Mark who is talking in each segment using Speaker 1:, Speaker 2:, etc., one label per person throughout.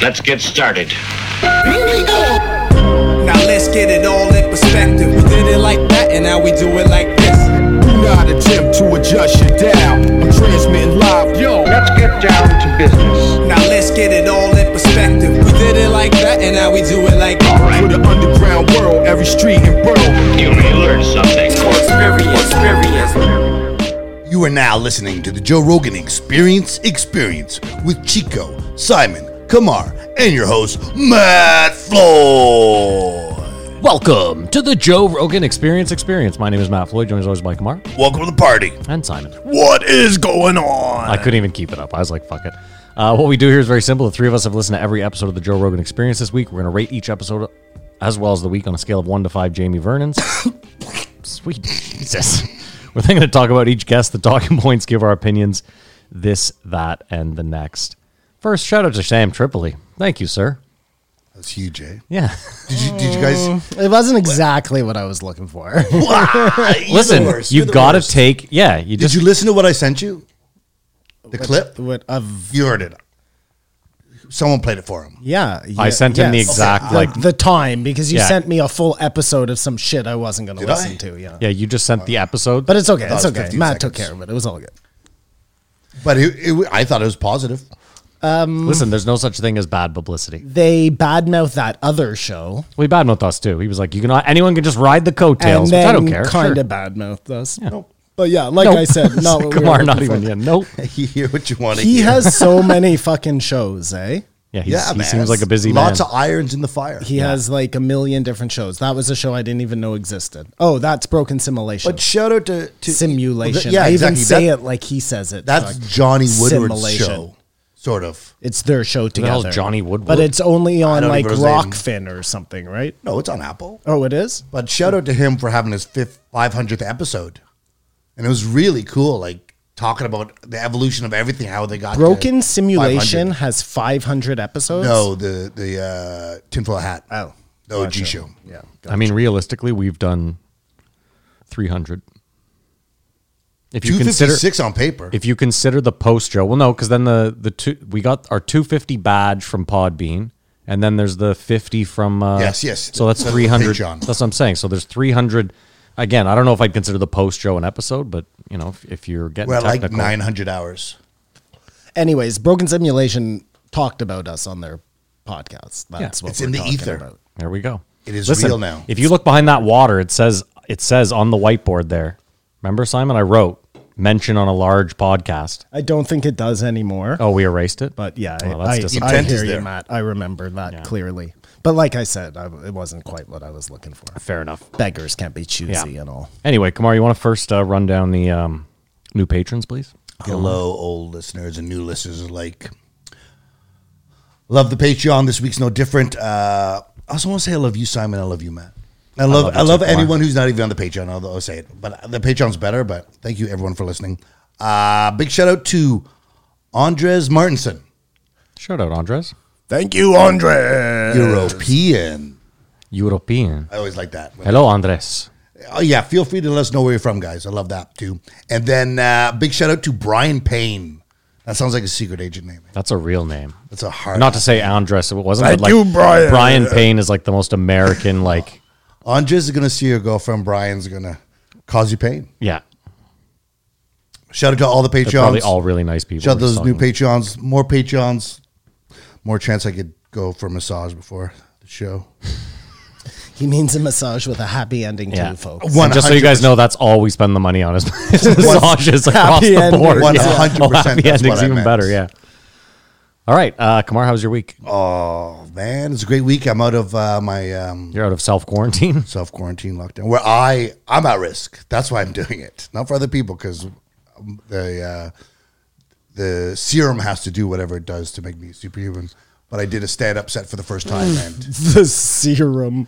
Speaker 1: Let's get started.
Speaker 2: Now let's get it all in perspective. We did it like that, and now we do it like this.
Speaker 3: Do not attempt to adjust your dial. I'm transmitting live. Yo,
Speaker 4: Let's get down to business.
Speaker 2: Now let's get it all in perspective. We did it like that, and now we do it like this.
Speaker 3: for the underground world, every street and borough.
Speaker 1: You may learn something.
Speaker 5: You are now listening to the Joe Rogan Experience Experience with Chico, Simon, Kamar, and your host, Matt Floyd.
Speaker 6: Welcome to the Joe Rogan Experience Experience. My name is Matt Floyd, joined as always by Kamar
Speaker 5: Welcome to the party.
Speaker 6: and Simon.
Speaker 5: What is going on?
Speaker 6: I couldn't even keep it up. I was like, fuck it. Uh, what we do here is very simple. The three of us have listened to every episode of the Joe Rogan Experience this week. We're going to rate each episode as well as the week on a scale of one to five Jamie Vernon's. Sweet Jesus. We're then going to talk about each guest, the talking points, give our opinions, this, that, and the next. First, shout out to Sam Tripoli. Thank you, sir.
Speaker 5: That's huge, eh?
Speaker 6: Yeah.
Speaker 5: Did you, did you guys?
Speaker 7: It wasn't exactly what I was looking for.
Speaker 6: Listen, you got to take, yeah, you
Speaker 5: Did
Speaker 6: just,
Speaker 5: you listen to what I sent you? The clip?
Speaker 7: What of
Speaker 5: You heard it. Someone played it for him.
Speaker 7: yeah,
Speaker 6: I
Speaker 7: yeah,
Speaker 6: sent him the exact,
Speaker 7: The-
Speaker 6: like-
Speaker 7: the, time because you
Speaker 6: Yeah.
Speaker 7: sent me a full episode of some shit I wasn't going to
Speaker 5: Did
Speaker 7: listen
Speaker 5: I?
Speaker 7: to. Yeah.
Speaker 6: yeah, you just sent the episode.
Speaker 7: But it's okay.
Speaker 5: thought
Speaker 7: It's
Speaker 5: it was
Speaker 7: okay.
Speaker 5: 15
Speaker 7: Matt took
Speaker 5: seconds.
Speaker 7: care of it. It was all good.
Speaker 5: But it, it, I thought it was positive.
Speaker 6: Listen, there's no such thing as bad publicity.
Speaker 7: They badmouth that other show
Speaker 6: We badmouthed us too. He was like, "You can anyone can just ride the
Speaker 7: and
Speaker 6: coattails," which
Speaker 7: then
Speaker 6: I don't care.
Speaker 7: kind of
Speaker 6: sure.
Speaker 7: badmouthed us. But yeah, like
Speaker 6: Nope.
Speaker 7: I said, not what we
Speaker 6: Kumar,
Speaker 7: were
Speaker 6: not
Speaker 7: looking for.
Speaker 6: even. Yeah, nope.
Speaker 5: You hear what you want to
Speaker 7: He
Speaker 5: hear.
Speaker 7: has so many fucking shows, eh?
Speaker 6: Yeah, he's,
Speaker 5: yeah,
Speaker 6: he
Speaker 5: man.
Speaker 6: seems like a busy
Speaker 5: Lots
Speaker 6: man.
Speaker 5: of irons in the fire.
Speaker 7: He has like a million different shows. That was a show I didn't even know existed. Oh, that's Broken Simulation.
Speaker 5: But shout out to, to
Speaker 7: Simulation.
Speaker 5: Yeah,
Speaker 7: I even
Speaker 5: exactly.
Speaker 7: say
Speaker 5: That-
Speaker 7: it like he says it.
Speaker 5: That's
Speaker 7: Fuck.
Speaker 5: Johnny Woodward's
Speaker 7: Simulation.
Speaker 5: show, sort of.
Speaker 7: It's their show
Speaker 6: the
Speaker 7: together.
Speaker 6: hell's Johnny Woodward?
Speaker 7: But it's only on
Speaker 5: don't
Speaker 7: like
Speaker 5: even know his
Speaker 7: Rockfin or something, right?
Speaker 5: No, it's on Apple.
Speaker 7: Oh, it is?
Speaker 5: But shout out to him for having his fifth, 500th episode, and it was really cool. Like talking about the evolution of everything, how they got to
Speaker 7: Broken Simulation
Speaker 5: 500.
Speaker 7: has 500 episodes?
Speaker 5: No, the the uh, tinfoil hat.
Speaker 7: Oh.
Speaker 5: the OG show.
Speaker 7: Yeah.
Speaker 6: I mean, realistically, we've done 300. If you
Speaker 5: Two fifty
Speaker 6: consider
Speaker 5: six on paper.
Speaker 6: if you consider the post show, well, no, because then the the two we got our 250 badge from Podbean, and then there's the 50 from uh,
Speaker 5: Yes, yes.
Speaker 6: So that's
Speaker 5: That's the
Speaker 6: 300.
Speaker 5: Patreon.
Speaker 6: That's what I'm saying. So there's 300. Again, I don't know if I'd consider the post show an episode, but you know, if, if you're getting
Speaker 5: We're at like
Speaker 6: technical,
Speaker 5: nine hundred hours.
Speaker 7: Anyways, Broken Simulation talked about us on their podcast. That's what
Speaker 5: It's
Speaker 7: we're
Speaker 5: in the
Speaker 7: talking
Speaker 5: ether.
Speaker 7: about.
Speaker 6: There we go.
Speaker 5: It is real now.
Speaker 6: If you look behind that water, it says it says on the whiteboard there. Remember, Simon, I wrote mention on a large podcast.
Speaker 7: I don't think it does anymore.
Speaker 6: Oh, we erased it.
Speaker 7: But yeah,
Speaker 6: Oh,
Speaker 7: I,
Speaker 6: that's
Speaker 7: I,
Speaker 5: Intent is
Speaker 7: hear you,
Speaker 5: there.
Speaker 7: Matt. I remember that clearly. But like I said, I, it wasn't quite what I was looking for.
Speaker 6: fair enough.
Speaker 7: Beggars can't be choosy
Speaker 6: Yeah.
Speaker 7: and all.
Speaker 6: Anyway, Kamar, you want to first uh, run down the um, new patrons, please?
Speaker 5: Hello, old listeners and new listeners alike. Love the Patreon. This week's no different. Uh, I also want to say I love you, Simon. I love you, Matt. I love
Speaker 6: love you
Speaker 5: I
Speaker 6: too,
Speaker 5: love
Speaker 6: Kumar.
Speaker 5: anyone who's not even on the Patreon. I'll, I'll say it, but the Patreon's better. But thank you everyone for listening. Uh, big shout out to Andres Martinson,
Speaker 6: Shout out, Andres.
Speaker 7: Thank you, Andre.
Speaker 5: European.
Speaker 6: European.
Speaker 5: I always like that.
Speaker 6: Hello, Andres.
Speaker 5: Oh yeah, feel free to let us know where you're from, guys. I love that too. And then uh, big shout out to Brian Payne. That sounds like a secret agent name.
Speaker 6: That's a real name.
Speaker 5: That's a hard.
Speaker 6: Not to say Andres, it wasn't.
Speaker 7: Thank
Speaker 6: but like
Speaker 7: you, Brian.
Speaker 6: Payne is like the most American. Like,
Speaker 5: Andres is gonna see your girlfriend. Brian's gonna cause you pain.
Speaker 6: yeah,
Speaker 5: Shout out to all the
Speaker 6: they're
Speaker 5: Patreons.
Speaker 6: probably all really nice people.
Speaker 5: Shout out to
Speaker 6: We're just
Speaker 5: those new
Speaker 6: talking-
Speaker 5: Patreons. More Patreons. More chance I could go for a massage before the show.
Speaker 7: He means a massage with a happy ending
Speaker 6: Yeah.
Speaker 7: too, folks.
Speaker 6: And just so you guys know, that's all we spend the money on is massages across
Speaker 7: Happy
Speaker 6: the board.
Speaker 7: endings.
Speaker 6: Yeah.
Speaker 5: 100%,
Speaker 6: Oh, happy
Speaker 5: that's what
Speaker 6: endings
Speaker 5: I
Speaker 6: even
Speaker 5: meant.
Speaker 6: better. Yeah. All right, uh, Kamar, how's your week?
Speaker 5: Oh man, it's a great week. I'm out of uh, my um,
Speaker 6: You're out of self quarantine.
Speaker 5: self quarantine lockdown where I I'm at risk. That's why I'm doing it, not for other people, because the uh, the serum has to do whatever it does to make me superhuman. But I did a stand up set for the first time, and
Speaker 7: The serum.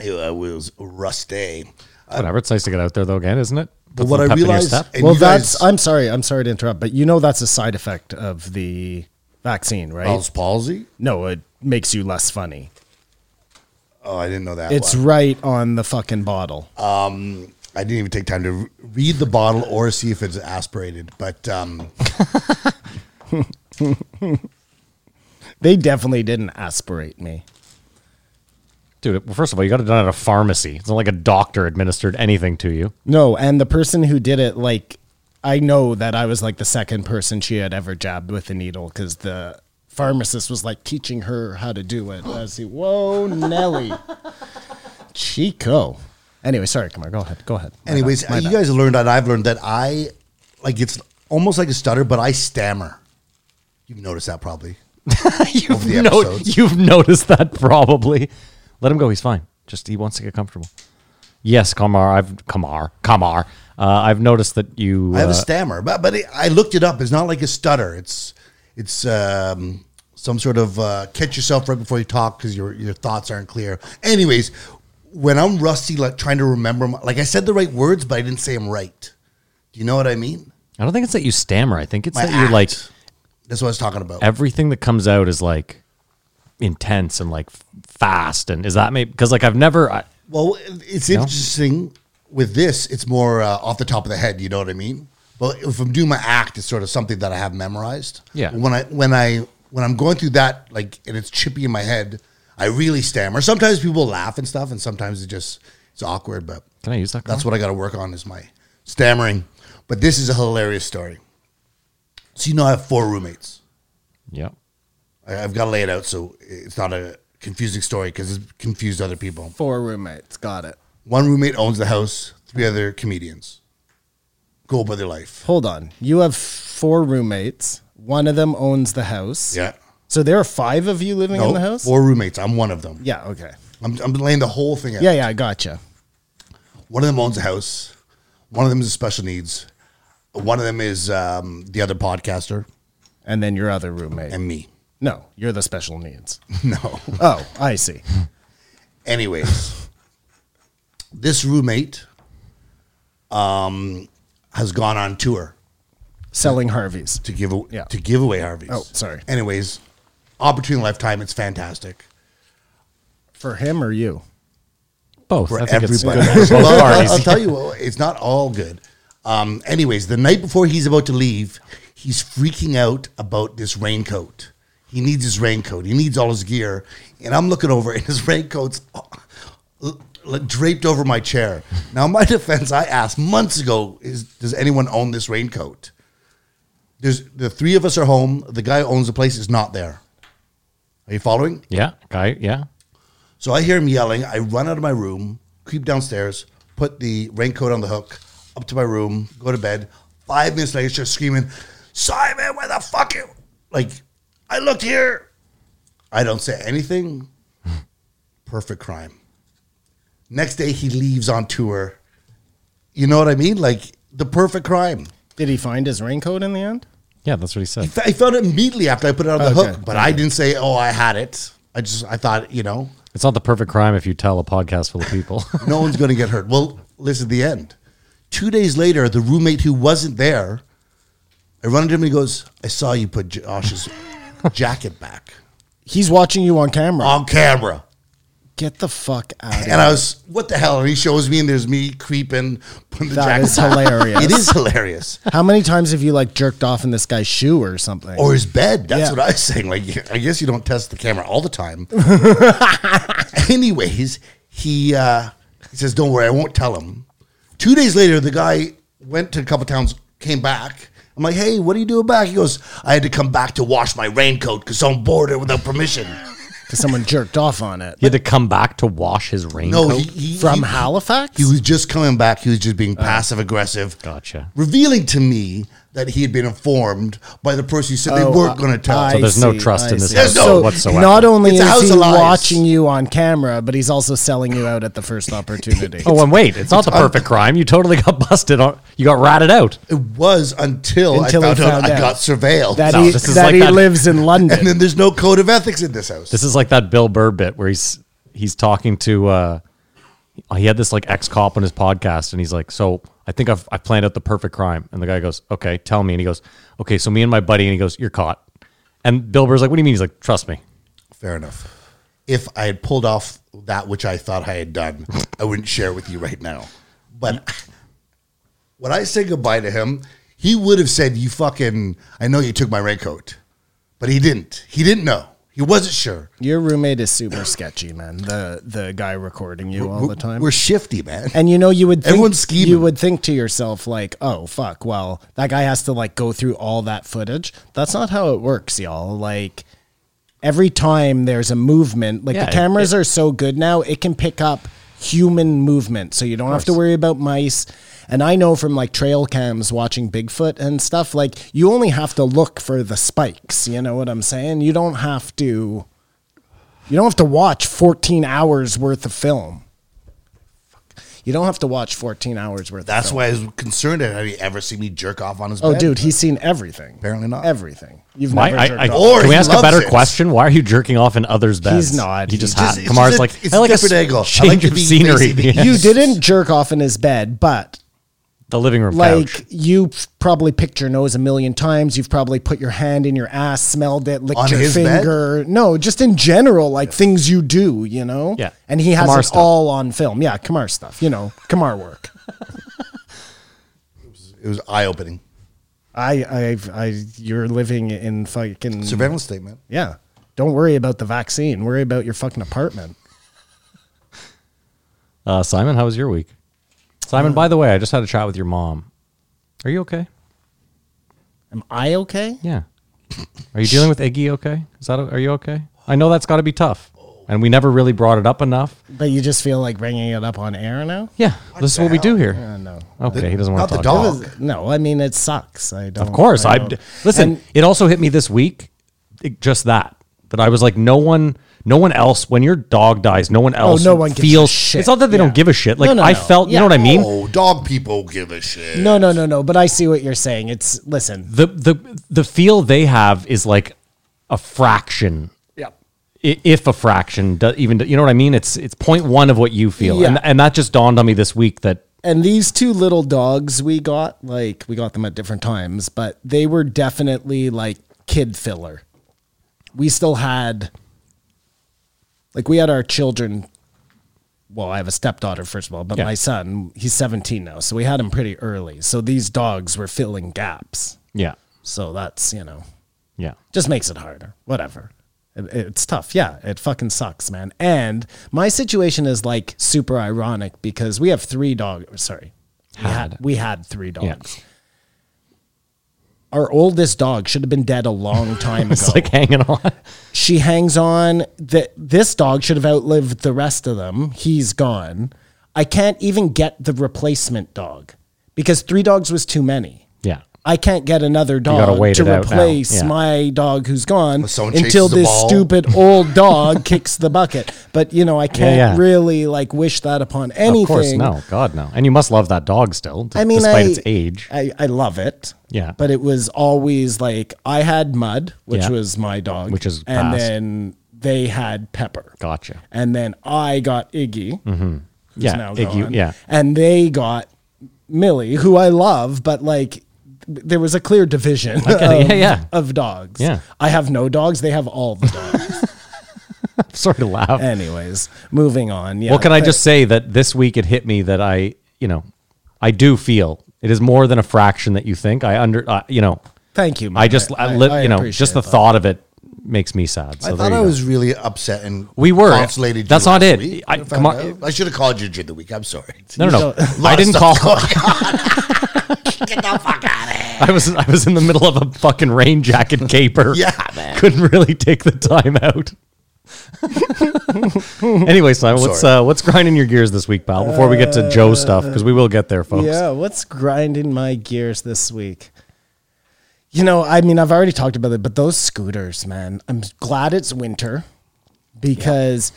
Speaker 5: it uh, was rusty.
Speaker 6: Whatever. It's nice to get out there though, again, isn't it?
Speaker 5: But
Speaker 6: Puts
Speaker 5: what
Speaker 6: a
Speaker 5: I
Speaker 6: pep in your
Speaker 5: realized,
Speaker 6: step.
Speaker 5: and
Speaker 7: well,
Speaker 5: you
Speaker 7: that's.
Speaker 5: guys-
Speaker 7: I'm sorry. I'm sorry to interrupt, but you know that's a side effect of the vaccine, right?
Speaker 5: Bell's palsy.
Speaker 7: no, it makes you less funny.
Speaker 5: Oh, I didn't know that.
Speaker 7: It's
Speaker 5: one. Um,
Speaker 7: right on the fucking bottle.
Speaker 5: I didn't even take time to re- read the bottle or see if it's aspirated. But um,
Speaker 7: They definitely didn't aspirate me.
Speaker 6: Dude, well, first of all, you got it done at a pharmacy. It's not like a doctor administered anything to you.
Speaker 7: No, and the person who did it, like, I know that I was like the second person she had ever jabbed with a needle because the pharmacist was like teaching her how to do it. I see, whoa, Nelly, Chico. Anyway, sorry, come on, go ahead, go ahead. My
Speaker 5: Anyways,
Speaker 7: bad, my
Speaker 5: you
Speaker 7: bad.
Speaker 5: guys learned and I've learned that I like it's almost like a stutter, but I stammer. You've noticed that probably.
Speaker 6: you've,
Speaker 5: the
Speaker 6: no-
Speaker 5: episodes.
Speaker 6: you've noticed that probably. Let him go. He's fine. Just he wants to get comfortable. Yes, Kamar. I've Kamar. Kamar. Uh, I've noticed that you.
Speaker 5: I have
Speaker 6: uh,
Speaker 5: a stammer, but but it, I looked it up. It's not like a stutter. It's it's um, some sort of uh, catch yourself right before you talk because your your thoughts aren't clear. Anyways, when I'm rusty, like trying to remember, my, like I said the right words, but I didn't say them right. Do you know what I mean?
Speaker 6: I don't think it's that you stammer. I think it's
Speaker 5: My
Speaker 6: that you're like
Speaker 5: act. That's what I was talking about.
Speaker 6: everything that comes out is like intense and like f- fast. And is that maybe because like I've never. I,
Speaker 5: Well, it's interesting with this. It's more uh, off the top of the head. You know what I mean? Well, if I'm doing my act, it's sort of something that I have memorized.
Speaker 6: Yeah.
Speaker 5: When I when I when I'm going through that, like, and it's chippy in my head, I really stammer. Sometimes people laugh and stuff, and sometimes it just it's awkward. But
Speaker 6: can I use that?
Speaker 5: that's what I got to work on is my stammering. But this is a hilarious story. So you know, I have four roommates.
Speaker 6: Yeah.
Speaker 5: I, I've got to lay it out so it's not a confusing story because it's confused other people.
Speaker 7: four roommates, got it.
Speaker 5: One roommate owns the house, three other comedians. Go by their life.
Speaker 7: Hold on, you have four roommates. One of them owns the house.
Speaker 5: Yeah.
Speaker 7: So there are five of you living in the house.
Speaker 5: Four roommates. I'm one of them.
Speaker 7: Yeah. Okay.
Speaker 5: I'm, I'm laying the whole thing out.
Speaker 7: Yeah. Yeah. I gotcha.
Speaker 5: One of them owns a house. One of them is special needs. One of them is um, the other podcaster
Speaker 7: And then your other roommate.
Speaker 5: and me.
Speaker 7: no, you're the special needs.
Speaker 5: No.
Speaker 7: Oh, I see.
Speaker 5: Anyways, this roommate um, has gone on tour.
Speaker 7: Selling Harveys.
Speaker 5: to give
Speaker 7: Yeah.
Speaker 5: to give away Harvey's.
Speaker 7: Oh, sorry.
Speaker 5: Anyways, opportunity lifetime. It's fantastic
Speaker 7: For him or you?
Speaker 6: Both.
Speaker 5: for
Speaker 6: I think it's
Speaker 5: everybody.
Speaker 6: good for both
Speaker 5: Well, I'll,
Speaker 6: parties.
Speaker 5: I'll tell you, what, it's not all good. Um, anyways, the night before he's about to leave, he's freaking out about this raincoat. He needs his raincoat. He needs all his gear. And I'm looking over, and his raincoat's l- l- draped over my chair. Now, in my defense, I asked months ago, is, does anyone own this raincoat? There's the three of us are home. The guy who owns the place is not there. Are you following?
Speaker 6: Yeah. Guy. Yeah.
Speaker 5: So I hear him yelling. I run out of my room, creep downstairs, put the raincoat on the hook, up to my room, go to bed. Five minutes later, she's screaming, Simon, where the fuck you? Like, I looked here. I don't say anything. Perfect crime. Next day, he leaves on tour. You know what I mean? Like, the perfect crime.
Speaker 7: Did he find his raincoat in the end?
Speaker 6: Yeah. That's what he said.
Speaker 5: I found it immediately after I put it on the
Speaker 7: Okay,
Speaker 5: hook, but I didn't say, oh, I had it. I just, I thought, you know,
Speaker 6: It's not the perfect crime if you tell a podcast full of people.
Speaker 5: no one's going to get hurt. Well, this is the end. Two days later, the roommate who wasn't there, I run into him and he goes, I saw you put Josh's jacket back
Speaker 7: He's watching you on camera.
Speaker 5: on camera.
Speaker 7: Get the fuck out of
Speaker 5: Uh, And I was, what the hell? And he shows me, and there's me creeping, putting the
Speaker 7: That
Speaker 5: jacket
Speaker 7: is hilarious.
Speaker 5: It is hilarious.
Speaker 7: How many times have you like jerked off in this guy's shoe or something?
Speaker 5: Or his bed. That's
Speaker 7: Yeah.
Speaker 5: what I was saying. Like, I guess you don't test the camera all the time. Anyways, he uh, he says, "Don't worry, I won't tell him." Two days later, the guy went to a couple towns, came back. I'm like, "Hey, what are you doing back?" He goes, "I had to come back to wash my raincoat because someone borrowed it without permission."
Speaker 7: 'Cause someone jerked off on it.
Speaker 6: He had to come back to wash his
Speaker 5: No,
Speaker 6: raincoat.
Speaker 5: he, he
Speaker 7: From
Speaker 5: he-
Speaker 7: Halifax? Uh,
Speaker 5: He was just coming back. He was just being passive aggressive.
Speaker 6: Gotcha.
Speaker 5: Revealing to me that he had been informed by the person who said they
Speaker 7: Oh,
Speaker 5: weren't
Speaker 7: I-
Speaker 5: going to tell.
Speaker 7: I
Speaker 6: So there's no
Speaker 7: see,
Speaker 6: trust
Speaker 7: I
Speaker 6: in this
Speaker 7: see.
Speaker 5: There's
Speaker 6: house
Speaker 5: no- So
Speaker 6: whatsoever.
Speaker 7: Not only
Speaker 5: It's a house
Speaker 7: is he
Speaker 5: of lies.
Speaker 7: watching you on camera, but he's also selling you out at the first opportunity.
Speaker 6: Oh, and wait, it's not the perfect crime. You totally got busted on. You got ratted out.
Speaker 5: It was until,
Speaker 7: Until
Speaker 5: I found,
Speaker 7: he
Speaker 5: out,
Speaker 7: found
Speaker 5: I
Speaker 7: out.
Speaker 5: got surveilled.
Speaker 7: that
Speaker 6: No,
Speaker 7: he,
Speaker 6: this is
Speaker 7: that
Speaker 6: like
Speaker 7: he
Speaker 6: that-
Speaker 7: lives in London.
Speaker 5: and then there's no code of ethics in this house.
Speaker 6: This is like that Bill Burr bit where he's he's talking to. uh He had this like ex cop on his podcast, and he's like, "So I think I've I've planned out the perfect crime." And the guy goes, "Okay, tell me." And he goes, "Okay, so me and my buddy," and he goes, "You're caught." And Bill Burr's like, "What do you mean?" He's like, "Trust me."
Speaker 5: Fair enough. If I had pulled off that which I thought I had done, I wouldn't share with you right now. But when I say goodbye to him, he would have said, "You fucking, I know you took my raincoat," but he didn't. He didn't know. He He wasn't sure.
Speaker 7: Your roommate is super sketchy, man. The the guy recording you all the time.
Speaker 5: We're schifty, man.
Speaker 7: And you know, you would think,
Speaker 5: Everyone's scheming.
Speaker 7: You would think to yourself, like, "Oh fuck, well, that guy has to like go through all that footage." That's not how it works, y'all. Like every time there's a movement, like
Speaker 6: Yeah,
Speaker 7: the
Speaker 6: it-
Speaker 7: cameras
Speaker 6: it-
Speaker 7: are so good now, it can pick up human movement, so you don't have to worry about mice. And I know from like trail cams watching Bigfoot and stuff, like you only have to look for the spikes. You know what I'm saying? You don't have to. You don't have to watch 14 hours worth of film. You don't have to watch 14 hours worth.
Speaker 5: That's
Speaker 7: of film.
Speaker 5: why I was concerned at had he ever seen me jerk off on his
Speaker 7: Oh,
Speaker 5: bed.
Speaker 7: dude, he's seen everything.
Speaker 5: Apparently not.
Speaker 7: Everything. You've
Speaker 6: Why,
Speaker 7: never.
Speaker 6: I,
Speaker 7: jerked
Speaker 6: I,
Speaker 7: off.
Speaker 5: Or
Speaker 6: can we
Speaker 5: he
Speaker 6: ask a
Speaker 5: loves
Speaker 6: better
Speaker 5: it.
Speaker 6: question? Why are you jerking off in others' beds?
Speaker 7: not.
Speaker 6: He
Speaker 7: He
Speaker 6: just
Speaker 7: just-
Speaker 6: hot.
Speaker 5: it's
Speaker 6: Kamar's
Speaker 5: just a-
Speaker 6: like,
Speaker 5: it's
Speaker 6: I like a
Speaker 5: different
Speaker 6: s-
Speaker 5: angle. I
Speaker 6: change
Speaker 5: like to
Speaker 6: of
Speaker 5: be
Speaker 6: scenery.
Speaker 5: facing the-
Speaker 7: you
Speaker 6: Yes.
Speaker 7: didn't jerk off in his bed, but
Speaker 6: the living room
Speaker 7: like
Speaker 6: couch.
Speaker 7: you probably picked your nose a million times. You've probably put your hand in your ass, smelled it, licked
Speaker 5: On
Speaker 7: your
Speaker 5: his bed?
Speaker 7: finger. No, just in general, like things you do, you know.
Speaker 6: Yeah.
Speaker 7: And he has
Speaker 6: Kamar
Speaker 7: it
Speaker 6: stuff.
Speaker 7: all on film. Yeah, Kamar stuff. You know, Kamar work.
Speaker 5: It was eye opening.
Speaker 7: I, I've, I, you're living in fucking
Speaker 5: Surveillance statement.
Speaker 7: Yeah. Don't worry about the vaccine. Worry about your fucking apartment.
Speaker 6: Uh, Simon, how was your week? Simon, by the way, I just had a chat with your mom. Are you okay?
Speaker 7: Am I okay?
Speaker 6: Yeah. Are you dealing with Iggy okay? Is that are you okay? I know that's got to be tough. And we never really brought it up enough.
Speaker 7: But you just feel like bringing it up on air now?
Speaker 6: Yeah, this is what we do here.
Speaker 7: Uh, no.
Speaker 6: Okay, he doesn't want
Speaker 5: Not
Speaker 6: to
Speaker 5: the
Speaker 6: talk. about it.
Speaker 5: dog.
Speaker 7: No, I mean it sucks. I don't.
Speaker 6: Of course, I,
Speaker 7: don't-
Speaker 6: listen.
Speaker 7: And
Speaker 6: it also hit me this week, it- just that that I was like, no one, no one else. When your dog dies, no one else
Speaker 7: Oh, no one gives a
Speaker 6: feels.
Speaker 7: shit.
Speaker 6: It's not that they
Speaker 7: Yeah.
Speaker 6: don't give a shit. Like
Speaker 7: No, no,
Speaker 6: I
Speaker 7: no.
Speaker 6: felt, you know
Speaker 7: Yeah.
Speaker 6: what I mean.
Speaker 5: Oh, dog people give a shit.
Speaker 7: no, no, no, no. But I see what you're saying. It's listen.
Speaker 6: The the the feel they have is like a fraction. Yeah. If a fraction, do, even you know what I mean. It's it's point one of what you feel, and
Speaker 7: Yeah.
Speaker 6: and that just dawned on me this week that
Speaker 7: And these two little dogs we got, like we got them at different times, but they were definitely like kid filler. We still had, like, we had our children. Well, I have a stepdaughter first of all, but
Speaker 6: Yeah.
Speaker 7: my son, he's 17 now, so we had him pretty early. So these dogs were filling gaps.
Speaker 6: yeah
Speaker 7: So that's you know
Speaker 6: yeah
Speaker 7: just makes it harder. Whatever. It, it's tough. Yeah, it fucking sucks, man. And my situation is like super ironic because we have three dogs. Sorry. We
Speaker 6: Had.
Speaker 7: had, we had three dogs. Our oldest dog should have been dead a long time ago.
Speaker 6: It's like hanging on.
Speaker 7: she hangs on that this dog should have outlived the rest of them. He's gone. I can't even get the replacement dog because three dogs was too many.
Speaker 6: Yeah.
Speaker 7: I can't get another
Speaker 6: gotta
Speaker 7: dog
Speaker 6: wait
Speaker 7: to
Speaker 6: it out now.
Speaker 7: replace
Speaker 6: Yeah.
Speaker 7: my dog who's gone
Speaker 5: Unless someone
Speaker 7: until
Speaker 5: chases the
Speaker 7: this
Speaker 5: ball.
Speaker 7: stupid old dog kicks the bucket. But you know, I can't
Speaker 6: yeah.
Speaker 7: really like wish that upon anything.
Speaker 6: Of course, no, God, no. And you must love that dog still, d-
Speaker 7: I mean,
Speaker 6: despite
Speaker 7: I,
Speaker 6: its age.
Speaker 7: I, I love it.
Speaker 6: Yeah.
Speaker 7: But it was always like I had Mud, which
Speaker 6: Yeah.
Speaker 7: was my dog,
Speaker 6: Which is
Speaker 7: and
Speaker 6: fast.
Speaker 7: then they had Pepper.
Speaker 6: Gotcha. Mm-hmm.
Speaker 7: And then I got Iggy, who's
Speaker 6: Yeah,
Speaker 7: now
Speaker 6: Iggy,
Speaker 7: gone.
Speaker 6: yeah.
Speaker 7: And they got Millie, who I love, but like there was a clear division
Speaker 6: Okay,
Speaker 7: of,
Speaker 6: yeah, yeah.
Speaker 7: of dogs.
Speaker 6: Yeah.
Speaker 7: I have no dogs. They have all the dogs.
Speaker 6: Sorry to laugh.
Speaker 7: Anyways, moving on. Yeah.
Speaker 6: well, can I
Speaker 7: but-
Speaker 6: just say that this week it hit me that I, you know, I do feel it is more than a fraction that you think. I under, uh, you know,
Speaker 7: Thank you. man.
Speaker 6: I just, I, li- you know,
Speaker 7: appreciate
Speaker 6: just the
Speaker 7: that.
Speaker 6: thought of it makes me sad. So
Speaker 5: I
Speaker 6: there
Speaker 5: thought
Speaker 6: you
Speaker 5: I
Speaker 6: go.
Speaker 5: was really upset and
Speaker 6: We were.
Speaker 5: Consolated you
Speaker 6: That's not
Speaker 5: last
Speaker 6: it.
Speaker 5: week.
Speaker 6: I-
Speaker 5: I,
Speaker 6: come on.
Speaker 5: found out. I should have called you during the week. I'm sorry.
Speaker 6: No, no, no. I didn't call.
Speaker 5: Lots of stuff going on.
Speaker 6: I was, I was in the middle of a fucking rain jacket caper.
Speaker 5: Yeah, man.
Speaker 6: Couldn't really take the time out. anyway, Simon, what's
Speaker 5: Sorry.
Speaker 6: uh, what's grinding your gears this week, pal? Before we get to Joe stuff, because we will get there, folks.
Speaker 7: Yeah, what's grinding my gears this week? You know, I mean, I've already talked about it, but those scooters, man. I'm glad it's winter because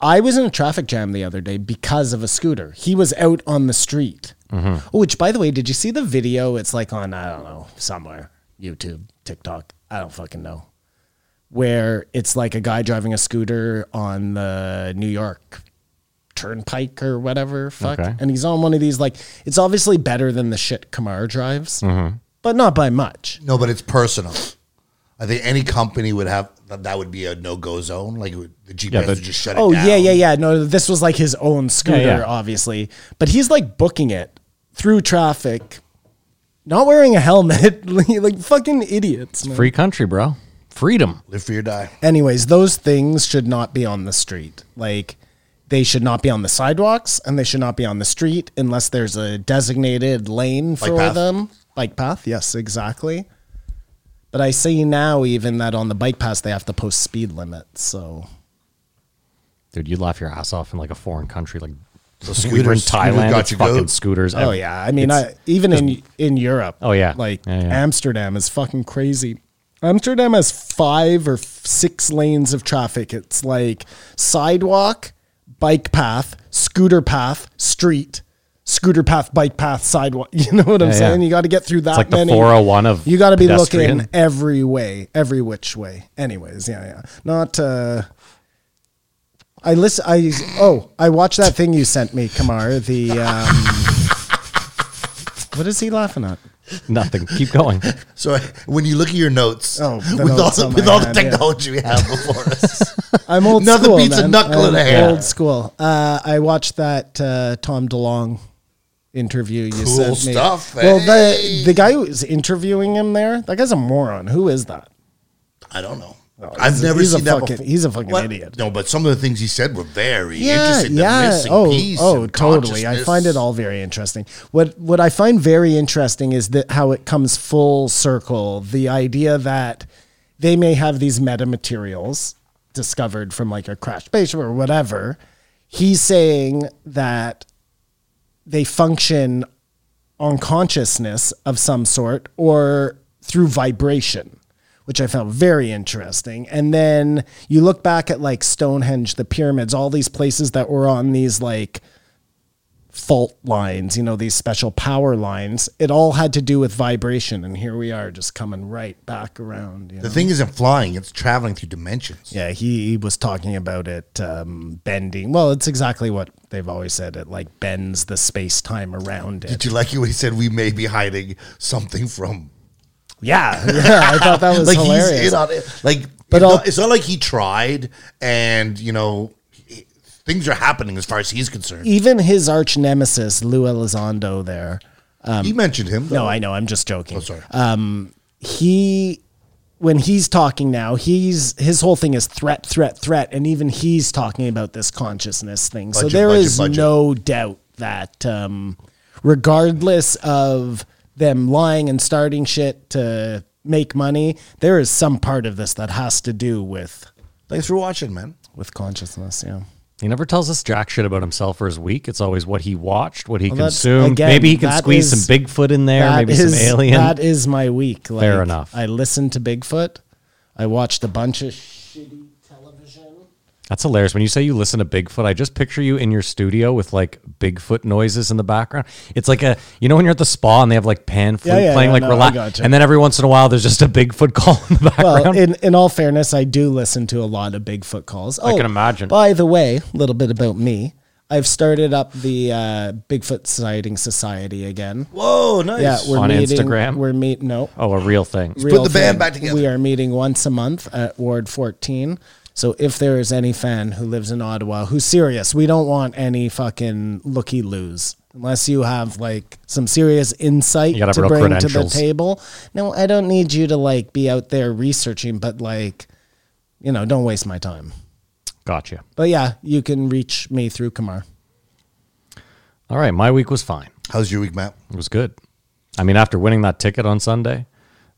Speaker 7: I was in a traffic jam the other day because of a scooter. He was out on the street. Oh, which, by the way, did you see the video? It's like on I don't know somewhere YouTube, TikTok. I don't fucking know. Where it's like a guy driving a scooter on the New York Turnpike or whatever, fuck,
Speaker 6: Okay.
Speaker 7: and he's on one of these. Like, it's obviously better than the shit Kamar drives,
Speaker 6: Mm-hmm.
Speaker 7: but not by much.
Speaker 5: No, but it's personal. I think any company would have that. That would be a no go zone. Like it would, the GPS
Speaker 6: but-
Speaker 5: would just shut it
Speaker 7: Oh
Speaker 5: down.
Speaker 7: yeah, yeah, yeah. No, this was like his own scooter,
Speaker 6: yeah.
Speaker 7: obviously. But he's like booking it through traffic, not wearing a helmet, like fucking idiots. man.
Speaker 6: Free country, bro. freedom.
Speaker 5: Live for your die.
Speaker 7: Anyways, those things should not be on the street. Like they should not be on the sidewalks and they should not be on the street unless there's a designated lane for
Speaker 5: path.
Speaker 7: them. Bike path, yes, exactly. But I see now even that on the bike paths they have to post speed limits. So
Speaker 6: Dude, you'd laugh your ass off in like a foreign country. Like
Speaker 5: So
Speaker 6: we were in
Speaker 5: scooters-
Speaker 6: Thailand,
Speaker 5: scooters got
Speaker 6: it's
Speaker 5: you
Speaker 6: fucking
Speaker 5: goat.
Speaker 6: scooters.
Speaker 7: Oh
Speaker 6: ev-
Speaker 7: yeah, I mean,
Speaker 6: it's-
Speaker 7: I, even in in Europe.
Speaker 6: Oh, yeah.
Speaker 7: like
Speaker 6: Yeah, yeah.
Speaker 7: Amsterdam is fucking crazy. Amsterdam has five or f- six lanes of traffic. It's like sidewalk, bike path, scooter path, street, scooter path, bike path, sidewalk. You know what I'm
Speaker 6: Yeah, yeah.
Speaker 7: saying? You got to get through that
Speaker 6: like the
Speaker 7: many.
Speaker 6: 401 of
Speaker 7: you got to be looking
Speaker 6: pedestrian.
Speaker 7: every way, every which way. Anyways, yeah, yeah. Not. uh I listen. I oh, I watched that thing you sent me, Kamar. The um, what is he laughing at?
Speaker 6: nothing. Keep going.
Speaker 5: So when you look at your notes,
Speaker 7: Oh, the
Speaker 5: with
Speaker 7: notes
Speaker 5: all
Speaker 7: on
Speaker 5: the, with
Speaker 7: my
Speaker 5: all the
Speaker 7: hand, yeah.
Speaker 5: technology we have before us,
Speaker 7: I'm old
Speaker 5: Another
Speaker 7: school.
Speaker 5: pizza
Speaker 7: man.
Speaker 5: knuckle
Speaker 7: I'm
Speaker 5: in the hand.
Speaker 7: Old school. Uh, I watched that uh, Tom DeLong interview you
Speaker 5: Cool
Speaker 7: sent me.
Speaker 5: stuff,
Speaker 7: Well,
Speaker 5: hey.
Speaker 7: the the guy who's interviewing him there, that guy's a moron. Who is that?
Speaker 5: I don't know.
Speaker 7: he's
Speaker 5: I've
Speaker 7: a-
Speaker 5: never
Speaker 7: he's a
Speaker 5: seen that
Speaker 7: fucking-
Speaker 5: before.
Speaker 7: he's a fucking idiot.
Speaker 5: No, but some of the things he said were very
Speaker 7: yeah,
Speaker 5: interesting. The
Speaker 7: yeah.
Speaker 5: missing
Speaker 7: Oh,
Speaker 5: piece
Speaker 7: oh,
Speaker 5: and
Speaker 7: totally. I
Speaker 5: consciousness.
Speaker 7: find it all very interesting. What what I find very interesting is that how it comes full circle. The idea that they may have these metamaterials discovered from like a crash spaceship or whatever. He's saying that they function on consciousness of some sort or through vibration, which I found very interesting. And then you look back at like Stonehenge, the pyramids, all these places that were on these like fault lines, you know, these special power lines. It all had to do with vibration. And here we are just coming right back around. You
Speaker 5: The
Speaker 7: know?
Speaker 5: thing isn't flying; it's traveling through dimensions.
Speaker 7: Yeah, he, he was talking about it um, bending. Well, it's exactly what they've always said. It like bends the space time around it.
Speaker 5: Did you like it when he said we may be hiding something from?
Speaker 7: Yeah, yeah, I thought that was
Speaker 5: like
Speaker 7: hilarious.
Speaker 5: he's in on it. Like,
Speaker 7: But
Speaker 5: but
Speaker 7: I'll-
Speaker 5: it's not like he tried, and you know, he- things are happening as far as he's concerned.
Speaker 7: Even his arch nemesis Lou Elizondo there.
Speaker 5: he mentioned him.
Speaker 7: No,
Speaker 5: though.
Speaker 7: I Uh, know. I'm just joking.
Speaker 5: Oh, sorry.
Speaker 7: He, when he's talking now, he's his whole thing is threat, threat, threat, and even he's talking about this consciousness thing. so
Speaker 5: Budget,
Speaker 7: there
Speaker 5: budget,
Speaker 7: is
Speaker 5: budget.
Speaker 7: no doubt that, um, regardless of them lying and starting shit to make money, there is some part of this that has to do with
Speaker 5: Thanks for watching, man.
Speaker 7: with consciousness. Yeah.
Speaker 6: He never tells us jack shit about himself or his week. It's always what he watched, what he
Speaker 7: Well, that's-
Speaker 6: consumed.
Speaker 7: again,
Speaker 6: maybe he can
Speaker 7: that
Speaker 6: squeeze
Speaker 7: is-
Speaker 6: some Bigfoot in there,
Speaker 7: That
Speaker 6: maybe
Speaker 7: is-
Speaker 6: some alien.
Speaker 7: That is my week. Like,
Speaker 6: Fair enough.
Speaker 7: I listened to Bigfoot. I watched a bunch of shitty television.
Speaker 6: That's hilarious. When you say you listen to Bigfoot, I just picture you in your studio with like Bigfoot noises in the background. It's like a you know when you're at the spa and they have like pan flute
Speaker 7: yeah,
Speaker 6: playing
Speaker 7: yeah,
Speaker 6: like
Speaker 7: no, I
Speaker 6: relax,
Speaker 7: gotcha.
Speaker 6: and then every once in a while there's just a Bigfoot call in the background.
Speaker 7: Well, in, in all fairness, I do listen to a lot of Bigfoot calls. I
Speaker 6: can imagine.
Speaker 7: By the way, a little bit about me. I've started up the uh, Bigfoot Sighting Society again.
Speaker 5: Whoa, nice.
Speaker 7: Yeah, we're
Speaker 6: On
Speaker 7: meeting,
Speaker 6: Instagram?
Speaker 7: We're meet. No,
Speaker 6: oh, a real thing.
Speaker 5: put the band back together.
Speaker 7: We are meeting once a month at Ward 14. So if there is any fan who lives in Ottawa who's serious, we don't want any fucking looky loos. Unless you have like some serious insight
Speaker 6: You gotta have
Speaker 7: to
Speaker 6: real
Speaker 7: bring to the
Speaker 6: credentials.
Speaker 7: table. No, I don't need you to like be out there researching, but like, you know, don't waste my time.
Speaker 6: Gotcha.
Speaker 7: But yeah, you can reach me through Kamar.
Speaker 6: All right, my week was fine.
Speaker 5: How's your week, Matt?
Speaker 6: It was good. I mean, after winning that ticket on Sunday,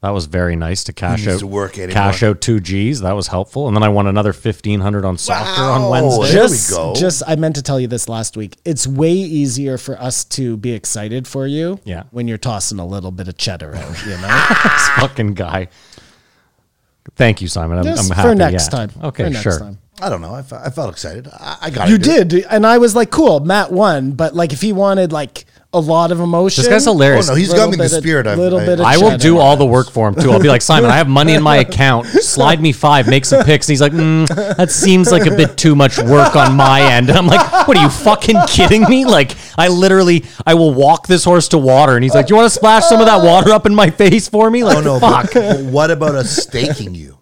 Speaker 6: that was very nice to cash
Speaker 5: needs
Speaker 6: out
Speaker 5: to work anymore?
Speaker 6: cash out two G's. That was helpful. And then I won another fifteen hundred on soccer on
Speaker 5: Wow.
Speaker 6: Wednesday.
Speaker 5: There we
Speaker 7: just,
Speaker 5: go.
Speaker 7: Just I meant to tell you this last week. It's way easier for us to be excited for you
Speaker 6: Yeah.
Speaker 7: when you're tossing a little bit of cheddar out, you know?
Speaker 6: this fucking guy. Thank you, Simon. I'm,
Speaker 7: Just
Speaker 6: I'm
Speaker 7: for
Speaker 6: happy.
Speaker 7: next
Speaker 6: yeah.
Speaker 7: time.
Speaker 6: Okay,
Speaker 7: for next
Speaker 6: sure.
Speaker 7: time.
Speaker 5: I don't know. I, fe- I felt excited. I, I got
Speaker 7: You
Speaker 5: it, dude.
Speaker 7: did, and I was like, cool, Matt won, but like if he wanted like a lot of emotion.
Speaker 6: This guy's hilarious.
Speaker 5: Oh, no, he's
Speaker 7: little
Speaker 5: got me the
Speaker 7: bit of-
Speaker 5: spirit. I'm-
Speaker 7: little
Speaker 5: I-
Speaker 7: bit of
Speaker 6: I will
Speaker 7: cheddar.
Speaker 6: do all the work for him too. I'll be like, Simon, I have money in my account. Slide me five, make some picks. And he's like, mm, that seems like a bit too much work on my end. And I'm like, what are you fucking kidding me? Like, I literally, I will walk this horse to water. And he's like, you want to splash some of that water up in my face for me? Like,
Speaker 5: Oh no!
Speaker 6: fuck.
Speaker 5: But, but what about us staking you?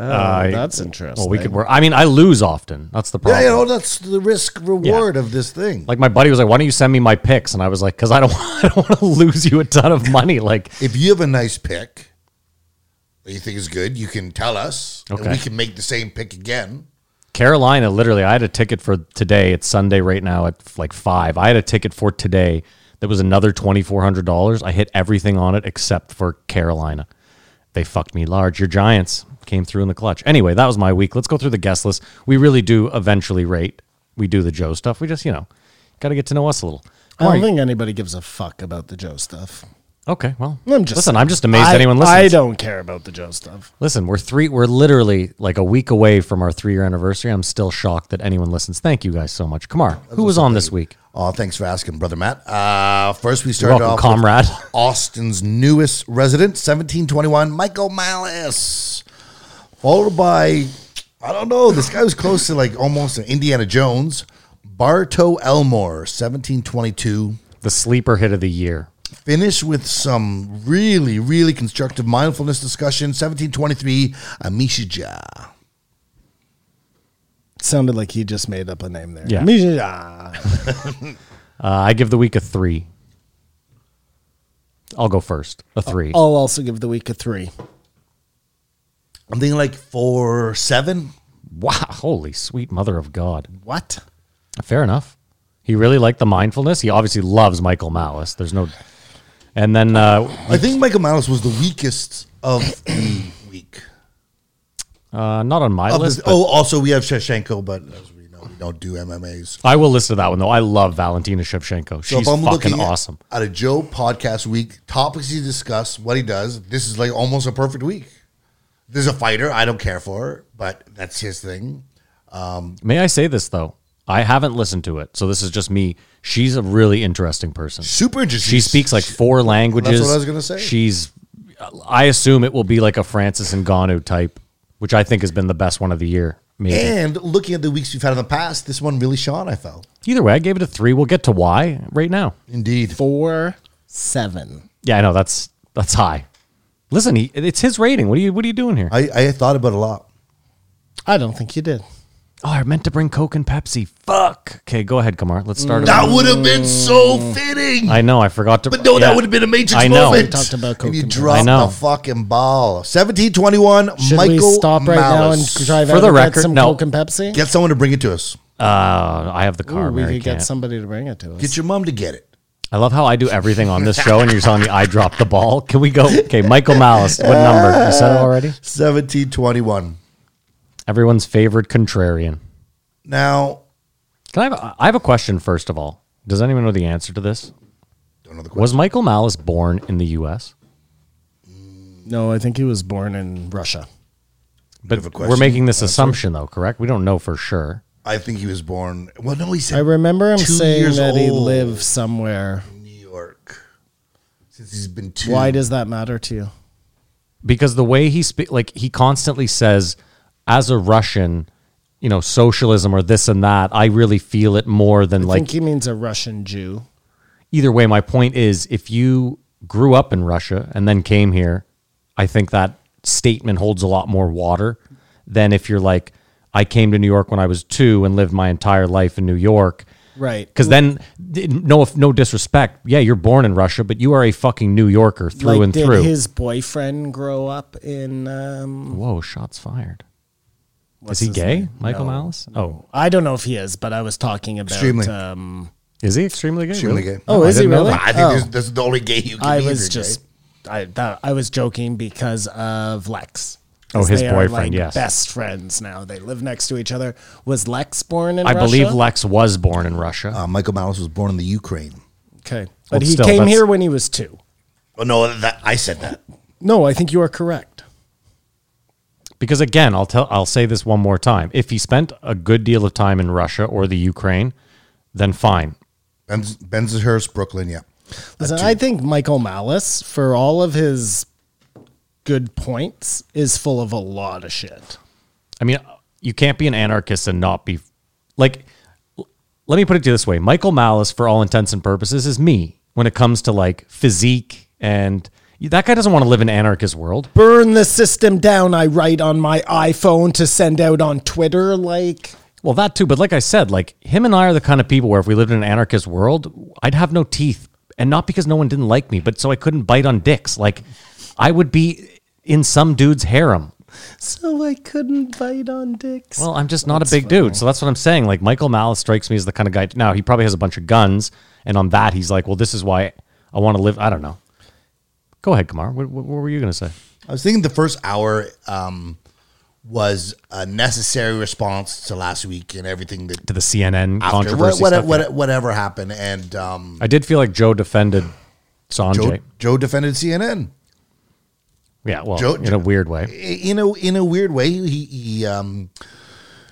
Speaker 7: Oh, that's interesting.
Speaker 6: Well, we could work. I mean, I lose often. That's the
Speaker 5: Yeah,
Speaker 6: problem.
Speaker 5: you know that's the risk reward of this thing.
Speaker 6: like my buddy was like, "Why don't you send me my picks?" And I was like, "Cause I don't, I don't want to lose you a ton of money." Like,
Speaker 5: if you have a nice pick, that you think is good, you can tell us. And
Speaker 6: Okay.
Speaker 5: we can make the same pick again.
Speaker 6: Carolina, literally, I had a ticket for today. It's Sunday right now at like five. I had a ticket for today that was another twenty four hundred dollars. I hit everything on it except for Carolina. They fucked me large. Your Giants came through in the clutch. Anyway, that was my week. Let's go through the guest list. We really do eventually rate. We do the Joe stuff. We just you know got to get to know us a little.
Speaker 7: I
Speaker 6: Corey-
Speaker 7: don't think anybody gives a fuck about the Joe stuff.
Speaker 6: Okay, well,
Speaker 7: I'm just
Speaker 6: listen.
Speaker 7: saying.
Speaker 6: I'm just amazed
Speaker 7: I-
Speaker 6: anyone listens.
Speaker 7: I don't care about the Joe stuff.
Speaker 6: Listen, we're three. We're literally like a week away from our three year anniversary. I'm still shocked that anyone listens. Thank you guys so much. Kamar, who was on this week?
Speaker 5: Oh, thanks for asking, brother Matt. Uh, first, we started
Speaker 6: welcome,
Speaker 5: off
Speaker 6: comrade.
Speaker 5: with Austin's newest resident, 1721, Michael Malice, followed by I don't know. This guy was close to like almost an Indiana Jones, Bartow Elmore, 1722.
Speaker 6: The sleeper hit of the year.
Speaker 5: Finish with some really, really constructive mindfulness discussion. 1723, Amishija.
Speaker 7: sounded like he just made up a name there.
Speaker 6: Yeah.
Speaker 7: Yeah.
Speaker 6: Uh, I give the week a three. I'll go first. A three.
Speaker 5: Oh.
Speaker 7: I'll also give the week a three.
Speaker 5: I'm thinking like four, seven.
Speaker 6: Wow! Holy sweet mother of God.
Speaker 7: What?
Speaker 6: Fair enough. He really liked the mindfulness. He obviously loves Michael Malice. There's no. And then uh,
Speaker 5: I think Michael Malice was the weakest of the week.
Speaker 6: uh, not on my
Speaker 5: Of the-
Speaker 6: list. but-
Speaker 5: oh, also we have Shevchenko, but as we know, we don't do MMAs.
Speaker 6: I will listen to that one though. I love Valentina Shevchenko. She's fucking
Speaker 5: at-
Speaker 6: awesome.
Speaker 5: At, a Joe podcast week, topics he discuss, what he does. This is like almost a perfect week. There's a fighter I don't care for, but that's his thing.
Speaker 6: May I say this though? I haven't listened to it, so this is just me. She's a really interesting person.
Speaker 5: Super interesting.
Speaker 6: She speaks like four languages.
Speaker 5: what I was gonna say.
Speaker 6: She's. I assume it will be like a Francis Ngannou type, which I think has been the best one of the year. Maybe.
Speaker 5: And looking at the weeks we've had in the past, this one really shone. I felt
Speaker 6: Either way, I gave it a three. We'll get to why right now.
Speaker 5: indeed.
Speaker 7: Four, seven.
Speaker 6: Yeah, I know that's that's high. Listen, he, it's his rating. What are you What are you doing here?
Speaker 5: I, I thought about it a lot.
Speaker 7: I don't think you did.
Speaker 6: oh, I meant to bring Coke and Pepsi. Fuck. Okay, go ahead, Kamar. Let's start. it.
Speaker 5: That would have been so
Speaker 7: Mm.
Speaker 5: fitting.
Speaker 6: I know. I forgot to.
Speaker 5: But no,
Speaker 6: yeah.
Speaker 5: that would have been a Matrix
Speaker 6: I know.
Speaker 5: moment.
Speaker 6: We
Speaker 7: talked about
Speaker 5: and you
Speaker 7: Coke and-
Speaker 5: dropped
Speaker 6: I know.
Speaker 5: the fucking ball. 1721,
Speaker 7: Should
Speaker 5: Michael
Speaker 7: we stop right
Speaker 5: Malice.
Speaker 7: now and drive
Speaker 6: For
Speaker 7: out
Speaker 6: the
Speaker 7: and
Speaker 6: record,
Speaker 7: get some
Speaker 6: no.
Speaker 7: Coke and Pepsi?
Speaker 5: Get someone to bring it to us.
Speaker 6: Uh, I have the car.
Speaker 7: Ooh, we
Speaker 6: Mary
Speaker 7: could get
Speaker 6: can't.
Speaker 7: somebody to bring it to us.
Speaker 5: Get your mom to get it.
Speaker 6: I love how I do everything on this show, and you're telling me I dropped the ball. Can we go? Okay, Michael Malice. What number? You said it already.
Speaker 5: 1721.
Speaker 6: Everyone's favorite contrarian.
Speaker 5: Now,
Speaker 6: Can I have? A, I have a question first of all. Does anyone know the answer to this?
Speaker 5: don't know the question.
Speaker 6: Was Michael Malice born in the U.S.?
Speaker 7: no, I think he was born in Russia.
Speaker 5: of a
Speaker 6: But we're
Speaker 5: question.
Speaker 6: making this assumption, though. Correct? We don't know for sure.
Speaker 5: I think he was born. Well, no, he said
Speaker 7: I remember him
Speaker 5: two
Speaker 7: saying
Speaker 5: years
Speaker 7: that he
Speaker 5: old
Speaker 7: lived somewhere.
Speaker 5: in New York. Since he's been two.
Speaker 7: Why does that matter to you?
Speaker 6: because the way he speak like he constantly says as a russian you know socialism or this and that i really feel it more than
Speaker 7: I think
Speaker 6: like
Speaker 7: he means a Russian Jew.
Speaker 6: either way my point is if you grew up in russia and then came here i think that statement holds a lot more water than if you're like i came to new york when i was 2 and lived my entire life in new york
Speaker 7: Right.
Speaker 6: because then no no disrespect yeah you're born in russia but you are a fucking new yorker through
Speaker 7: like,
Speaker 6: and
Speaker 7: did
Speaker 6: through
Speaker 7: his boyfriend grow up in um,
Speaker 6: whoa shots fired is
Speaker 7: what's
Speaker 6: he
Speaker 7: his
Speaker 6: gay,
Speaker 7: name?
Speaker 6: Michael
Speaker 7: No.
Speaker 6: Malice? Oh,
Speaker 7: I don't know if he is, but I was talking about.
Speaker 5: Extremely.
Speaker 7: Um,
Speaker 6: is he extremely gay?
Speaker 5: Extremely
Speaker 6: Really?
Speaker 5: gay.
Speaker 7: oh,
Speaker 6: I
Speaker 7: is he
Speaker 6: didn't know
Speaker 7: really?
Speaker 6: that.
Speaker 5: I think
Speaker 7: Oh.
Speaker 5: this, this is the only gay you can
Speaker 7: I
Speaker 5: be
Speaker 7: was
Speaker 5: either,
Speaker 7: just,
Speaker 5: Jay.
Speaker 7: I that, I was joking because of Lex.
Speaker 6: Oh,
Speaker 7: 'Cause
Speaker 6: his
Speaker 7: they are,
Speaker 6: boyfriend,
Speaker 7: like,
Speaker 6: yes.
Speaker 7: best friends now. They live next to each other. Was Lex born in?
Speaker 6: I
Speaker 7: Russia?
Speaker 6: believe Lex was born in Russia.
Speaker 5: Uh, Michael Malice was born in the Ukraine.
Speaker 7: Okay, but he
Speaker 6: Oh, still,
Speaker 7: came
Speaker 6: that's-
Speaker 7: here when he was two.
Speaker 5: Oh, no, that, I said that.
Speaker 7: No, I think you are correct.
Speaker 6: because again, I'll tell I'll say this one more time. If he spent a good deal of time in Russia or the Ukraine, then fine.
Speaker 5: Ben- Bensonhurst, Brooklyn, yeah.
Speaker 7: Listen, I think Michael Malice, for all of his good points, is full of a lot of shit.
Speaker 6: I mean, you can't be an anarchist and not be like l- let me put it to you this way. Michael Malice for all intents and purposes is me when it comes to like physique and that guy doesn't want to live in an anarchist world.
Speaker 7: Burn the system down. I write on my iPhone to send out on Twitter. Like,
Speaker 6: Well, that too. But like I said, like him and I are the kind of people where if we lived in an anarchist world, I'd have no teeth, and not because no one didn't like me, but so I couldn't bite on dicks. Like I would be. in some dude's harem.
Speaker 7: So I couldn't bite on dicks.
Speaker 6: Well, I'm just not a big dude, so that's what I'm saying. Like Michael Malice strikes me as the kind of guy. Now he probably has a bunch of guns, and on that he's like, "Well, this is why I want to live." I don't know. Go ahead, Kamar. What, what, what were you going to say?
Speaker 5: I was thinking the first hour um, was a necessary response to last week and everything that
Speaker 6: To the CNN
Speaker 5: after what,
Speaker 6: controversy
Speaker 5: what,
Speaker 6: stuff.
Speaker 5: what- whatever happened. And um,
Speaker 6: I did feel like Joe defended Sanjay.
Speaker 5: Joe, Joe defended CNN
Speaker 6: yeah, well,
Speaker 5: Joe-
Speaker 6: in a weird way.
Speaker 5: in a in a weird way. He, he um,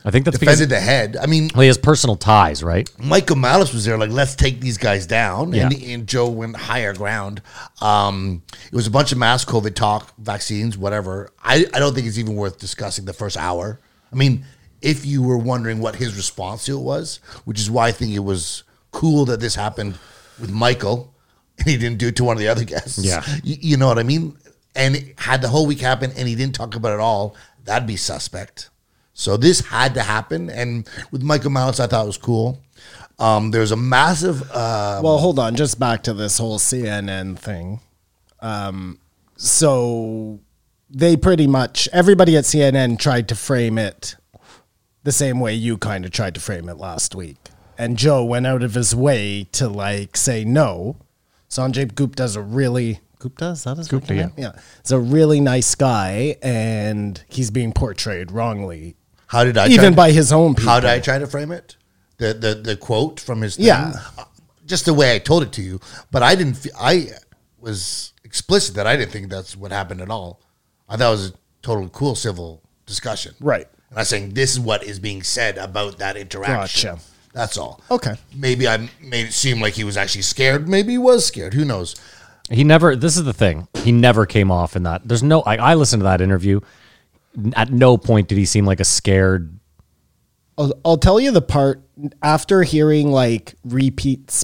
Speaker 6: I think that's because
Speaker 5: defended the head. I mean,
Speaker 6: well, he has personal ties, right?
Speaker 5: Michael Malice was there, like, let's take these guys down. And,
Speaker 6: Yeah.
Speaker 5: and Joe went higher ground. Um, it was a bunch of mass COVID talk, vaccines, whatever. I, I don't think it's even worth discussing the first hour. I mean, if you were wondering what his response to it was, which is why I think it was cool that this happened with Michael and he didn't do it to one of the other guests.
Speaker 6: Yeah.
Speaker 5: Y- You, know what I mean? And had the whole week happen and he didn't talk about it at all, that'd be suspect. So this had to happen. And with Michael Malice, I thought it was cool. Um, there's a massive. Uh,
Speaker 7: Well, hold on, just back to this whole CNN thing. Um, so they pretty much everybody at CNN tried to frame it the same way you kind of tried to frame it last week, and Joe went out of his way to like say no. Sanjay Gupta's a really Gupta is that his Gupta, yeah. yeah, it's a really nice guy, and he's being portrayed wrongly,
Speaker 5: how did I
Speaker 7: even
Speaker 5: to-
Speaker 7: by his own people.
Speaker 5: How did I try to frame it? The the the quote from his thing? Uh,
Speaker 7: Yeah.
Speaker 5: just the way I told it to you. But I didn't. Fe- I was explicit that I didn't think that's what happened at all. I thought it was a total cool civil discussion.
Speaker 7: Right.
Speaker 5: And I'm saying this is what is being said about that interaction.
Speaker 7: Gotcha.
Speaker 5: That's all.
Speaker 7: Okay.
Speaker 5: Maybe I made it seem like he was actually scared. Maybe he was scared. Who knows?
Speaker 6: He never. This is the thing. He never came off in that. There's no. I, I listened to that interview. At no point did he seem like a scared
Speaker 7: I'll, I'll tell you the part after hearing like repeats,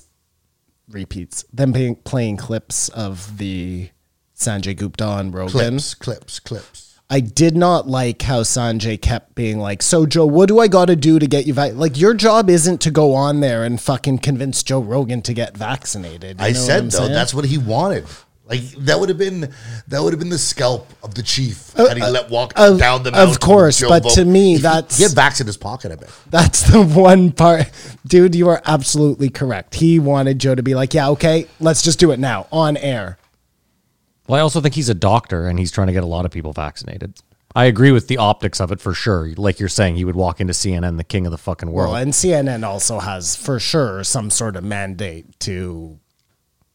Speaker 7: repeats, them playing, playing clips of the Sanjay Gupta on Rogan.
Speaker 5: Clips, clips, clips.
Speaker 7: I did not like how Sanjay kept being like, "So Joe, what do I got to do to get you vac? Like your job isn't to go on there and fucking convince Joe Rogan to get vaccinated." You
Speaker 5: I
Speaker 7: know what
Speaker 5: said
Speaker 7: I'm
Speaker 5: though,
Speaker 7: saying?
Speaker 5: that's what he wanted. Like that would have been that would have been the scalp of the chief had he let walk
Speaker 7: Uh, of-
Speaker 5: down the
Speaker 7: of
Speaker 5: mountain.
Speaker 7: course, but to me,
Speaker 5: He-
Speaker 7: that's-
Speaker 5: he had backs in his pocket. I bet.
Speaker 7: That's the one part. Dude, you are absolutely correct. He wanted Joe to be like, yeah, okay, let's just do it now on air.
Speaker 6: Well, I also think he's a doctor and he's trying to get a lot of people vaccinated. I agree with the optics of it for sure. Like you're saying, he would walk into CNN, the king of the fucking world.
Speaker 7: Well, and CNN also has, for sure, some sort of mandate to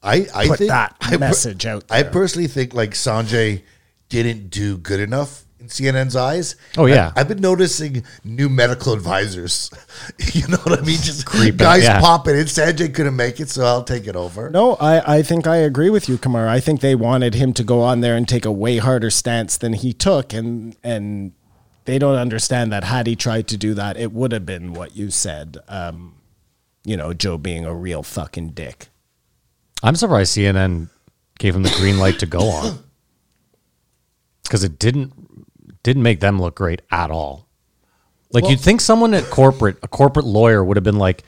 Speaker 5: I I
Speaker 7: Put
Speaker 5: think
Speaker 7: that
Speaker 5: I per-
Speaker 7: message out
Speaker 5: I
Speaker 7: there.
Speaker 5: personally think like Sanjay didn't do good enough in CNN's eyes.
Speaker 6: Oh, yeah.
Speaker 5: I, have been noticing new medical advisors. you know what I mean? Just guys
Speaker 6: yeah.
Speaker 5: popping in. Sanjay couldn't make it, so I'll take it over.
Speaker 7: No, I, I think I agree with you, Kamara. I think they wanted him to go on there and take a way harder stance than he took, and and they don't understand that had he tried to do that, it would have been what you said. Um, you know, Joe being a real fucking dick.
Speaker 6: I'm surprised CNN gave him the green light to go on because it didn't didn't make them look great at all. Like you'd think someone at corporate, a corporate lawyer, would have been like,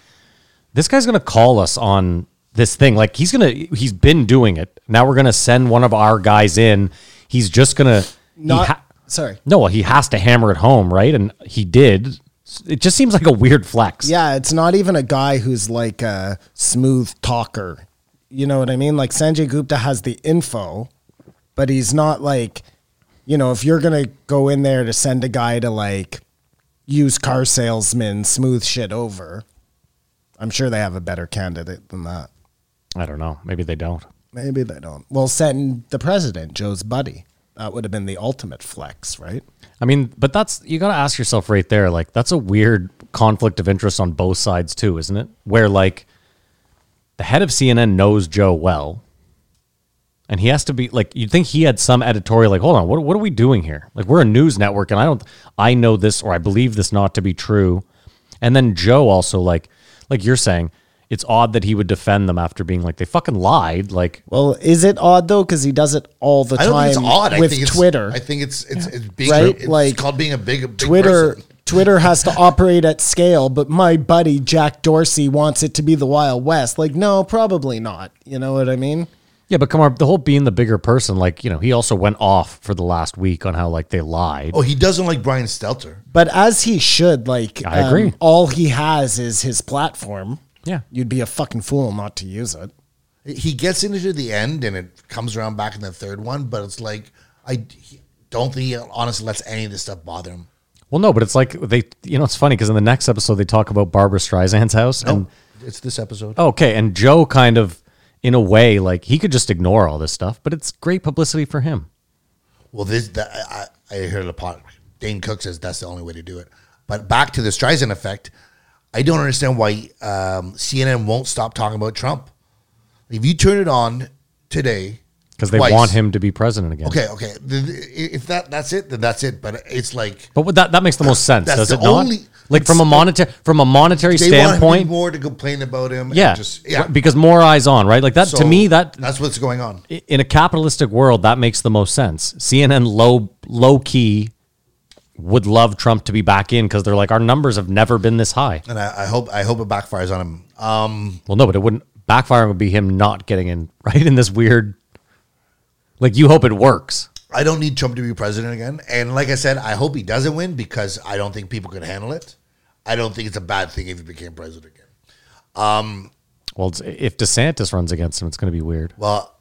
Speaker 6: "This guy's gonna call us on this thing. Like he's gonna he's been doing it. Now we're gonna send one of our guys in. He's just gonna he
Speaker 7: Not
Speaker 6: ha-
Speaker 7: sorry.
Speaker 6: No, well, he has to hammer it home, right? And he did. It just seems like a weird flex.
Speaker 7: Yeah, it's not even a guy who's like a smooth talker. You know what I mean? Like Sanjay Gupta has the info, but he's not like, you know, if you're going to go in there to send a guy to like used car salesman smooth shit over, I'm sure they have a better candidate than that.
Speaker 6: I don't know. Maybe they don't.
Speaker 7: Maybe they don't. Well, send the president, Joe's buddy. That would have been the ultimate flex, right?
Speaker 6: I mean, but that's you got to ask yourself right there. Like that's a weird conflict of interest on both sides too, isn't it? Where like the head of CNN knows Joe well, and he has to be like you'd think he had some editorial. Like, hold on, what what are we doing here? Like we're a news network, and I don't I know this or I believe this not to be true. And then Joe also like like you're saying. It's odd that he would defend them after being like they fucking lied. Like
Speaker 7: Well, is it odd though? Because he does it all the
Speaker 5: I don't
Speaker 7: time
Speaker 5: think it's odd. I
Speaker 7: with
Speaker 5: think it's,
Speaker 7: Twitter.
Speaker 5: I think it's it's, it's being
Speaker 7: Right?
Speaker 5: it's
Speaker 7: Like,
Speaker 5: called being a big, a big
Speaker 7: Twitter
Speaker 5: person.
Speaker 7: Twitter has to operate at scale, but my buddy Jack Dorsey wants it to be the Wild West. Like, no, probably not. You know what I mean?
Speaker 6: Yeah, but come on, the whole being the bigger person, like, you know, he also went off for the last week on how, like, they lied.
Speaker 5: Oh, he doesn't like Brian Stelter.
Speaker 7: But as he should, like, um,
Speaker 6: I agree.
Speaker 7: all he has is his platform.
Speaker 6: Yeah.
Speaker 7: You'd be a fucking fool not to use it.
Speaker 5: He gets into the end and it comes around back in the third one, but it's like I he- don't think he honestly lets any of this stuff bother him.
Speaker 6: Well, no, but it's like they, you know, it's funny because in the next episode, they talk about Barbara Streisand's house. And,
Speaker 5: It's this episode.
Speaker 6: okay. And Joe kind of, in a way, like, he could just ignore all this stuff, but it's great publicity for him.
Speaker 5: Well, this the, I, I I heard a pod. Dane Cook says that's the only way to do it. But back to the Streisand effect, I don't understand why um, CNN won't stop talking about Trump. If you turn it on today,
Speaker 6: Because they
Speaker 5: twice-
Speaker 6: want him to be president again.
Speaker 5: Okay, okay. The- the- If that that's it, then that's it. But it's like
Speaker 6: But what- that that makes the most sense,
Speaker 5: That's
Speaker 6: does
Speaker 5: the
Speaker 6: it not?
Speaker 5: only-
Speaker 6: like from a monetary from a monetary
Speaker 5: they want him to
Speaker 6: standpoint,
Speaker 5: do more to complain about him. and
Speaker 6: yeah,
Speaker 5: just yeah.
Speaker 6: because more eyes on, right? Like that
Speaker 5: So
Speaker 6: to me, that
Speaker 5: that's what's going on.
Speaker 6: in a capitalistic world, that makes the most sense. CNN low low key would love Trump to be back in because they're like our numbers have never been this high.
Speaker 5: and I, I hope I hope it backfires on him. Um,
Speaker 6: Well, no, but it wouldn't backfiring would be him not getting in, right? In this weird, like you hope it works.
Speaker 5: I don't need Trump to be president again. And like I said, I hope he doesn't win because I don't think people could handle it. I don't think it's a bad thing if he became president again.
Speaker 6: Well, it's, if DeSantis runs against him, it's going to be weird.
Speaker 5: Well,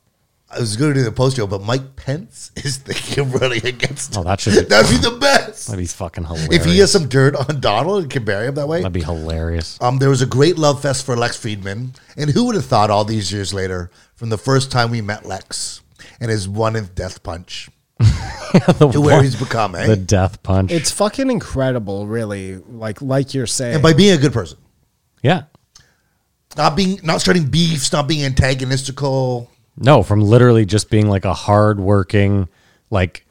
Speaker 5: I was going to do the post show, but Mike Pence is thinking of running against.
Speaker 6: Oh,
Speaker 5: him.
Speaker 6: that should be-
Speaker 5: that'd be the best.
Speaker 6: That'd be fucking hilarious.
Speaker 5: If he has some dirt on Donald and can bury him that way,
Speaker 6: that'd be hilarious.
Speaker 5: Um, there was a great love fest for Lex Friedman, and who would have thought all these years later, from the first time we met Lex and his one in death punch,
Speaker 6: the
Speaker 5: to where
Speaker 6: one-
Speaker 5: he's become, eh?
Speaker 6: the death punch.
Speaker 7: It's fucking incredible, really. Like, like you're saying.
Speaker 5: and by being a good person,
Speaker 6: yeah.
Speaker 5: not being, not starting beefs, not being antagonistical.
Speaker 6: No, from literally just being like a hardworking, like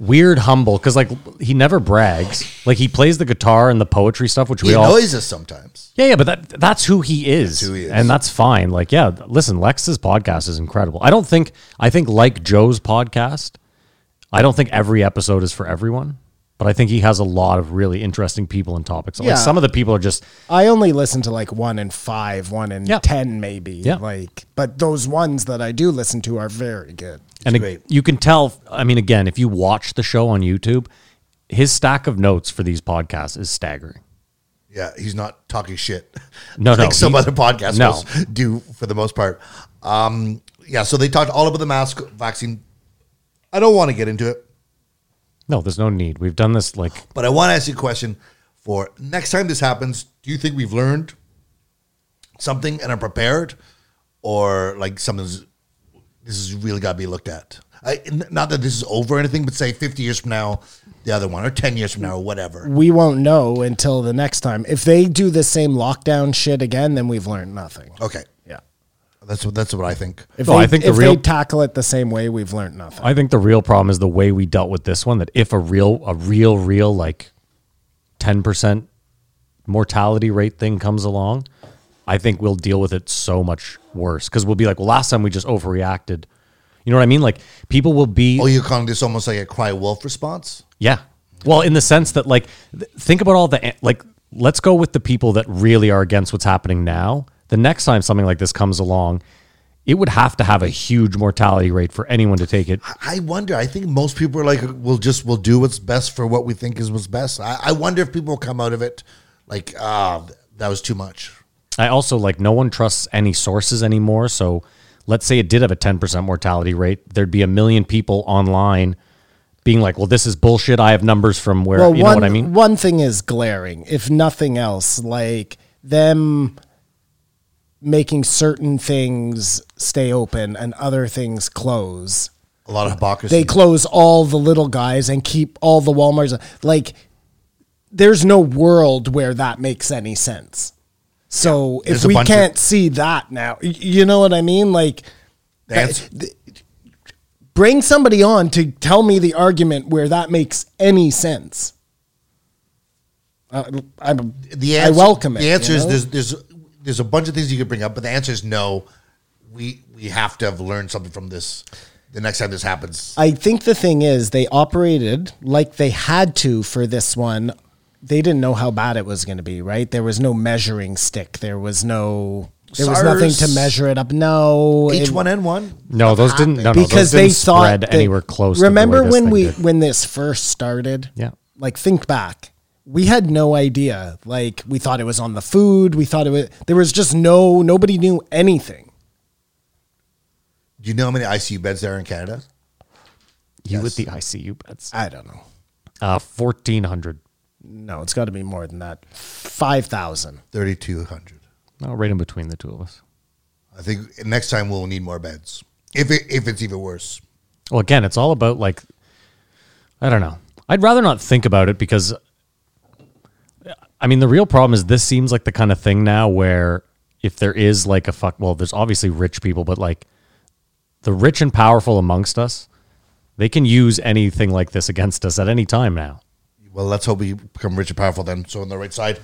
Speaker 6: weird humble because like he never brags. Like he plays the guitar and the poetry stuff, which
Speaker 5: He
Speaker 6: we all
Speaker 5: annoys us sometimes.
Speaker 6: yeah yeah. But that that's who he is,
Speaker 5: who he is.
Speaker 6: and that's fine. Like yeah, listen, Lex's podcast is incredible. I don't think I think like Joe's podcast, I don't think every episode is for everyone. But I think he has a lot of really interesting people and topics. Like
Speaker 7: Yeah.
Speaker 6: some of the people are just
Speaker 7: I only listen to like one in five, one in
Speaker 6: Yeah.
Speaker 7: ten, maybe.
Speaker 6: Yeah.
Speaker 7: Like, but those ones that I do listen to are very good.
Speaker 6: and ag-
Speaker 5: great.
Speaker 6: you can tell i mean again if you watch the show on youtube his stack of notes for these podcasts is staggering
Speaker 5: Yeah, he's not talking shit.
Speaker 6: No, no,
Speaker 5: like some
Speaker 6: he-
Speaker 5: other podcasts
Speaker 6: no.
Speaker 5: will do for the most part. Um, yeah, so they talked all about the mask vaccine. I don't want to get into it.
Speaker 6: no there's no need we've done this like
Speaker 5: But I want to ask you a question for next time this happens, do you think we've learned something and are prepared or like something's this is really got to be looked at? I, n- not that this is over or anything, but say 50 years from now, the other one, or 10 years from now, or whatever.
Speaker 7: We won't know until the next time. If they do the same lockdown shit again, then we've learned nothing.
Speaker 5: Okay.
Speaker 7: Yeah.
Speaker 5: That's what, that's what I think.
Speaker 7: If
Speaker 6: No,
Speaker 7: they,
Speaker 6: I think the
Speaker 7: if
Speaker 6: real-
Speaker 7: they tackle it the same way, we've learned nothing.
Speaker 6: i think the real problem is the way we dealt with this one that if a real a real real like 10% mortality rate thing comes along i think we'll deal with it so much worse because we'll be like well last time we just overreacted you know what i mean like people will be
Speaker 5: Oh, you're calling this almost like a cry wolf response?
Speaker 6: Yeah. Well, in the sense that, like, th- think about all the, like, let's go with the people that really are against what's happening now. The next time something like this comes along, it would have to have a huge mortality rate for anyone to take it.
Speaker 5: I wonder. I think most people are like, we'll just we'll do what's best for what we think is what's best. I, I wonder if people come out of it like, ah, that was too much.
Speaker 6: I also, like, no one trusts any sources anymore. So let's say it did have a 10% mortality rate. There'd be a million people online being like, well, this is bullshit. I have numbers from where,
Speaker 7: well,
Speaker 6: you
Speaker 7: one,
Speaker 6: know what I mean?
Speaker 7: one thing is glaring, if nothing else, like them making certain things stay open and other things close.
Speaker 5: A lot of hypocrisy.
Speaker 7: They close all the little guys and keep all the Walmarts. Like, there's no world where that makes any sense. So
Speaker 5: There's
Speaker 7: if
Speaker 5: a
Speaker 7: we
Speaker 5: bunch of-
Speaker 7: can't see that now, y- you know what I mean? Like,
Speaker 5: That's-
Speaker 7: bring somebody on to tell me the argument where that makes any sense. Uh, I'm,
Speaker 5: the
Speaker 7: I
Speaker 5: answer,
Speaker 7: welcome it.
Speaker 5: The answer
Speaker 7: you
Speaker 5: is
Speaker 7: know?
Speaker 5: there's there's there's a bunch of things you could bring up, but the answer is no. We we have to have learned something from this. The next time this happens,
Speaker 7: I think the thing is they operated like they had to for this one. They didn't know how bad it was going to be, right? There was no measuring stick. There was no There was nothing to
Speaker 5: SARS,
Speaker 7: measure it up. No, it-
Speaker 5: H1N1.
Speaker 6: No, those didn't. No, no, those
Speaker 7: because
Speaker 6: didn't
Speaker 7: they thought
Speaker 6: spread
Speaker 7: that-
Speaker 6: anywhere close. to the way
Speaker 7: Remember
Speaker 6: this
Speaker 7: when
Speaker 6: thing
Speaker 7: we
Speaker 6: did.
Speaker 7: when this first started?
Speaker 6: Yeah.
Speaker 7: Like think back, we had no idea. Like we thought it was on the food. We thought it was. There was just no. Nobody knew anything.
Speaker 5: Do you know how many ICU beds there are in Canada?
Speaker 6: you with the ICU beds?
Speaker 7: I don't know.
Speaker 6: Uh, fourteen hundred.
Speaker 7: No, it's got to be more than that. Five thousand.
Speaker 5: 3,200.
Speaker 6: No, right in between the two of us.
Speaker 5: I think next time we'll need more beds. If it, if it's even worse.
Speaker 6: Well, again, it's all about like, I don't know. I'd rather not think about it because, I mean, the real problem is this seems like the kind of thing now where if there is like a fuck, well, there's obviously rich people, but like the rich and powerful amongst us, they can use anything like this against us at any time now.
Speaker 5: Well, let's hope we become rich and powerful then. So on the right side,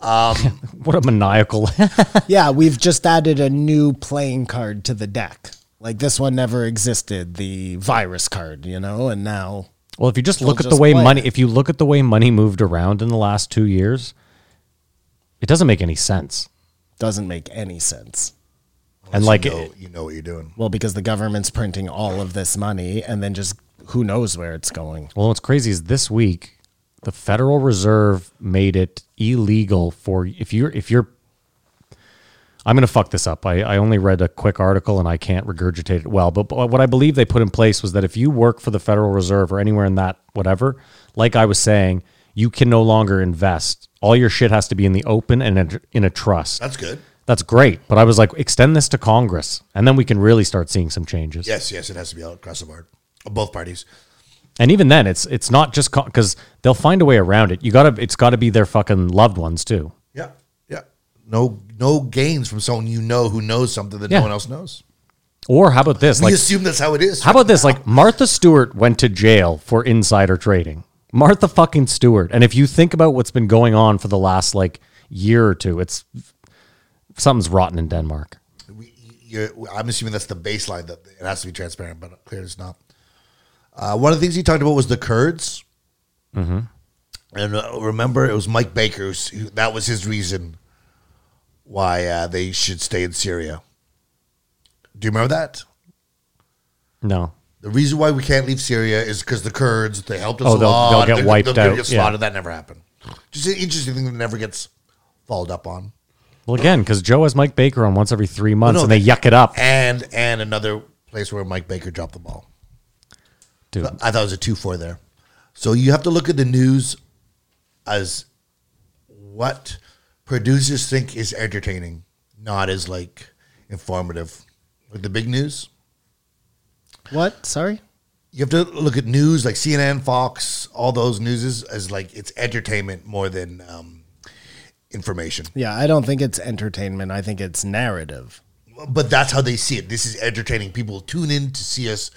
Speaker 6: What a maniacal.
Speaker 7: yeah, we've just added a new playing card to the deck. Like this one never existed, the virus card, you know, and now
Speaker 6: well, if you just look at the
Speaker 7: just
Speaker 6: way
Speaker 7: play
Speaker 6: money,
Speaker 7: it.
Speaker 6: if you look at the way money moved around in the last two years, it doesn't make any sense.
Speaker 7: doesn't make any sense.
Speaker 6: and like,
Speaker 5: you know, you know what you're doing.
Speaker 7: Well, because the government's printing all of this money and then just who knows where it's going.
Speaker 6: Well, what's crazy is this week the Federal Reserve made it illegal for if you're if you're I'm going to fuck this up. I, I only read a quick article and I can't regurgitate it well. But, but what I believe they put in place was that if you work for the Federal Reserve or anywhere in that, whatever, like I was saying, you can no longer invest. All your shit has to be in the open and in a, in a trust.
Speaker 5: That's good.
Speaker 6: That's great. But I was like, extend this to Congress and then we can really start seeing some changes.
Speaker 5: Yes, yes, it has to be all across the board. Both parties.
Speaker 6: And even then, it's it's not just because they'll find a way around it. You gotta, it's got to be their fucking loved ones too.
Speaker 5: Yeah, yeah. No, no gains from someone you know who knows something that
Speaker 6: Yeah.
Speaker 5: no one else knows.
Speaker 6: Or how about this?
Speaker 5: We
Speaker 6: Like,
Speaker 5: assume that's how it is.
Speaker 6: how about this? Like, Martha Stewart went to jail for insider trading. Martha fucking Stewart. And if you think about what's been going on for the last like year or two, it's something's rotten in Denmark.
Speaker 5: We, you're, I'm assuming that's the baseline that it has to be transparent, but clearly it's not. Uh, one of the things he talked about was the Kurds. Mm-hmm. And uh, remember, it was Mike Baker's. Who, that was his reason why uh, they should stay in Syria. Do you remember that?
Speaker 6: No,
Speaker 5: The reason why we can't leave Syria is because the Kurds they helped us
Speaker 6: Oh,
Speaker 5: a
Speaker 6: they'll-
Speaker 5: lot.
Speaker 6: they'll get
Speaker 5: They're-
Speaker 6: wiped
Speaker 5: they're gonna
Speaker 6: out,
Speaker 5: Get
Speaker 6: yeah.
Speaker 5: slaughtered. That never happened. Just an interesting thing that never gets followed up on.
Speaker 6: well, again, because Joe has Mike Baker on once every three months,
Speaker 5: no,
Speaker 6: and they,
Speaker 5: they-
Speaker 6: yuck it up,
Speaker 5: And and another place where Mike Baker dropped the ball.
Speaker 6: dude.
Speaker 5: I thought it was a two four there. So you have to look at the news as what producers think is entertaining, not as like informative. Like the big news,
Speaker 7: What? Sorry?
Speaker 5: you have to look at news like CNN, Fox, all those newses as like it's entertainment more than um, information.
Speaker 7: Yeah, I don't think it's entertainment. I think it's narrative.
Speaker 5: But that's how they see it. This is entertaining. People tune in to see us.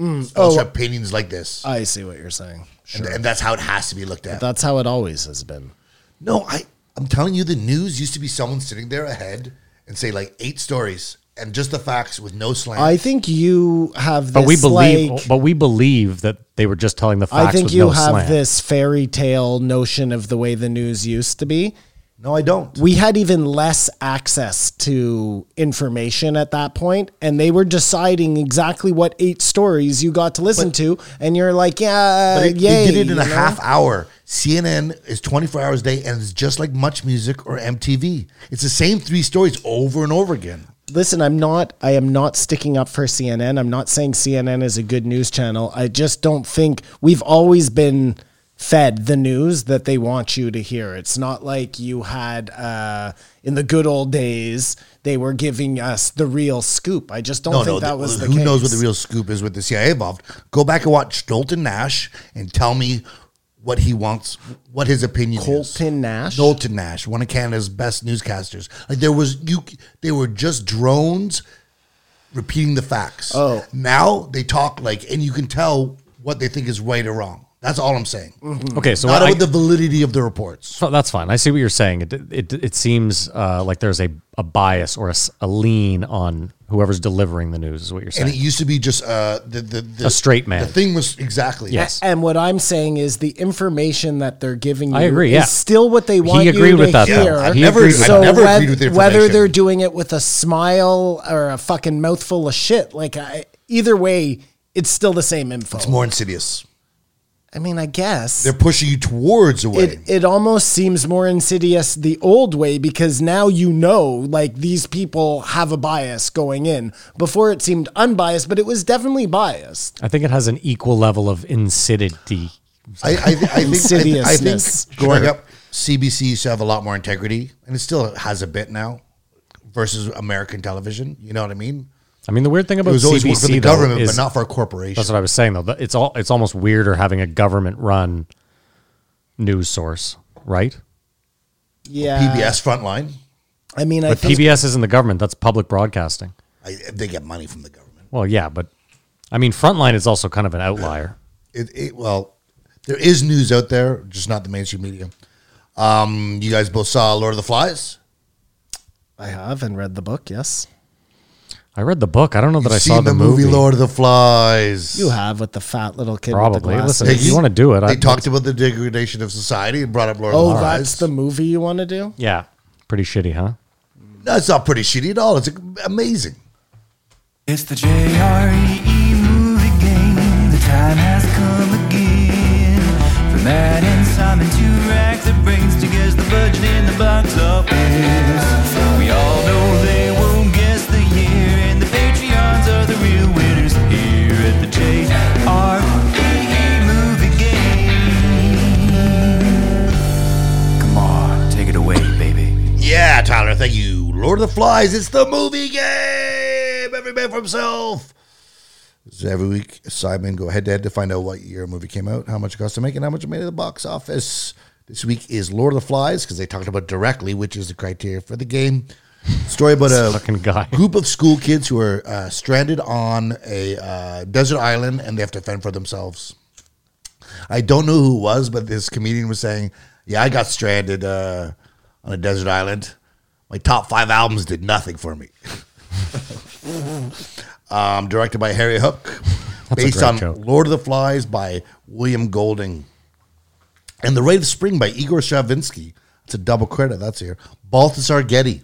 Speaker 5: also have opinions like this,
Speaker 7: I see what you're saying. Sure.
Speaker 5: and, and that's how it has to be looked at.
Speaker 7: That's how it always has been.
Speaker 5: No, I I'm telling you, the news used to be someone sitting there ahead and say like eight stories and just the facts with no slang.
Speaker 7: I think you have this
Speaker 6: but we believe,
Speaker 7: like-
Speaker 6: but we believe that they were just telling the facts.
Speaker 7: I think
Speaker 6: with
Speaker 7: you
Speaker 6: no
Speaker 7: have
Speaker 6: slant.
Speaker 7: this fairy tale notion of the way the news used to be.
Speaker 5: no, I don't.
Speaker 7: We had even less access to information at that point, and they were deciding exactly what eight stories you got to listen to. And you're like, yeah,
Speaker 5: But it,
Speaker 7: yay,
Speaker 5: they did it in
Speaker 7: you
Speaker 5: a
Speaker 7: know?
Speaker 5: half hour. CNN is 24 hours a day and it's just like Much Music or MTV. It's the same three stories over and over again.
Speaker 7: Listen, I'm not. I am not sticking up for CNN. I'm not saying CNN is a good news channel. I just don't think we've always been fed the news that they want you to hear. It's not like you had uh, in the good old days. They were giving us the real scoop. I just don't
Speaker 5: No,
Speaker 7: think
Speaker 5: no.
Speaker 7: that
Speaker 5: the-
Speaker 7: was the
Speaker 5: who
Speaker 7: case.
Speaker 5: knows what the real scoop is with the CIA involved? Go back and watch Knowlton Nash and tell me what he wants, what his opinion is.
Speaker 7: Colton Nash.
Speaker 5: Knowlton Nash, one of Canada's best newscasters. Like there was you, they were just drones repeating the facts.
Speaker 7: Oh.
Speaker 5: now they talk like, and you can tell what they think is right or wrong. That's all I'm saying.
Speaker 7: Mm-hmm.
Speaker 6: Okay, so
Speaker 5: Not
Speaker 6: I-
Speaker 5: with the validity of the reports.
Speaker 6: So that's fine. I see what you're saying. It it, it seems uh, like there's a, a bias or a, s- a lean on whoever's delivering the news. Is what you're
Speaker 5: And it
Speaker 6: saying?
Speaker 5: used to be just uh, the, the, the
Speaker 6: A straight man.
Speaker 5: The thing was exactly
Speaker 6: Yes.
Speaker 7: And what I'm saying is the information that they're giving you
Speaker 6: I agree, yeah.
Speaker 7: is still what they want
Speaker 6: agreed
Speaker 7: you to
Speaker 6: with that, though.
Speaker 7: hear.
Speaker 5: I've
Speaker 6: He
Speaker 5: never,
Speaker 6: agreed with
Speaker 5: I've
Speaker 6: that.
Speaker 7: so
Speaker 5: never
Speaker 7: whether,
Speaker 5: agreed with the information.
Speaker 7: whether they're doing it with a smile or a fucking mouthful of shit, like I, either way, it's still the same info.
Speaker 5: it's more insidious.
Speaker 7: I mean, I guess
Speaker 5: They're pushing you towards a way.
Speaker 7: it it almost seems more insidious the old way because now you know like these people have a bias going in. Before it seemed unbiased, but it was definitely biased.
Speaker 6: I think it has an equal level of insidity.
Speaker 5: I, I, I think, I, I
Speaker 7: Insidiousness.
Speaker 5: think growing up, CBC used to have a lot more integrity, and it still has a bit now versus American television. You know what I mean?
Speaker 6: I mean, the weird thing
Speaker 5: It
Speaker 6: about
Speaker 5: was always
Speaker 6: CBC
Speaker 5: work for the
Speaker 6: though,
Speaker 5: government,
Speaker 6: is,
Speaker 5: but not for a corporation.
Speaker 6: That's what I was saying though. That It's all it's almost weirder having a government run news source, right?
Speaker 7: Yeah,
Speaker 5: PBS Frontline,
Speaker 7: I mean, I
Speaker 6: But
Speaker 7: think
Speaker 6: PBS isn't the government. That's public broadcasting.
Speaker 5: I, they get money from the government.
Speaker 6: Well, yeah, but I mean, Frontline is also kind of an outlier.
Speaker 5: It, it, well, there is news out there, just not the mainstream media. Um, you guys both saw Lord of the Flies.
Speaker 7: I have and read the book. Yes,
Speaker 6: I read the book. I don't know that
Speaker 5: You've
Speaker 6: I saw
Speaker 5: seen
Speaker 6: the, movie.
Speaker 5: Lord of the Flies.
Speaker 7: you have with the fat little kid. With the
Speaker 6: Probably.
Speaker 7: glasses.
Speaker 6: Listen, if you want to do it,
Speaker 5: They
Speaker 6: I,
Speaker 5: talked about the degradation of society and brought up Lord
Speaker 7: Oh,
Speaker 5: of the Flies.
Speaker 7: that's the movie you want to do?
Speaker 6: Yeah, pretty shitty, huh?
Speaker 5: That's not pretty shitty at all. It's amazing.
Speaker 8: It's the JRE E movie game. The time has come again. For Matt and Simon, two racks that brings together the budget in the box office. We all know they won't guess the year, and the Patreons are the real winners here at the JRE E movie game. Come on, take it away, baby.
Speaker 5: Yeah, Tyler, thank you. Lord of the Flies, it's the movie game. Every man for himself. This is every week, Simon go head to head to find out what year a movie came out, how much it cost to make, and how much it made at the box office. This week is Lord of the Flies because they talked about directly, which is the criteria for the game. Story about a
Speaker 6: fucking guy.
Speaker 5: group of school kids who are uh, stranded on a uh, desert island and they have to fend for themselves. I don't know who it was, but this comedian was saying, "Yeah, I got stranded uh, on a desert island. My top five albums did nothing for me." um, directed by Harry Hook, based
Speaker 6: great
Speaker 5: on
Speaker 6: joke.
Speaker 5: Lord of the Flies by William Golding, and The Rite of Spring by Igor Stravinsky. It's a double credit. That's here. Balthasar Getty.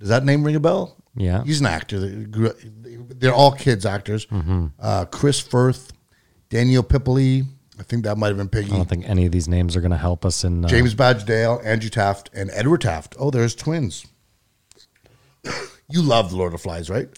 Speaker 5: Does that name ring a bell?
Speaker 6: Yeah.
Speaker 5: He's an actor. that grew- They're all kids actors.
Speaker 6: Mm-hmm.
Speaker 5: Uh, Chris Firth, Daniel Pipoli. I think that might have been Piggy.
Speaker 6: I don't think any of these names are going to help us in. Uh,
Speaker 5: James Badge Dale, Andrew Taft, and Edward Taft. Oh, there's twins. you love Lord of Flies, right?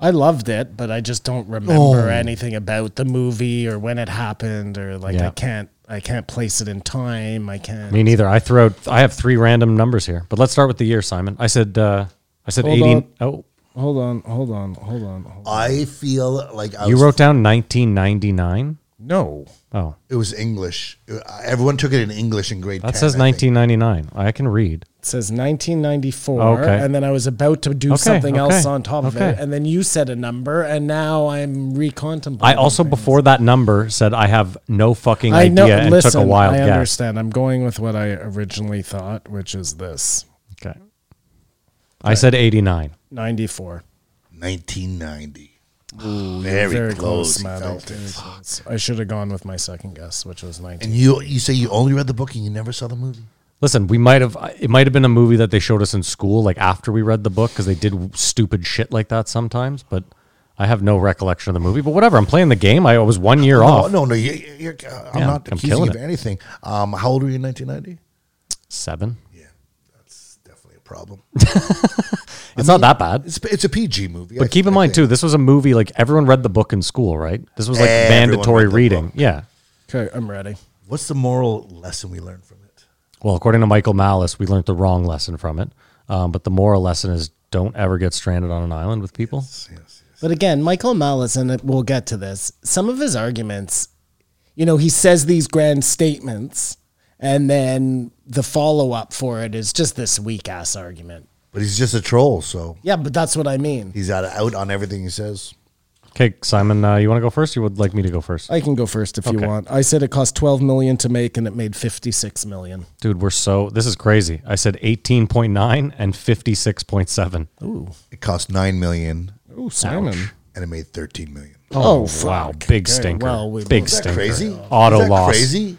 Speaker 7: I loved it, but I just don't remember
Speaker 6: Oh.
Speaker 7: anything about the movie or when it happened or like
Speaker 6: Yeah.
Speaker 7: I can't I can't place it in time. I can't.
Speaker 6: Me neither. I throw. out- I have three random numbers here, but let's start with the year, Simon. I said. Uh, I said
Speaker 7: Hold
Speaker 6: eighty.
Speaker 7: on.
Speaker 6: Oh,
Speaker 7: hold on, hold on, hold on. Hold on.
Speaker 5: I feel like I
Speaker 6: you
Speaker 5: was-
Speaker 6: wrote down nineteen ninety nine.
Speaker 7: No.
Speaker 6: Oh,
Speaker 5: it was English. Everyone took it in English in grade.
Speaker 6: that
Speaker 5: 10, I
Speaker 6: says
Speaker 5: think.
Speaker 6: nineteen ninety nine. I can read.
Speaker 7: It says 1994
Speaker 6: Okay.
Speaker 7: and then I was about to do
Speaker 6: Okay,
Speaker 7: something else
Speaker 6: okay,
Speaker 7: on top of
Speaker 6: okay.
Speaker 7: it and then you said a number and now I'm recontemplating.
Speaker 6: I also
Speaker 7: things.
Speaker 6: before that number said I have no fucking
Speaker 7: I know
Speaker 6: idea and
Speaker 7: listen,
Speaker 6: took a wild
Speaker 7: I
Speaker 6: guess.
Speaker 7: understand. I'm going with what I originally thought, which is this.
Speaker 6: Okay. I said eighty nine.
Speaker 7: 94.
Speaker 5: 1990. very,
Speaker 7: Very
Speaker 5: close,
Speaker 7: close,
Speaker 5: he
Speaker 7: man.
Speaker 5: felt
Speaker 7: Very
Speaker 5: it.
Speaker 7: close. I should have gone with my second guess, which was 19.
Speaker 5: And you, you say you only read the book and you never saw the movie.
Speaker 6: Listen, we might have it might have been a movie that they showed us in school, like after we read the book, because they did stupid shit like that sometimes. But I have no recollection of the movie. But whatever, I'm playing the game. I was one year
Speaker 5: Oh
Speaker 6: off,
Speaker 5: no, no, you, you're, uh, I'm
Speaker 6: Yeah,
Speaker 5: not accusing
Speaker 6: I'm
Speaker 5: you
Speaker 6: killing
Speaker 5: of
Speaker 6: it.
Speaker 5: anything. Um, how old were you in 1990?
Speaker 6: seven.
Speaker 5: Yeah, that's definitely a problem.
Speaker 6: It's not that bad.
Speaker 5: It's it's a PG movie, I-
Speaker 6: But keep in
Speaker 5: I
Speaker 6: mind too,
Speaker 5: think.
Speaker 6: this was a movie like everyone read the book in school, right? This was like
Speaker 5: Everyone
Speaker 6: mandatory
Speaker 5: read the
Speaker 6: reading.
Speaker 5: book.
Speaker 6: Yeah.
Speaker 7: Okay, I'm ready.
Speaker 5: What's the moral lesson we learned from it?
Speaker 6: Well, according to Michael Malice, we learned the wrong lesson from it. Um, but the moral lesson is don't ever get stranded on an island with people.
Speaker 7: But again, Michael Malice, and we'll get to this, some of his arguments, you know, he says these grand statements, and then the follow up for it is just this weak ass argument.
Speaker 5: But he's just a troll, so
Speaker 7: Yeah, but that's what I mean.
Speaker 5: he's out out on everything he says.
Speaker 6: Okay, Simon, uh, you want to go first? Or you would like me to go first?
Speaker 7: I can go first if you
Speaker 6: Okay.
Speaker 7: want. I said it cost 12 million to make and it made 56 million.
Speaker 6: Dude, we're so. This is crazy. I said 18.9 and 56.7.
Speaker 5: It cost nine million
Speaker 7: Oh, Simon.
Speaker 5: and it made thirteen million.
Speaker 7: Oh,
Speaker 6: wow.
Speaker 7: fuck.
Speaker 6: Big
Speaker 7: Okay,
Speaker 6: stinker.
Speaker 7: well, we-
Speaker 6: Big
Speaker 7: Is that
Speaker 6: stinker.
Speaker 5: Crazy
Speaker 6: Auto
Speaker 5: Is that
Speaker 6: loss.
Speaker 5: Crazy.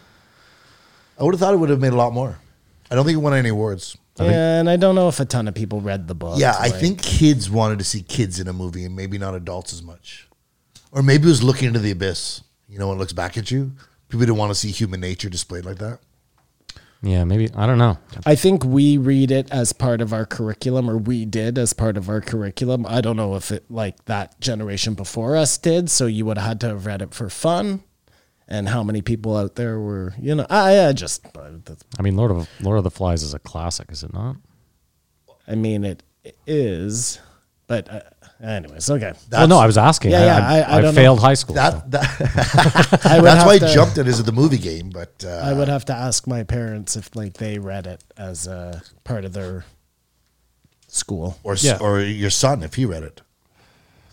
Speaker 5: I would have thought it would have made a lot more. I don't think it won any awards.
Speaker 7: Yeah, and I don't know if a ton of people read the book.
Speaker 5: yeah, I
Speaker 7: like-
Speaker 5: think kids wanted to see kids in a movie and maybe not adults as much. Or maybe it was looking into the abyss. You know, when it looks back at you. People didn't want to see human nature displayed like that.
Speaker 6: Yeah, maybe. I don't know.
Speaker 7: I think we read it as part of our curriculum, or we did as part of our curriculum. I don't know if it like that generation before us did. So you would have had to have read it for fun. And how many people out there were, you know, I, I just,
Speaker 6: I mean, Lord of Lord of the Flies is a classic, is it not?
Speaker 7: I mean, it is, but uh, anyways, okay.
Speaker 6: well, no, I was asking.
Speaker 7: Yeah,
Speaker 6: I,
Speaker 7: yeah,
Speaker 6: I,
Speaker 7: I- I
Speaker 6: I
Speaker 7: don't
Speaker 6: failed
Speaker 7: know.
Speaker 6: high school. so.
Speaker 5: That, that
Speaker 7: I would
Speaker 5: that's
Speaker 7: have
Speaker 5: why
Speaker 7: to-
Speaker 5: I jumped it as the movie game, but uh,
Speaker 7: I would have to ask my parents if like they read it as a part of their school.
Speaker 5: or s
Speaker 6: Yeah.
Speaker 5: or your son if he read it.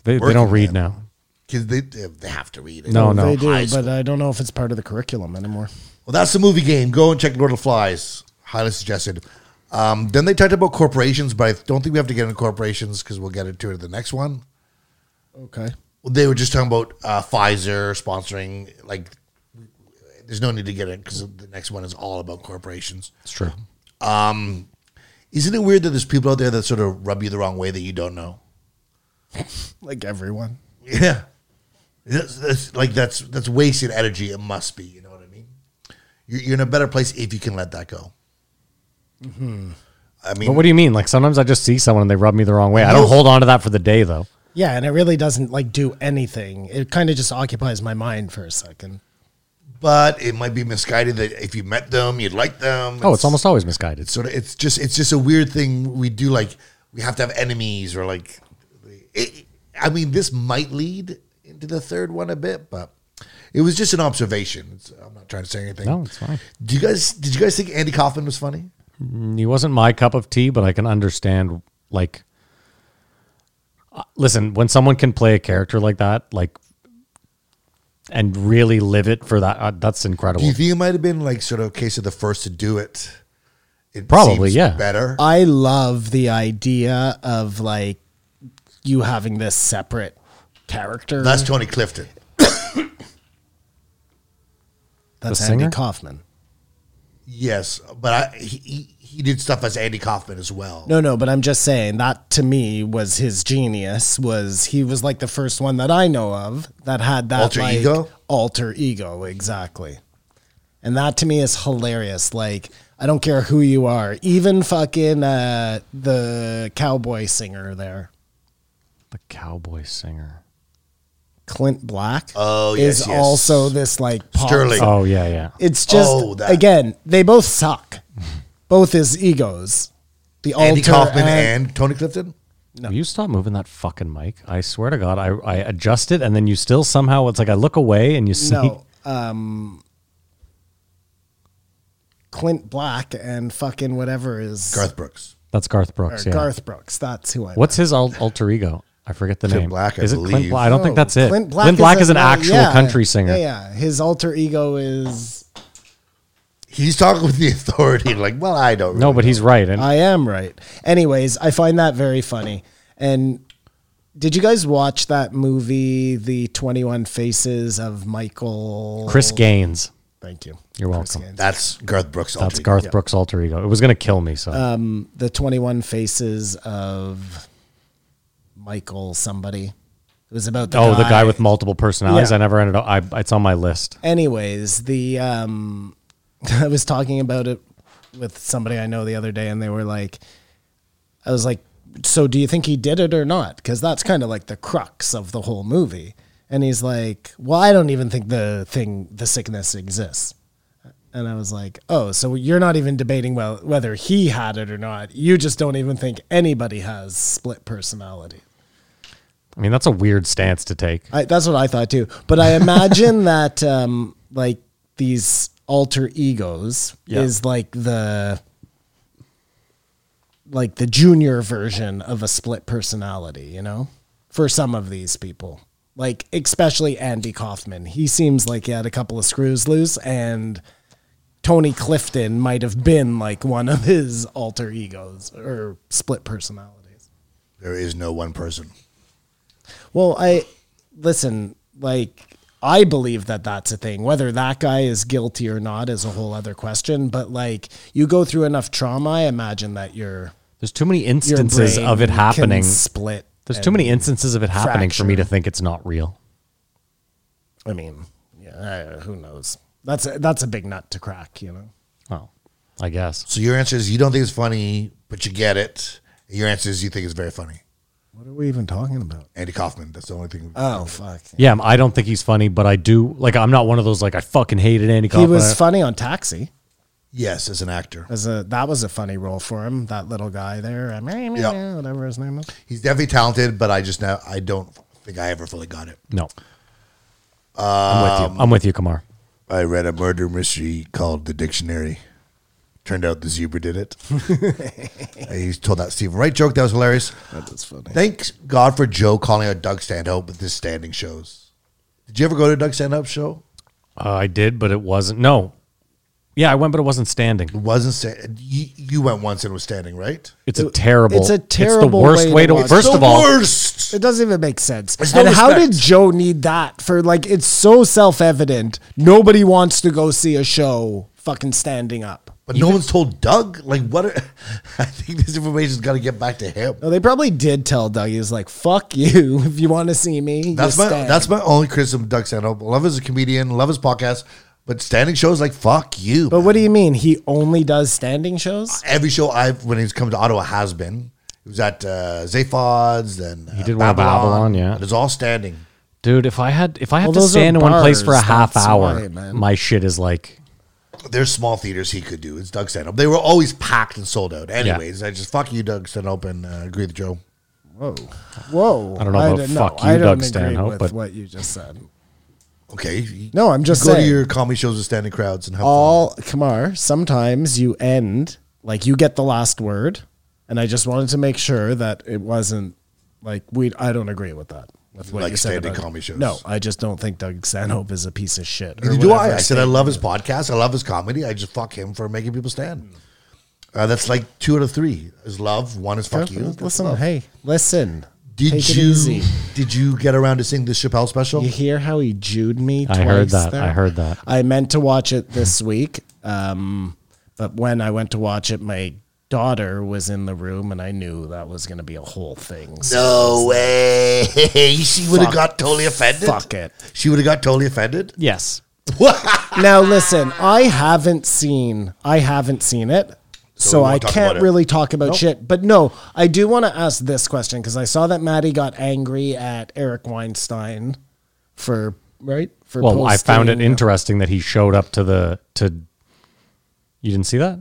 Speaker 6: they, they
Speaker 5: working
Speaker 6: don't read
Speaker 5: man.
Speaker 6: now.
Speaker 5: Kids they they have to read it.
Speaker 6: No, no.
Speaker 7: They do,
Speaker 5: High
Speaker 7: but I don't know if it's part of the curriculum anymore.
Speaker 5: Well, that's the movie game. Go and check Lord of the Flies. Highly suggested. Um, then they talked about corporations, but I don't think we have to get into corporations because we'll get into it in the next one.
Speaker 7: Okay.
Speaker 5: Well, They were just talking about uh, Pfizer sponsoring. Like, there's no need to get it because the next one is all about corporations. Um,
Speaker 6: It's true.
Speaker 5: Isn't it weird that there's people out there that sort of rub you the wrong way that you don't know?
Speaker 7: Like everyone.
Speaker 5: Yeah, that's, that's like that's that's wasted energy. It must be. You know what I mean? You're, you're in a better place if you can let that go. I mean,
Speaker 6: Mm-hmm. But what do you mean? Like sometimes I just see someone and they rub me the wrong way. I don't
Speaker 5: No.
Speaker 6: hold on to that for the day though.
Speaker 7: Yeah, and it really doesn't like do anything. It kind of just occupies my mind for a second.
Speaker 5: but it might be misguided that if you met them, you'd like them.
Speaker 6: Oh, it's almost always misguided.
Speaker 5: sort of. It's just it's just a weird thing we do. Like we have to have enemies, or like, it, I mean, this might lead into the third one a bit, but it was just an observation. It's, I'm not trying to say anything.
Speaker 6: No, it's fine.
Speaker 5: Do you guys did you guys think Andy Kaufman was funny?
Speaker 6: He wasn't my cup of tea, but I can understand like uh, listen, when someone can play a character like that, like and really live it for that, uh, that's incredible.
Speaker 5: Do you think it might have been like sort of a case of the first to do it? It
Speaker 6: Probably,
Speaker 5: seems
Speaker 6: yeah.
Speaker 5: Better.
Speaker 7: I love the idea of like you having this separate character.
Speaker 5: That's Tony Clifton.
Speaker 7: That's
Speaker 6: The
Speaker 7: Andy
Speaker 6: singer?
Speaker 7: Kaufman.
Speaker 5: Yes, but I, he he- he did stuff as Andy Kaufman as well.
Speaker 7: No, no, but I'm just saying that to me was his genius. Was he was like the first one that I know of that had that
Speaker 5: Alter
Speaker 7: like,
Speaker 5: ego?
Speaker 7: alter ego exactly, and that to me is hilarious. Like I don't care who you are, even fucking uh, the cowboy singer there,
Speaker 6: the cowboy singer.
Speaker 7: Clint Black.
Speaker 5: Oh,
Speaker 7: is
Speaker 5: yes, yes.
Speaker 7: also this like pop
Speaker 5: Sterling.
Speaker 7: star.
Speaker 6: Oh yeah, yeah.
Speaker 7: It's just
Speaker 5: Oh, that.
Speaker 7: again they both suck. Both is egos. The alter
Speaker 5: Andy Kaufman
Speaker 7: and-
Speaker 5: and Tony Clifton.
Speaker 6: Will you stop moving that fucking mic? I swear to God, I, I adjust it and then you still somehow, it's like I look away and you sneak.
Speaker 7: No. Um, Clint Black and fucking whatever is
Speaker 5: Garth Brooks.
Speaker 6: That's Garth
Speaker 7: or
Speaker 6: Brooks. Yeah.
Speaker 7: Garth Brooks. That's who I.
Speaker 6: What's his al- alter ego? I forget the
Speaker 5: Clint
Speaker 6: name.
Speaker 5: Black, I
Speaker 6: is it Clint
Speaker 5: believe.
Speaker 6: Black? I don't
Speaker 7: Oh,
Speaker 6: think that's it. Clint Black, is, an
Speaker 7: a-
Speaker 6: actual
Speaker 7: yeah,
Speaker 6: country singer.
Speaker 7: Yeah, yeah. His alter ego is.
Speaker 5: He's talking with the authority. Like, well, I don't.
Speaker 6: No,
Speaker 5: really
Speaker 6: but he's right. And
Speaker 7: I am right. Anyways, I find that very funny. And did you guys watch that movie, The Twenty One Faces of Michael?
Speaker 6: Chris Gaines.
Speaker 7: Thank you.
Speaker 6: You're
Speaker 7: Chris
Speaker 6: welcome.
Speaker 7: Gaines.
Speaker 5: That's Garth Brooks.
Speaker 6: That's
Speaker 5: alter-
Speaker 6: Garth Brooks' alter ego. It was going to kill me. So
Speaker 7: Uh, the 21 faces of Michael somebody. It was about the
Speaker 6: oh, the guy with multiple personalities.
Speaker 7: Yeah.
Speaker 6: I never ended up. I, it's on my list.
Speaker 7: Anyways, the um I was talking about it with somebody I know the other day and they were like I was like so do you think he did it or not? Cuz that's kind of like the crux of the whole movie. And he's like, "Well, I don't even think the thing the sickness exists." And I was like, "Oh, so you're not even debating well whether he had it or not. You just don't even think anybody has split personality."
Speaker 6: I mean, that's a weird stance to take.
Speaker 7: I, that's what I thought too. But I imagine that um, like these alter egos
Speaker 6: Yeah.
Speaker 7: is like the like the junior version of a split personality, you know, for some of these people. Like especially Andy Kaufman. He seems like he had a couple of screws loose and Tony Clifton might have been like one of his alter egos or split personalities.
Speaker 5: There is no one person.
Speaker 7: Well, I listen, like I believe that that's a thing. Whether that guy is guilty or not is a whole other question, but like you go through enough trauma, I imagine that your
Speaker 6: There's too many
Speaker 7: your
Speaker 6: instances
Speaker 7: brain
Speaker 6: of it
Speaker 7: can
Speaker 6: happening.
Speaker 7: split.
Speaker 6: There's too many instances of it happening for me to
Speaker 7: fracture.
Speaker 6: think it's not real.
Speaker 7: I mean, yeah, I- who knows? That's a, that's a big nut to crack, you know.
Speaker 6: Oh, I guess.
Speaker 5: So your answer is you don't think it's funny, but you get it. Your answer is you think it's very funny.
Speaker 7: What are we even talking about?
Speaker 5: Andy Kaufman. That's the only thing.
Speaker 7: Oh fuck.
Speaker 6: Yeah, I don't think he's funny, but I do. Like, I'm not one of those, like, I fucking hated Andy
Speaker 7: He
Speaker 6: Kaufman.
Speaker 7: was funny on Taxi.
Speaker 5: yes, as an actor,
Speaker 7: As a that was a funny role for him. That little guy there, uh, meh, meh,
Speaker 5: Yeah.
Speaker 7: meh, whatever his name is.
Speaker 5: he's definitely talented, but I just now I don't think I ever fully got it.
Speaker 6: no. I'm
Speaker 7: Um,
Speaker 6: with you. I'm with you, Kamar.
Speaker 5: I read a murder mystery called The Dictionary. Turned out the zebra did it. he told that Stephen Wright joke. That was hilarious.
Speaker 7: That is funny.
Speaker 5: Thanks God for Joe calling out Doug Stanhope with his standing shows. Did you ever go to Doug Stanhope's show?
Speaker 6: Uh, I did, but it wasn't. No. Yeah, I went, but it wasn't standing.
Speaker 5: It wasn't sta- you, you went once and it was standing, right?
Speaker 6: It's a terrible.
Speaker 7: it's a
Speaker 6: the
Speaker 7: terrible
Speaker 6: worst
Speaker 7: way
Speaker 6: way
Speaker 7: to
Speaker 6: to.
Speaker 7: watch.
Speaker 6: first
Speaker 5: the
Speaker 6: of all,
Speaker 5: worst.
Speaker 7: It doesn't even make sense.
Speaker 5: There's no
Speaker 7: and how
Speaker 5: respect.
Speaker 7: did Joe need that for like it's so self-evident. Nobody wants to go see a show fucking standing up.
Speaker 5: But no one's told Doug. Like what? Are, I think this information's got to get back to him.
Speaker 7: No, they probably did tell Doug. He was like, "Fuck you if you want to see me."
Speaker 5: That's
Speaker 7: you
Speaker 5: my
Speaker 7: stand."
Speaker 5: that's my only criticism of Doug Stanhope. Love his comedian, love his podcast, but standing shows like fuck you.
Speaker 7: But what do you mean? He only does standing shows?
Speaker 5: every show I've when he's come to Ottawa has been. It was at uh, Zaphod's and uh,
Speaker 6: He did one at Babylon, yeah.
Speaker 5: and it's all standing.
Speaker 6: dude, if I had if I have
Speaker 7: Well,
Speaker 6: to
Speaker 7: those are
Speaker 6: stand in one place for a
Speaker 7: bars,
Speaker 6: half
Speaker 7: that's
Speaker 6: hour,
Speaker 7: why, man.
Speaker 6: my shit is like
Speaker 5: There's small theaters he could do. It's Doug Stanhope. They were always packed and sold out. Anyways, I just fuck you, Doug Stanhope, and uh, agree with Joe.
Speaker 7: Whoa, whoa!
Speaker 6: I don't know about
Speaker 7: d-
Speaker 6: fuck you,
Speaker 7: I don't
Speaker 6: Doug
Speaker 7: agree
Speaker 6: Stanhope,
Speaker 7: with
Speaker 6: but-
Speaker 7: what you just said.
Speaker 5: Okay. you-
Speaker 7: No, I'm just
Speaker 5: go
Speaker 7: saying.
Speaker 5: to your comedy shows with standing crowds and have fun.
Speaker 7: all Kamar, sometimes you end like you get the last word, and I just wanted to make sure that it wasn't like we. I don't agree with that. With what
Speaker 5: Like
Speaker 7: you said
Speaker 5: standing
Speaker 7: about-
Speaker 5: comedy shows.
Speaker 7: No, I just don't think Doug Stanhope is a piece of shit. or
Speaker 5: Neither do I.
Speaker 7: whatever
Speaker 5: I said I
Speaker 7: statement
Speaker 5: love his podcast. I love his comedy. I just fuck him for making people stand. Uh, that's like two out of three is love. One is fuck you. That's
Speaker 7: Listen,
Speaker 5: love.
Speaker 7: hey, listen.
Speaker 5: Did
Speaker 7: Take it
Speaker 5: you
Speaker 7: easy.
Speaker 5: did you get around to seeing the Chappelle special?
Speaker 7: You hear how he jewed me?
Speaker 6: I heard
Speaker 7: twice
Speaker 6: that.
Speaker 7: there?
Speaker 6: I heard that.
Speaker 7: I meant to watch it this week, um, but when I went to watch it, my daughter was in the room, and I knew that was going to be a whole thing. So
Speaker 5: No way. She would have
Speaker 7: Fuck.
Speaker 5: got totally offended.
Speaker 7: fuck it.
Speaker 5: She would have got totally offended.
Speaker 6: yes.
Speaker 7: Now listen, I haven't seen I haven't seen it. So,
Speaker 5: we won't
Speaker 7: I
Speaker 5: talk
Speaker 7: can't
Speaker 5: about it.
Speaker 7: really talk about shit. But no, I do want to ask this question because I saw that Maddie got angry at Eric Weinstein for right for
Speaker 6: Well, I found it
Speaker 7: posting-
Speaker 6: interesting that he showed up to the to. You didn't see that?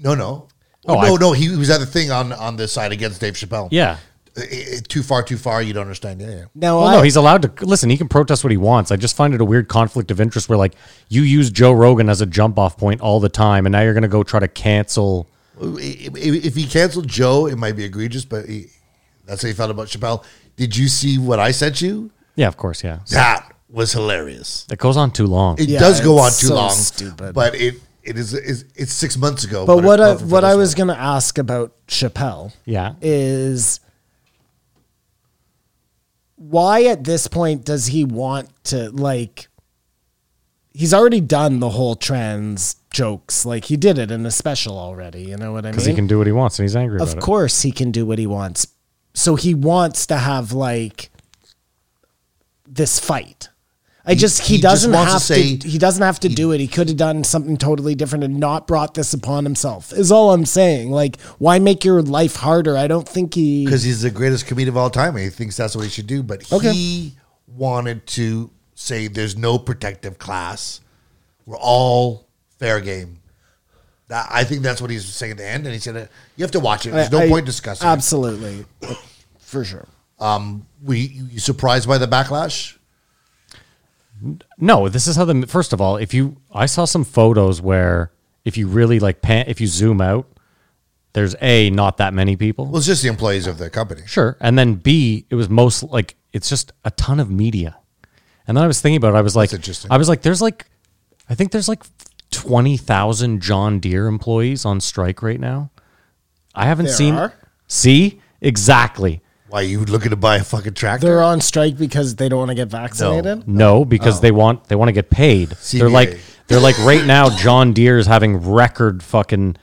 Speaker 5: No, no.
Speaker 6: Oh,
Speaker 5: no,
Speaker 6: I-
Speaker 5: no. He was at the thing on on the side against Dave Chappelle.
Speaker 6: Yeah.
Speaker 5: Uh, uh, too far, too far. You don't understand. Yeah, yeah.
Speaker 7: Now
Speaker 6: Well,
Speaker 7: I,
Speaker 6: no, he's allowed to listen. He can protest what he wants. I just find it a weird conflict of interest where, like, you use Joe Rogan as a jump off point all the time, and now you're going to go try to cancel.
Speaker 5: If, if- if he canceled Joe, it might be egregious, but he, that's how he felt about Chappelle. Did you see what I sent you?
Speaker 6: Yeah, of course, yeah.
Speaker 5: That was hilarious.
Speaker 6: It goes on too long.
Speaker 5: It
Speaker 7: Yeah,
Speaker 5: does go on
Speaker 7: it's
Speaker 5: too
Speaker 7: so
Speaker 5: long,
Speaker 7: stupid.
Speaker 5: but it it is, is it's six months ago.
Speaker 7: but what
Speaker 5: it's
Speaker 7: I,
Speaker 5: perfect for
Speaker 7: what
Speaker 5: this
Speaker 7: I
Speaker 5: one.
Speaker 7: was going to ask about Chappelle
Speaker 6: yeah.
Speaker 7: is why at this point does he want to like he's already done the whole trans jokes like he did it in a special already you know what i
Speaker 6: Because
Speaker 7: mean
Speaker 6: he can do what he wants and he's angry about
Speaker 7: of course he can do what he wants so he wants to have like this fight I just he,
Speaker 5: he just
Speaker 7: doesn't
Speaker 5: wants to
Speaker 7: have to,
Speaker 5: say-
Speaker 7: he doesn't have to do it. He could have done something totally different and not brought this upon himself. Is all I'm saying. Like, why make your life harder? I don't think he
Speaker 5: because he's the greatest comedian of all time, and he thinks that's what he should do. But
Speaker 7: Okay.
Speaker 5: he wanted to say there's no protective class; we're all fair game. That, I think that's what he's saying at the end, and he said, uh, "You have to watch it. There's no
Speaker 7: I-
Speaker 5: point discussing. it.
Speaker 7: Absolutely, for sure.
Speaker 5: Were you, you surprised by the backlash?
Speaker 6: No, this is how the first of all, if you I saw some photos where if you really like pan, if you zoom out, there's a not that many people.
Speaker 5: Well, it's just the employees of the company.
Speaker 6: sure, and then B, it was most like it's just a ton of media. And then I was thinking about it. I was like,
Speaker 5: interesting.
Speaker 6: I was like, there's like, I think there's like twenty thousand John Deere employees on strike right now. I haven't
Speaker 7: There
Speaker 6: seen.
Speaker 7: are?
Speaker 6: See exactly.
Speaker 5: Why you looking to buy a fucking tractor?
Speaker 7: They're on strike because they don't want to get vaccinated.
Speaker 6: No, because they want they want to get paid. They're
Speaker 5: CBA.
Speaker 6: like they're like right now John Deere is having record fucking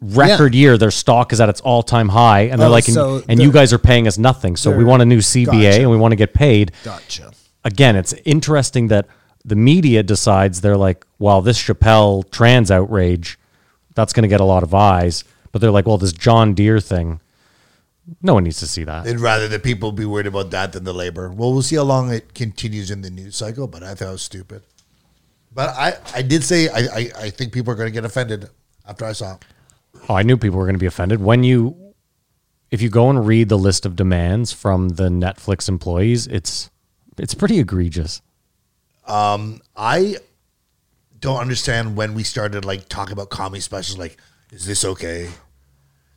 Speaker 6: record year. Their stock is at its all time high, and they're
Speaker 7: Oh,
Speaker 6: like, and-
Speaker 7: so
Speaker 6: and you
Speaker 7: they're-
Speaker 6: guys are paying us nothing. So we
Speaker 7: they're-
Speaker 6: want a new CBA
Speaker 7: Gotcha.
Speaker 6: and we want to get paid.
Speaker 7: Gotcha.
Speaker 6: Again, it's interesting that the media decides they're like, well, this Chappelle trans outrage, that's going to get a lot of eyes. But they're like, well, this John Deere thing, no one needs to see that.
Speaker 5: They'd rather the people be worried about that than the labor. Well, we'll see how long it continues in the news cycle, but I thought it was stupid. But I, I did say I, I, I think people are going to get offended after I saw it.
Speaker 6: Oh, I knew people were going to be offended when you, if you go and read the list of demands from the Netflix employees, it's it's pretty egregious.
Speaker 5: I don't understand when we started like talking about comedy specials. Like, is this okay?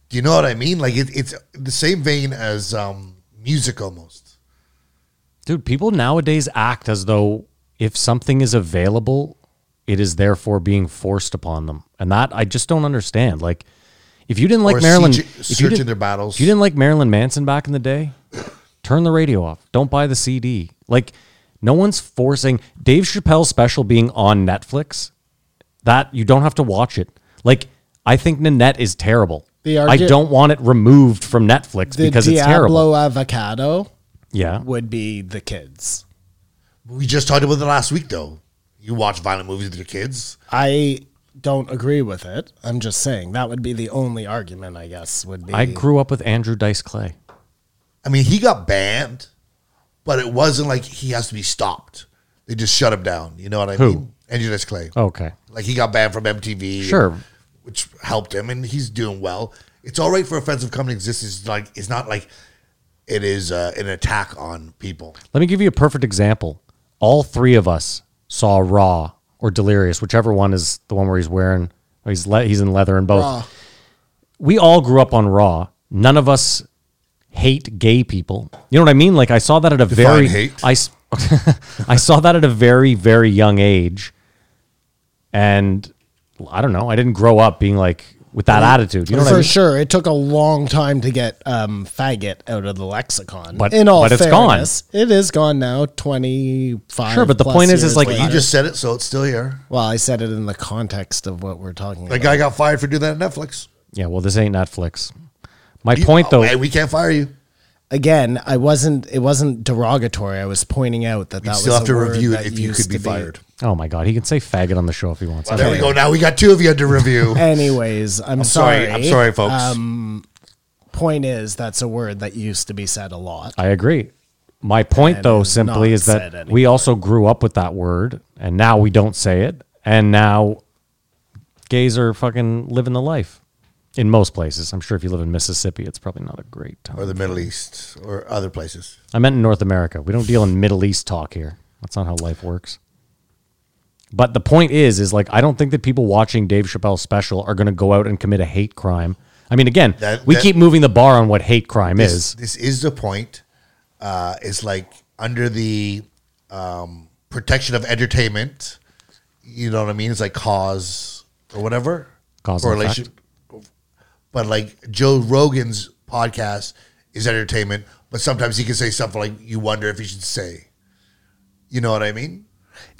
Speaker 5: Do you know what I mean? Like, it, it's the same vein as um, music almost.
Speaker 6: Dude, people nowadays act as though if something is available, it is therefore being forced upon them, and that I just don't understand. Like, if you didn't like
Speaker 5: Or
Speaker 6: Marilyn,
Speaker 5: CG
Speaker 6: if you
Speaker 5: searching
Speaker 6: didn't-
Speaker 5: their battles.
Speaker 6: if you didn't like Marilyn Manson back in the day, turn the radio off. Don't buy the CD. Like, no one's forcing Dave Chappelle's special being on Netflix. That you don't have to watch it. Like, I think Nanette is terrible.
Speaker 7: The argu-
Speaker 6: I don't want it removed from Netflix
Speaker 7: The
Speaker 6: because it's
Speaker 7: Diablo
Speaker 6: terrible.
Speaker 7: avocado
Speaker 6: Yeah.
Speaker 7: would be the kids.
Speaker 5: We just talked about the last week though. You watch violent movies with your kids.
Speaker 7: I don't agree with it. I'm just saying that would be the only argument, I guess, would be
Speaker 6: I grew up with Andrew Dice Clay.
Speaker 5: I mean, he got banned, but it wasn't like he has to be stopped. They just shut him down. You know what I
Speaker 6: Who?
Speaker 5: mean? Andrew Dice Clay.
Speaker 6: Okay.
Speaker 5: Like he got banned from MTV.
Speaker 6: Sure.
Speaker 5: which helped him, and he's doing well. It's all right for offensive comedy exists. It's like it's not like it is uh, an attack on people.
Speaker 6: Let me give you a perfect example. All three of us saw Raw or Delirious, whichever one is the one where he's wearing, or he's le- he's in leather in both. We all grew up on Raw. None of us hate gay people. You know what I mean? Like I saw that at a
Speaker 5: Define
Speaker 6: very
Speaker 5: hate.
Speaker 6: I s- I saw that at a very very young age, and I don't know. I didn't grow up being like with that attitude. You know what I
Speaker 7: for
Speaker 6: mean?
Speaker 7: sure. It took a long time to get um, faggot out of the lexicon.
Speaker 6: But-
Speaker 7: in all
Speaker 6: but it's gone.
Speaker 7: fairness, it is gone now. Twenty five.
Speaker 6: Sure, but the point is, is like-
Speaker 5: You
Speaker 6: Right.
Speaker 5: just said it, so it's still here.
Speaker 7: well, I said it in the context of what we're talking
Speaker 5: That
Speaker 7: about.
Speaker 5: guy got fired for doing that at Netflix.
Speaker 6: Yeah. Well, this ain't Netflix. My
Speaker 5: You-
Speaker 6: point though.
Speaker 5: hey, we can't fire you.
Speaker 7: Again, I wasn't. It wasn't derogatory. I was pointing out that
Speaker 5: You
Speaker 7: that
Speaker 5: still
Speaker 7: was
Speaker 5: have
Speaker 7: a
Speaker 5: to
Speaker 7: word
Speaker 5: review
Speaker 7: that
Speaker 5: it if you
Speaker 7: used
Speaker 5: could be
Speaker 7: to
Speaker 5: fired.
Speaker 6: Oh my God, he can say faggot on the show if he wants.
Speaker 5: There
Speaker 6: Okay.
Speaker 5: we go. Now we got two of you to review.
Speaker 7: Anyways, I'm,
Speaker 5: I'm
Speaker 7: sorry. Um,
Speaker 5: sorry. I'm sorry, folks.
Speaker 7: Point is, that's a word that used to be said a lot.
Speaker 6: I agree. My point,
Speaker 7: And
Speaker 6: though,
Speaker 7: is
Speaker 6: simply
Speaker 7: not
Speaker 6: is
Speaker 7: said
Speaker 6: that
Speaker 7: anymore.
Speaker 6: we also grew up with that word, and now we don't say it, and now gays are fucking living the life in most places. I'm sure if you live in Mississippi, it's probably not a great time.
Speaker 5: or the Middle East or other places.
Speaker 6: I meant in North America. We don't deal in Middle East talk here. That's not how life works. But the point is, is like I don't think that people watching Dave Chappelle's special are going to go out and commit a hate crime. I mean, again,
Speaker 5: That-
Speaker 6: we
Speaker 5: that-
Speaker 6: keep moving the bar on what hate crime
Speaker 5: this,
Speaker 6: is.
Speaker 5: This is the point. Uh, it's like under the um, protection of entertainment. You know what I mean? It's like cause or whatever
Speaker 6: Cause and
Speaker 5: But like Joe Rogan's podcast is entertainment, but sometimes he can say stuff like you wonder if he should say. You know what I mean?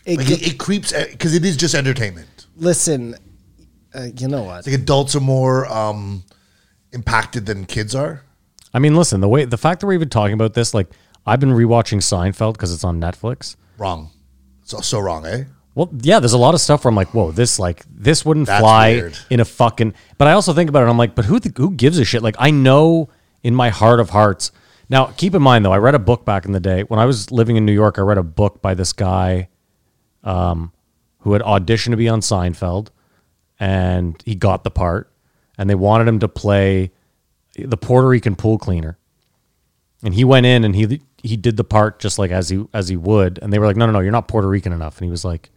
Speaker 7: It
Speaker 5: Like
Speaker 7: ge-
Speaker 5: it, it creeps because it is just entertainment.
Speaker 7: Listen, uh, you know what?
Speaker 5: Like adults are more um, impacted than kids are.
Speaker 6: I mean, listen, the way the fact that we're even talking about this, like I've been rewatching Seinfeld because it's on Netflix.
Speaker 5: Wrong. So so wrong, eh?
Speaker 6: Well, yeah, there's a lot of stuff where I'm like, whoa, this like this wouldn't
Speaker 5: That's
Speaker 6: fly
Speaker 5: weird.
Speaker 6: in a fucking. But I also think about it. I'm like, but who the, who gives a shit? Like I know in my heart of hearts. Now, keep in mind though, I read a book back in the day when I was living in New York. I read a book by this guy, um, who had auditioned to be on Seinfeld, and he got the part, and they wanted him to play the Puerto Rican pool cleaner. and he went in and he he did the part just like as he as he would and they were like no no no you're not Puerto Rican enough and he was like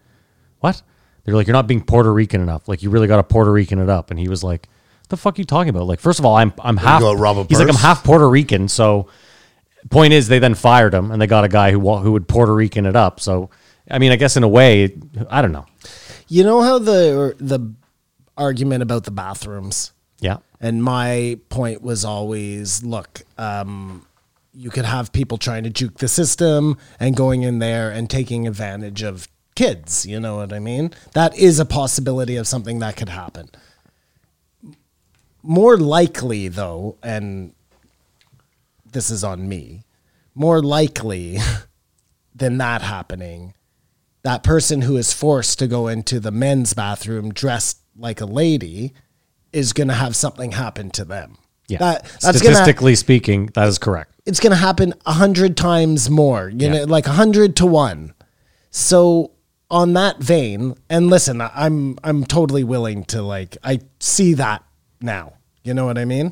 Speaker 6: what they were like you're not being Puerto Rican enough like you really got to Puerto Rican it up and he was like the fuck you talking about like first of all I'm I'm half
Speaker 5: go, Robert
Speaker 6: he's like I'm
Speaker 5: Burst?
Speaker 6: half Puerto Rican so Point is, they then fired him, and they got a guy who wa- who would Puerto Rican it up. So, I mean, I guess in a way, I don't know.
Speaker 7: You know how the the argument about the bathrooms,
Speaker 6: Yeah,
Speaker 7: and my point was always, look, um, you could have people trying to juke the system and going in there and taking advantage of kids. You know what I mean? That is a possibility of something that could happen. More likely, though, and this is on me. More likely than that happening, that person who is forced to go into the men's bathroom dressed like a lady is going to have something happen to them.
Speaker 6: yeah.
Speaker 7: That, that's gonna,
Speaker 6: Statistically speaking, that is correct.
Speaker 7: it's going to happen a hundred times more, you
Speaker 6: Yeah.
Speaker 7: know, like a hundred to one. So on that vein, and listen, I- I'm, I'm totally willing to like, I see that now, you know what I mean?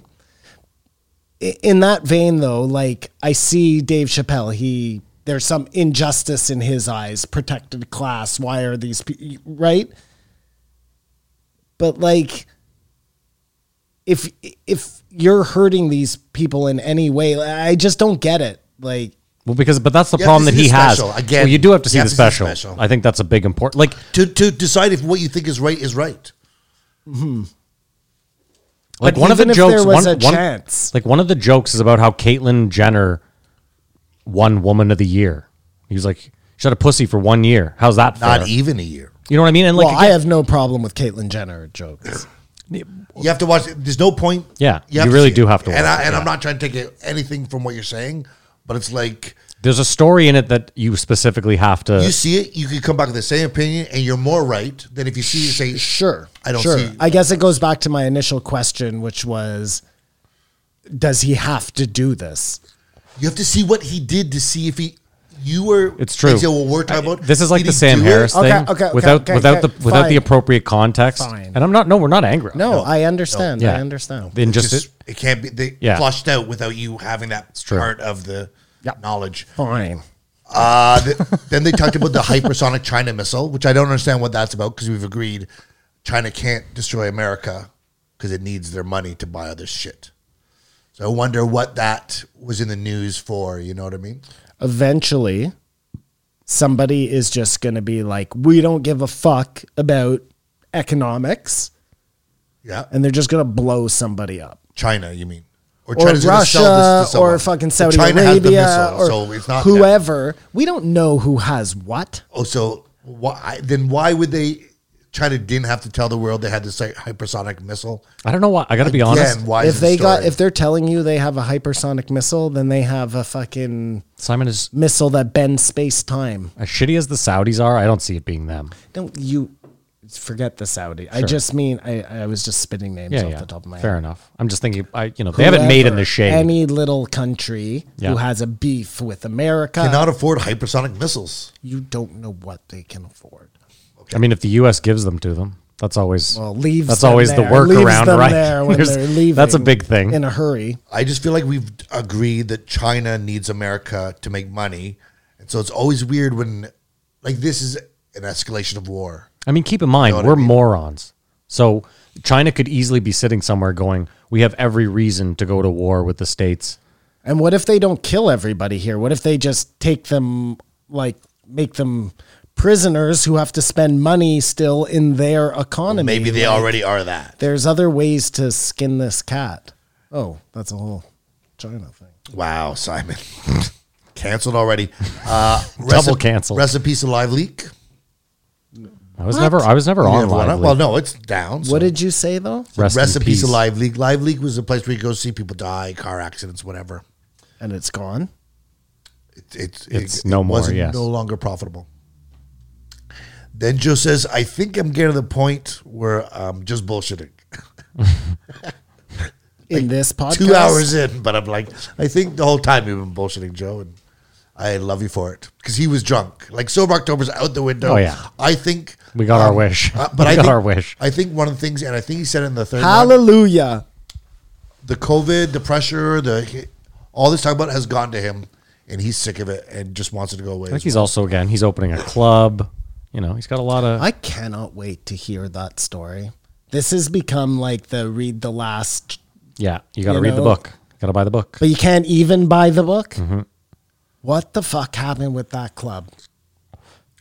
Speaker 7: I- In that vein though, like I see Dave Chappelle, he, there's some injustice in his eyes, protected class. Why are these people, right? But like, if if you're hurting these people in any way, I just don't get it. Like,
Speaker 6: Well, because but that's the
Speaker 5: You have
Speaker 6: problem
Speaker 5: to
Speaker 6: that
Speaker 5: see
Speaker 6: he
Speaker 5: the
Speaker 6: has.
Speaker 5: special. Again,
Speaker 6: well, you do have to see
Speaker 5: you have
Speaker 6: the
Speaker 5: to see the
Speaker 6: special.
Speaker 5: special.
Speaker 6: I think that's a big important. Like,
Speaker 5: to to decide if what you think is right is right.
Speaker 6: like
Speaker 7: But
Speaker 6: one of the
Speaker 7: even if
Speaker 6: jokes.
Speaker 7: there was
Speaker 6: one,
Speaker 7: a
Speaker 6: one-
Speaker 7: chance.
Speaker 6: Like one of the jokes is about how Caitlyn Jenner won Woman of the Year. He was like, "She had a pussy for one year. How's that?
Speaker 5: Not e-,
Speaker 6: fair?
Speaker 5: even a year.
Speaker 6: You know what I mean? And like,
Speaker 7: well, I have no problem with Caitlyn Jenner jokes.
Speaker 5: You have to watch. it. There's no point.
Speaker 6: Yeah, you
Speaker 5: have
Speaker 6: really
Speaker 5: see
Speaker 6: do have to
Speaker 5: And,
Speaker 6: watch
Speaker 5: I,
Speaker 6: it,
Speaker 5: and I'm
Speaker 6: yeah.
Speaker 5: not trying to take it- anything from what you're saying, but it's like
Speaker 6: there's a story in it that you specifically have to.
Speaker 5: you see it, you could come back with the same opinion, and you're more right than if you see it say
Speaker 7: Sure,
Speaker 5: I don't
Speaker 7: sure.
Speaker 5: see.
Speaker 7: I guess it goes back to my initial question, which was, does he have to do this?
Speaker 5: you have to see what he did to see if he. You were.
Speaker 6: It's true.
Speaker 5: they say, well, we're talking
Speaker 6: I-
Speaker 5: about.
Speaker 6: this is like
Speaker 5: did
Speaker 6: the
Speaker 5: he
Speaker 6: Sam
Speaker 5: do it?
Speaker 6: Harris
Speaker 7: Okay,
Speaker 6: thing
Speaker 7: okay, okay,
Speaker 6: without
Speaker 7: okay,
Speaker 6: without
Speaker 7: okay,
Speaker 6: the without the
Speaker 7: fine.
Speaker 6: appropriate context.
Speaker 7: Fine.
Speaker 6: And I'm not. No, we're not angry.
Speaker 7: No, I understand.
Speaker 6: Yeah.
Speaker 7: I understand.
Speaker 6: In just,
Speaker 5: Just, it can't be they
Speaker 6: Yeah.
Speaker 5: flushed out without you having that
Speaker 6: true.
Speaker 5: part of the
Speaker 7: Yep.
Speaker 5: knowledge.
Speaker 7: Fine.
Speaker 5: Uh, th- then they talked about the hypersonic China missile, which I don't understand what that's about because we've agreed China can't destroy America because it needs their money to buy other shit. So I wonder what that was in the news for. You know what I mean?
Speaker 7: Eventually, somebody is just going to be like, we don't give a fuck about economics,
Speaker 5: Yeah,
Speaker 7: and they're just going to blow somebody up.
Speaker 5: China, you mean?
Speaker 7: or
Speaker 5: gonna
Speaker 7: Russia
Speaker 5: someone.
Speaker 7: or fucking Saudi
Speaker 5: China has the
Speaker 7: Arabia
Speaker 5: missile,
Speaker 7: or
Speaker 5: so it's not them.
Speaker 7: whoever. We don't know who has what.
Speaker 5: Oh, so why then? Why would they? China didn't have to tell the world they had this like, hypersonic missile.
Speaker 6: I don't know why. I got to be honest.
Speaker 5: Again, why is
Speaker 7: if they
Speaker 5: the story?
Speaker 7: got if they're telling you they have a hypersonic missile, then they have a fucking
Speaker 6: Simon is
Speaker 7: missile that bends space time.
Speaker 6: as shitty as the Saudis are. I don't see it being them.
Speaker 7: Don't you forget the Saudi. I
Speaker 6: Sure.
Speaker 7: just mean I, I was just spitting names
Speaker 6: Yeah,
Speaker 7: off
Speaker 6: yeah.
Speaker 7: the top of my
Speaker 6: Fair
Speaker 7: head.
Speaker 6: enough. I'm just thinking. I you know they haven't made in the
Speaker 7: Whoever,
Speaker 6: shade.
Speaker 7: Any little country
Speaker 6: Yeah.
Speaker 7: who has a beef with America,
Speaker 5: cannot afford hypersonic missiles.
Speaker 7: you don't know what they can afford.
Speaker 6: I mean, if the U.S. gives them to them, that's always
Speaker 7: Well, leaves.
Speaker 6: that's
Speaker 7: them
Speaker 6: always
Speaker 7: there,
Speaker 6: the
Speaker 7: leaves
Speaker 6: workaround,
Speaker 7: them
Speaker 6: right?
Speaker 7: There when
Speaker 6: There's-
Speaker 7: they're leaving
Speaker 6: That's a big thing.
Speaker 7: in a hurry.
Speaker 5: I just feel like we've agreed that China needs America to make money, and so it's always weird when, like, this is an escalation of war.
Speaker 6: I mean, keep in mind,
Speaker 5: know what I
Speaker 6: we're
Speaker 5: mean?
Speaker 6: morons. So China could easily be sitting somewhere going, we have every reason to go to war with the states.
Speaker 7: And what if they don't kill everybody here? What if they just take them, like, make them prisoners who have to spend money still in their economy?
Speaker 5: Maybe they
Speaker 7: Like,
Speaker 5: already are that.
Speaker 7: There's other ways to skin this cat. Oh, that's a whole China thing.
Speaker 5: Wow, Simon, canceled already. Uh, rest
Speaker 6: Double
Speaker 5: in-
Speaker 6: canceled.
Speaker 5: Rest in peace, alive leak.
Speaker 6: I was never, I was never
Speaker 5: You
Speaker 6: on
Speaker 5: have one up?
Speaker 6: live.
Speaker 5: Well, no, it's down. so-
Speaker 7: What did you say though?
Speaker 6: rest,
Speaker 5: rest
Speaker 6: in
Speaker 5: in peace,
Speaker 6: peace.
Speaker 5: alive leak? Live leak was the place where you go see people die, car accidents, whatever.
Speaker 7: And it's gone.
Speaker 5: It, it's
Speaker 6: It's no more,
Speaker 5: wasn't-
Speaker 6: yes.
Speaker 5: no longer profitable. Then Joe says, "I think I'm getting to the point where I'm just bullshitting."
Speaker 7: In this podcast,
Speaker 5: Two hours in, but I'm like, I think the whole time you've been bullshitting Joe, and I love you for it because he was drunk. Like sober October's out the window.
Speaker 6: Oh, yeah.
Speaker 5: I think
Speaker 6: We got our wish.
Speaker 5: uh, but
Speaker 6: We
Speaker 5: I
Speaker 6: got
Speaker 5: think,
Speaker 6: our wish.
Speaker 5: I think one of the things, and I think he said it in the third. one,
Speaker 7: Hallelujah.
Speaker 5: the COVID, the pressure, the all this talk about has gone to him, and he's sick of it and just wants it to go away.
Speaker 6: I think he's also, again, he's opening a club. You know, he's got a lot of,
Speaker 7: I cannot wait to hear that story. This has become like the read the last
Speaker 6: yeah, you got to
Speaker 7: you
Speaker 6: read the
Speaker 7: know,
Speaker 6: book. Gotta buy the book.
Speaker 7: But you can't even buy the book? What the fuck happened with that club?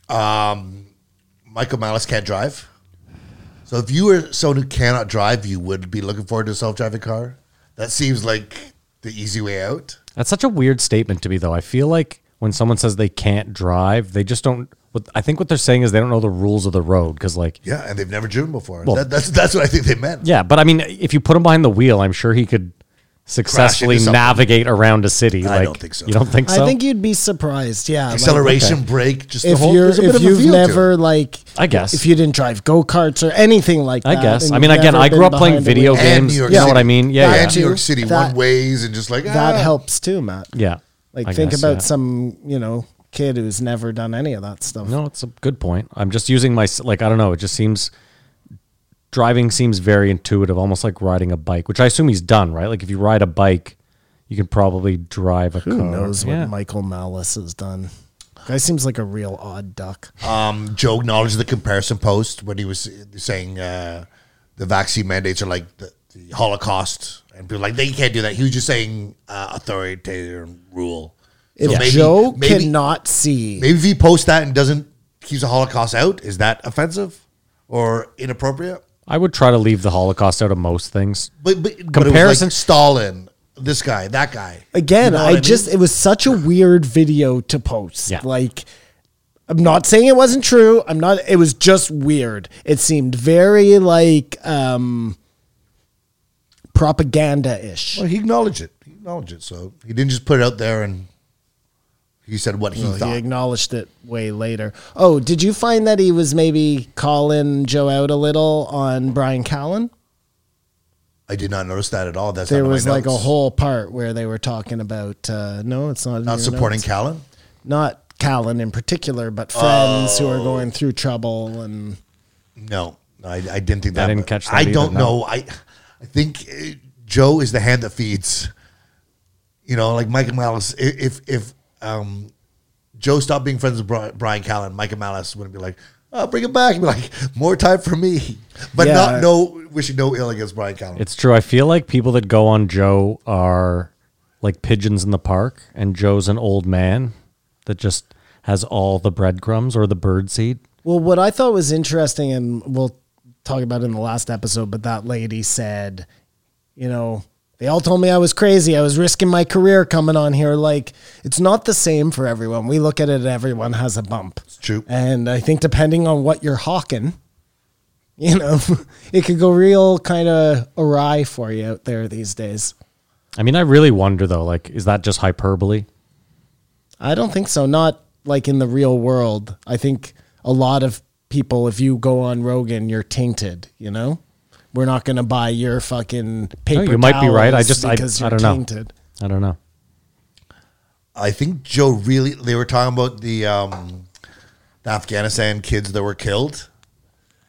Speaker 5: Michael Malice can't drive. So if you were someone who cannot drive, you would be looking forward to a self-driving car. That seems like the easy way out.
Speaker 6: That's such a weird statement to me, though. I feel like when someone says they can't drive, they just don't. What, I think what they're saying is they don't know the rules of the road. Because, like,
Speaker 5: Yeah, and they've never driven before.
Speaker 6: Well-
Speaker 5: that, that's that's what I think they meant.
Speaker 6: yeah, but I mean, if you put him behind the wheel, I'm sure he could successfully
Speaker 5: something.
Speaker 6: navigate around a city.
Speaker 5: I
Speaker 6: like,
Speaker 5: don't think so.
Speaker 6: You don't think so?
Speaker 7: I think you'd be surprised. Yeah. like,
Speaker 5: Acceleration, brake, just the
Speaker 7: if
Speaker 5: whole.
Speaker 7: you're
Speaker 5: there's a bit
Speaker 7: if
Speaker 5: of a
Speaker 7: you've
Speaker 5: feel to it.
Speaker 7: never like
Speaker 6: I guess.
Speaker 7: if you didn't drive go karts or anything like
Speaker 6: I
Speaker 7: that.
Speaker 6: guess.
Speaker 7: and
Speaker 6: I mean,
Speaker 7: you've
Speaker 6: again,
Speaker 7: never
Speaker 6: I grew
Speaker 7: been
Speaker 6: up playing
Speaker 7: behind the
Speaker 6: video
Speaker 7: wheel,
Speaker 5: And
Speaker 6: games.
Speaker 5: New
Speaker 6: You
Speaker 5: York
Speaker 6: know
Speaker 5: City.
Speaker 6: what I mean? Yeah,
Speaker 5: and
Speaker 6: yeah,
Speaker 7: too.
Speaker 5: New York City
Speaker 7: That-
Speaker 5: one ways and just like
Speaker 7: That
Speaker 5: ah.
Speaker 7: helps too, Matt.
Speaker 6: yeah.
Speaker 7: Like
Speaker 6: I
Speaker 7: think
Speaker 6: guess,
Speaker 7: about
Speaker 6: yeah.
Speaker 7: some you know kid who's never done any of that stuff.
Speaker 6: No, it's a good point. I'm just using my s- like I don't know. It just seems driving seems very intuitive, almost like riding a bike, which I assume he's done, right? Like if you ride a bike, you can probably drive a
Speaker 7: Who
Speaker 6: car.
Speaker 7: knows
Speaker 6: Yeah.
Speaker 7: what Michael Malice has done? Guy seems like a real odd duck.
Speaker 5: Um, Joe acknowledged the comparison post when he was saying uh, the vaccine mandates are like the, the Holocaust, and people were like they can't do that. He was just saying uh, authoritarian rule.
Speaker 7: If
Speaker 5: So
Speaker 7: Joe
Speaker 5: maybe,
Speaker 7: cannot see,
Speaker 5: maybe if he posts that and doesn't keeps the Holocaust out, is that offensive or inappropriate?
Speaker 6: I would try to leave the Holocaust out of most things.
Speaker 5: But, but comparison
Speaker 6: Comparison-
Speaker 5: Stalin, this guy, that guy.
Speaker 7: again,
Speaker 5: You know
Speaker 7: I,
Speaker 5: what mean?
Speaker 7: just it was such a weird video to post.
Speaker 6: Yeah.
Speaker 7: Like I'm not saying it wasn't true. I'm not it was just weird. It seemed very like um propaganda-ish.
Speaker 5: Well, he acknowledged it. He acknowledged it. So he didn't just put it out there and he said what he
Speaker 7: He
Speaker 5: thought.
Speaker 7: acknowledged it way later. Oh, did you find that he was maybe calling Joe out a little on Brian Callen?
Speaker 5: I did not notice that at all. That's
Speaker 7: There
Speaker 5: not in my
Speaker 7: was like a
Speaker 5: notes.
Speaker 7: whole part where they were talking about uh, no, it's not in
Speaker 5: not
Speaker 7: your
Speaker 5: supporting
Speaker 7: notes.
Speaker 5: Callan.
Speaker 7: not Callan in particular, but friends who
Speaker 5: Oh.
Speaker 7: are going through trouble and
Speaker 5: No, I, I didn't think that.
Speaker 6: didn't
Speaker 5: but
Speaker 6: catch that
Speaker 5: I
Speaker 6: either,
Speaker 5: don't
Speaker 6: no.
Speaker 5: know. I I think uh, Joe is the hand that feeds. You know, like Michael Malice. i- If if um, Joe stopped being friends with Bri- Brian Callen, Michael Malice wouldn't be like, "Oh, bring him back." He'd be like, "More time for me," but
Speaker 7: Yeah.
Speaker 5: not no wishing no ill against Brian Callen.
Speaker 6: It's true. I feel like people that go on Joe are like pigeons in the park, and Joe's an old man that just has all the breadcrumbs or the bird seed.
Speaker 7: Well, what I thought was interesting, and we'll talk about it in the last episode, but that lady said, you know, they all told me I was crazy. I was risking my career coming on here. Like, it's not the same for everyone. We look at it, everyone has a bump. It's
Speaker 5: true.
Speaker 7: And I think depending on what you're hawking, you know, it could go real kind of awry for you out there these days.
Speaker 6: I mean, I really wonder though. Like, is that just hyperbole?
Speaker 7: I don't think so. Not like in the real world. I think a lot of people, if you go on Rogan, you're tainted. You know, we're not going to buy your fucking paper.
Speaker 6: you might be right. I
Speaker 7: towels
Speaker 6: just- I-
Speaker 7: because
Speaker 6: I
Speaker 7: you're
Speaker 6: don't know.
Speaker 7: tainted.
Speaker 6: I don't know.
Speaker 5: I think Joe really. They were talking about the um, the Afghanistan kids that were killed,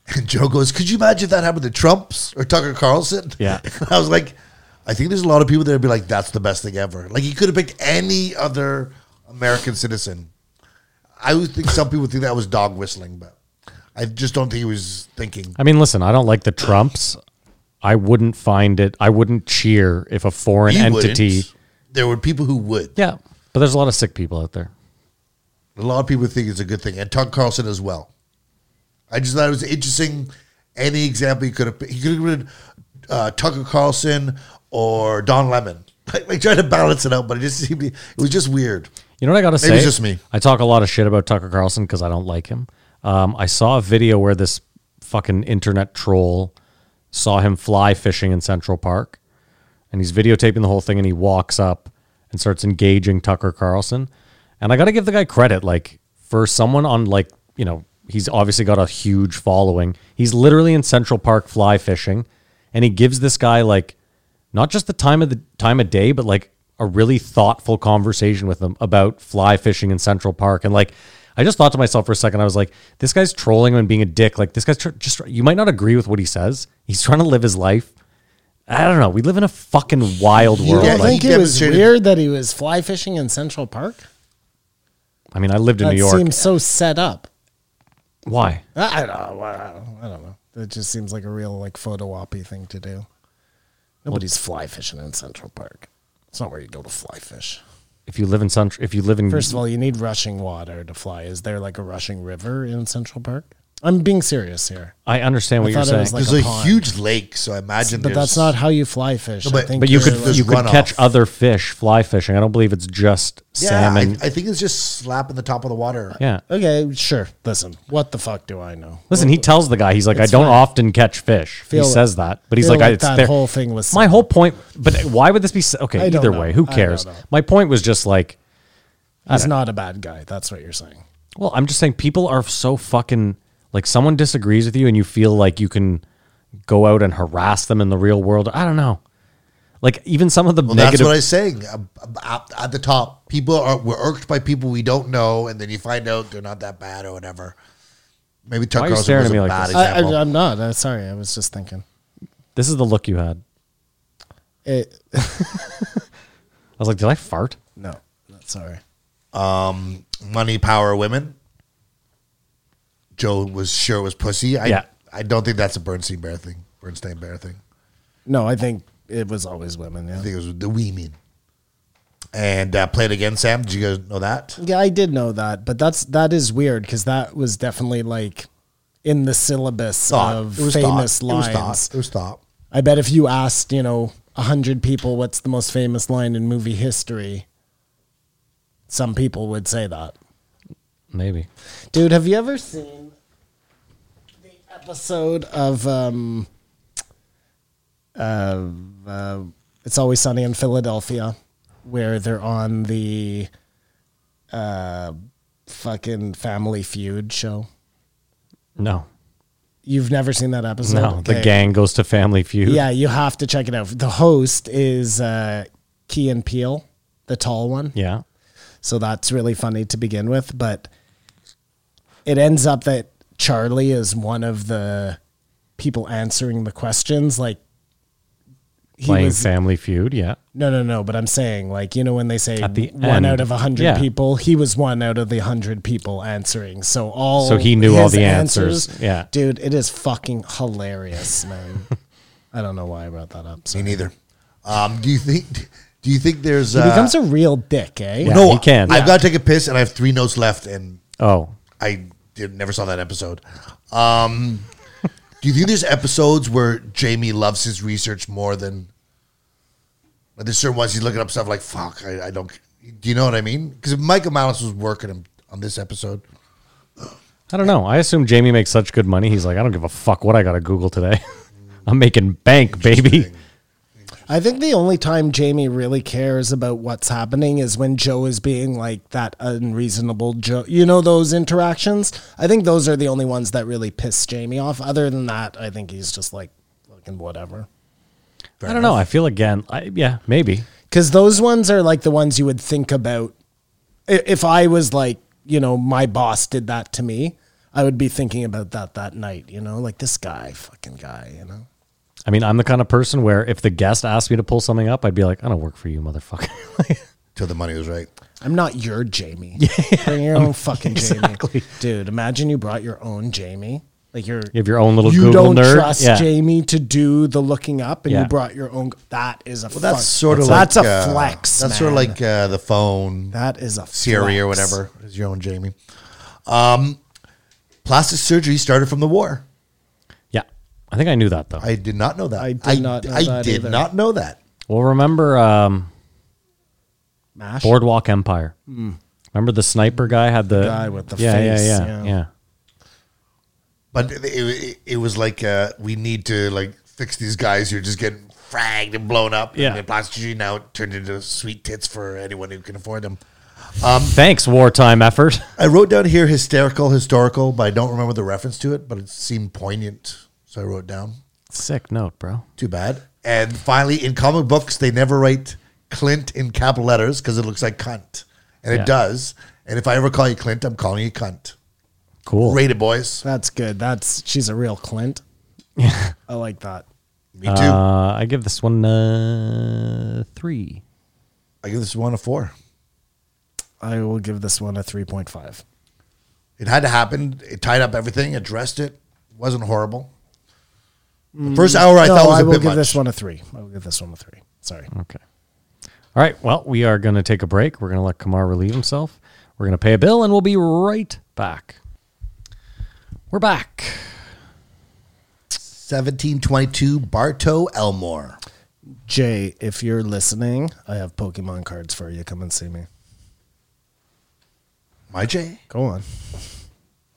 Speaker 5: and Joe goes, "Could you imagine if that happened to Trump's or Tucker Carlson?"
Speaker 6: Yeah.
Speaker 5: And I was like, I think there's a lot of people that would be like, "That's the best thing ever." Like he could have picked any other American citizen. I would think some people think that was dog whistling, but I just don't think he was thinking.
Speaker 6: I mean, listen, I don't like the Trumps. I wouldn't find it. I wouldn't cheer if a foreign
Speaker 5: He
Speaker 6: entity.
Speaker 5: wouldn't. There were people who would.
Speaker 6: Yeah, but there's a lot of sick people out there.
Speaker 5: A lot of people think it's a good thing, and Tuck Carlson as well. I just thought it was interesting. Any example you could have, he could have written uh, Tucker Carlson or Don Lemon. Like, like trying to balance it out, but it just seemed it was just weird.
Speaker 6: You know what I gotta say?
Speaker 5: Maybe it's just me.
Speaker 6: I talk a lot of shit about Tucker Carlson because I don't like him. Um, I saw a video where this fucking internet troll saw him fly fishing in Central Park, and he's videotaping the whole thing, and he walks up and starts engaging Tucker Carlson. And I gotta give the guy credit, like for someone on like you know he's obviously got a huge following. He's literally in Central Park fly fishing, and he gives this guy like not just the time of the time of day, but like a really thoughtful conversation with him about fly fishing in Central Park. And like, I just thought to myself for a second, I was like, this guy's trolling him and being a dick. Like, this guy's tr- just, you might not agree with what he says. He's trying to live his life. I don't know. We live in a fucking wild
Speaker 7: You
Speaker 6: world.
Speaker 5: Yeah,
Speaker 7: don't
Speaker 5: he
Speaker 6: Like,
Speaker 7: think it was
Speaker 5: demonstrated-
Speaker 7: weird that he was fly fishing in Central Park?
Speaker 6: I mean, I lived in
Speaker 7: That
Speaker 6: New York.
Speaker 7: seems so set up.
Speaker 6: Why?
Speaker 7: I I don't. I don't- I don't know. It just seems like a real like photo oppy thing to do. Nobody's fly fishing in Central Park. It's not where you go to fly fish.
Speaker 6: If you live in sun, if you live in
Speaker 7: First of all, you need rushing water to fly. Is there like a rushing river in Central Park? I'm being serious here.
Speaker 6: I understand what
Speaker 7: I
Speaker 6: you're
Speaker 7: thought it
Speaker 6: saying,
Speaker 7: was like
Speaker 5: There's
Speaker 7: a
Speaker 5: a,
Speaker 7: pond.
Speaker 5: huge lake, so I imagine.
Speaker 7: But that's not how you fly fish.
Speaker 5: but-
Speaker 7: I think
Speaker 6: but you
Speaker 7: you're,
Speaker 6: could
Speaker 7: like,
Speaker 5: There's
Speaker 6: you could
Speaker 5: runoff.
Speaker 6: catch other fish fly fishing. I don't believe it's just
Speaker 5: Yeah,
Speaker 6: salmon.
Speaker 5: I, I think it's just slapping the top of the water.
Speaker 6: yeah.
Speaker 7: okay, sure. Listen, what the fuck do I know?
Speaker 6: Listen, he tells the guy he's like, I
Speaker 7: It's
Speaker 6: don't
Speaker 7: fine.
Speaker 6: often catch fish.
Speaker 7: Feel-
Speaker 6: he says that, but he's
Speaker 7: feel
Speaker 6: like, I,
Speaker 7: like
Speaker 6: it's
Speaker 7: that
Speaker 6: there.
Speaker 7: whole thing was
Speaker 6: my whole point. But why would this be s- okay?
Speaker 7: I don't
Speaker 6: Either
Speaker 7: know.
Speaker 6: way, who
Speaker 7: I don't
Speaker 6: cares?
Speaker 7: know.
Speaker 6: My point was just like,
Speaker 7: He's not a bad guy. That's what you're saying.
Speaker 6: well, I'm just saying people are so fucking like someone disagrees with you and you feel like you can go out and harass them in the real world. I don't know. Like even some of the
Speaker 5: Well, that's
Speaker 6: negative.
Speaker 5: what I'm saying. Um, At, at the top, people are we're irked by people we don't know, and then you find out they're not that bad or whatever. Maybe Tucker
Speaker 6: Why are you
Speaker 5: Carlson
Speaker 6: staring
Speaker 5: was
Speaker 6: at me
Speaker 5: a
Speaker 6: like
Speaker 5: bad
Speaker 6: this?
Speaker 7: I,
Speaker 5: example.
Speaker 7: I, I'm not. I'm sorry. I was just thinking.
Speaker 6: this is the look you had.
Speaker 7: It,
Speaker 6: I was like, did I fart?
Speaker 7: no, sorry.
Speaker 5: Money, power, women. Joe was sure it was pussy. I,
Speaker 6: Yeah.
Speaker 5: I don't think that's a Bernstein Bear thing. Bernstein Bear thing.
Speaker 7: No, I think it was always women.
Speaker 5: I
Speaker 7: Yeah.
Speaker 5: think it was the women. And uh, played again, Sam. Did you guys know that?
Speaker 7: Yeah, I did know that, but that's that is weird because that was definitely like in the syllabus of famous
Speaker 5: It was
Speaker 7: lines.
Speaker 5: thought. It was thought.
Speaker 7: I bet if you asked, you know, a hundred people what's the most famous line in movie history, some people would say that.
Speaker 6: Maybe.
Speaker 7: Dude, have you ever seen the episode of um uh, uh It's Always Sunny in Philadelphia where they're on the uh fucking Family Feud show?
Speaker 6: No.
Speaker 7: You've never seen that episode?
Speaker 6: No. The
Speaker 7: Okay.
Speaker 6: gang goes to Family Feud.
Speaker 7: Yeah, you have to check it out. The host is uh Key and Peele, the tall one.
Speaker 6: Yeah.
Speaker 7: So that's really funny to begin with. But it ends up that Charlie is one of the people answering the questions. Like, he
Speaker 6: Playing
Speaker 7: was.
Speaker 6: Family Feud. Yeah.
Speaker 7: No, no, no. But I'm saying, like, you know, when they say
Speaker 6: At the
Speaker 7: one
Speaker 6: end.
Speaker 7: out of a 100
Speaker 6: Yeah.
Speaker 7: people, he was one out of the 100 people answering. So all.
Speaker 6: So he knew all
Speaker 7: his
Speaker 6: the answers. Yeah.
Speaker 7: Dude, it is fucking hilarious, man. I don't know why I brought that up. So.
Speaker 5: Me
Speaker 7: He
Speaker 5: neither. Um, do you think? Do you think there's? uh,
Speaker 7: becomes a real dick, eh?
Speaker 6: Yeah,
Speaker 5: no,
Speaker 6: he can.
Speaker 5: I've got to take a piss, and I have three notes left, and
Speaker 6: Oh.
Speaker 5: I did, never saw that episode. Um, do you think there's episodes where Jamie loves his research more than? Like there's certain ones he's looking up stuff like fuck. I, I don't. Do you know what I mean? Because Michael Malice was working him on this episode.
Speaker 6: I don't know. I assume Jamie makes such good money. He's like, I don't give a fuck what I got to Google today. I'm making bank, baby.
Speaker 7: I think the only time Jamie really cares about what's happening is when Joe is being like that unreasonable Joe. You know those interactions? I think those are the only ones that really piss Jamie off. Other than that, I think he's just like fucking whatever.
Speaker 6: I don't know. I feel again. I, yeah, maybe.
Speaker 7: Cuz those ones are like the ones you would think about I- if I was like, you know, my boss did that to me, I would be thinking about that that night, you know, like this guy, fucking guy, you know.
Speaker 6: I mean, I'm the kind of person where if the guest asked me to pull something up, I'd be like, I don't work for you, motherfucker. Like,
Speaker 5: Till the money was right.
Speaker 7: I'm not your Jamie. Bring your own fucking
Speaker 6: exactly.
Speaker 7: Jamie. Dude, imagine you brought your own Jamie. Like you're
Speaker 6: you have your own little
Speaker 7: you
Speaker 6: Google
Speaker 7: don't
Speaker 6: nerd.
Speaker 7: trust
Speaker 6: yeah.
Speaker 7: Jamie to do the looking up and
Speaker 6: Yeah.
Speaker 7: you brought your own that is a
Speaker 5: Well, that's
Speaker 7: fuck-
Speaker 5: sort of
Speaker 7: that's
Speaker 5: like,
Speaker 7: a
Speaker 5: uh,
Speaker 7: flex.
Speaker 5: That's sort of
Speaker 7: man.
Speaker 5: like uh, the phone.
Speaker 7: that is a
Speaker 5: Siri or
Speaker 7: flex.
Speaker 5: whatever is your own Jamie. Um, plastic surgery started from the war.
Speaker 6: Yeah. I think I knew that though.
Speaker 5: I did not know that.
Speaker 7: I did not know
Speaker 5: I
Speaker 7: that
Speaker 5: did
Speaker 7: either.
Speaker 5: not know that.
Speaker 6: well, remember um,
Speaker 7: Mash.
Speaker 6: Boardwalk Empire. Remember the sniper guy had the,
Speaker 7: guy with Hmm. the
Speaker 6: yeah,
Speaker 7: face,
Speaker 6: Yeah, yeah,
Speaker 7: yeah.
Speaker 6: yeah,
Speaker 5: But it, it, it was like uh, we need to like fix these guys who are just getting fragged and blown up.
Speaker 6: Yeah.
Speaker 5: And then plastic surgery now turned into sweet tits for anyone who can afford them.
Speaker 6: Thanks, wartime effort.
Speaker 5: I wrote down here hysterical, historical, but I don't remember the reference to it. But it seemed poignant, so I wrote down.
Speaker 6: Sick note, bro.
Speaker 5: Too bad. And finally, in comic books, they never write Clint in capital letters because it looks like cunt. And
Speaker 6: Yeah.
Speaker 5: it does. And if I ever call you Clint, I'm calling you cunt.
Speaker 6: Cool.
Speaker 5: Rated boys.
Speaker 7: That's good. That's she's a real Clint. I like that.
Speaker 5: Me too.
Speaker 6: Uh, I give this one uh, three.
Speaker 5: I give this one a four.
Speaker 7: I will give this one a 3.5.
Speaker 5: It had to happen. It tied up everything, addressed it. Wasn't horrible. The first hour I
Speaker 7: Mm. no,
Speaker 5: thought was
Speaker 7: I
Speaker 5: a
Speaker 7: will
Speaker 5: bit
Speaker 7: give
Speaker 5: much.
Speaker 7: this one a 3. I will give this one a 3. Sorry.
Speaker 6: Okay. All right. Well, we are going to take a break. We're going to let Kamar relieve himself. We're going to pay a bill, and we'll be right back. We're back.
Speaker 5: 1722 Bartow Elmore.
Speaker 7: Jay, if you're listening, I have Pokemon cards for you. Come and see me.
Speaker 5: My J.
Speaker 7: Go on.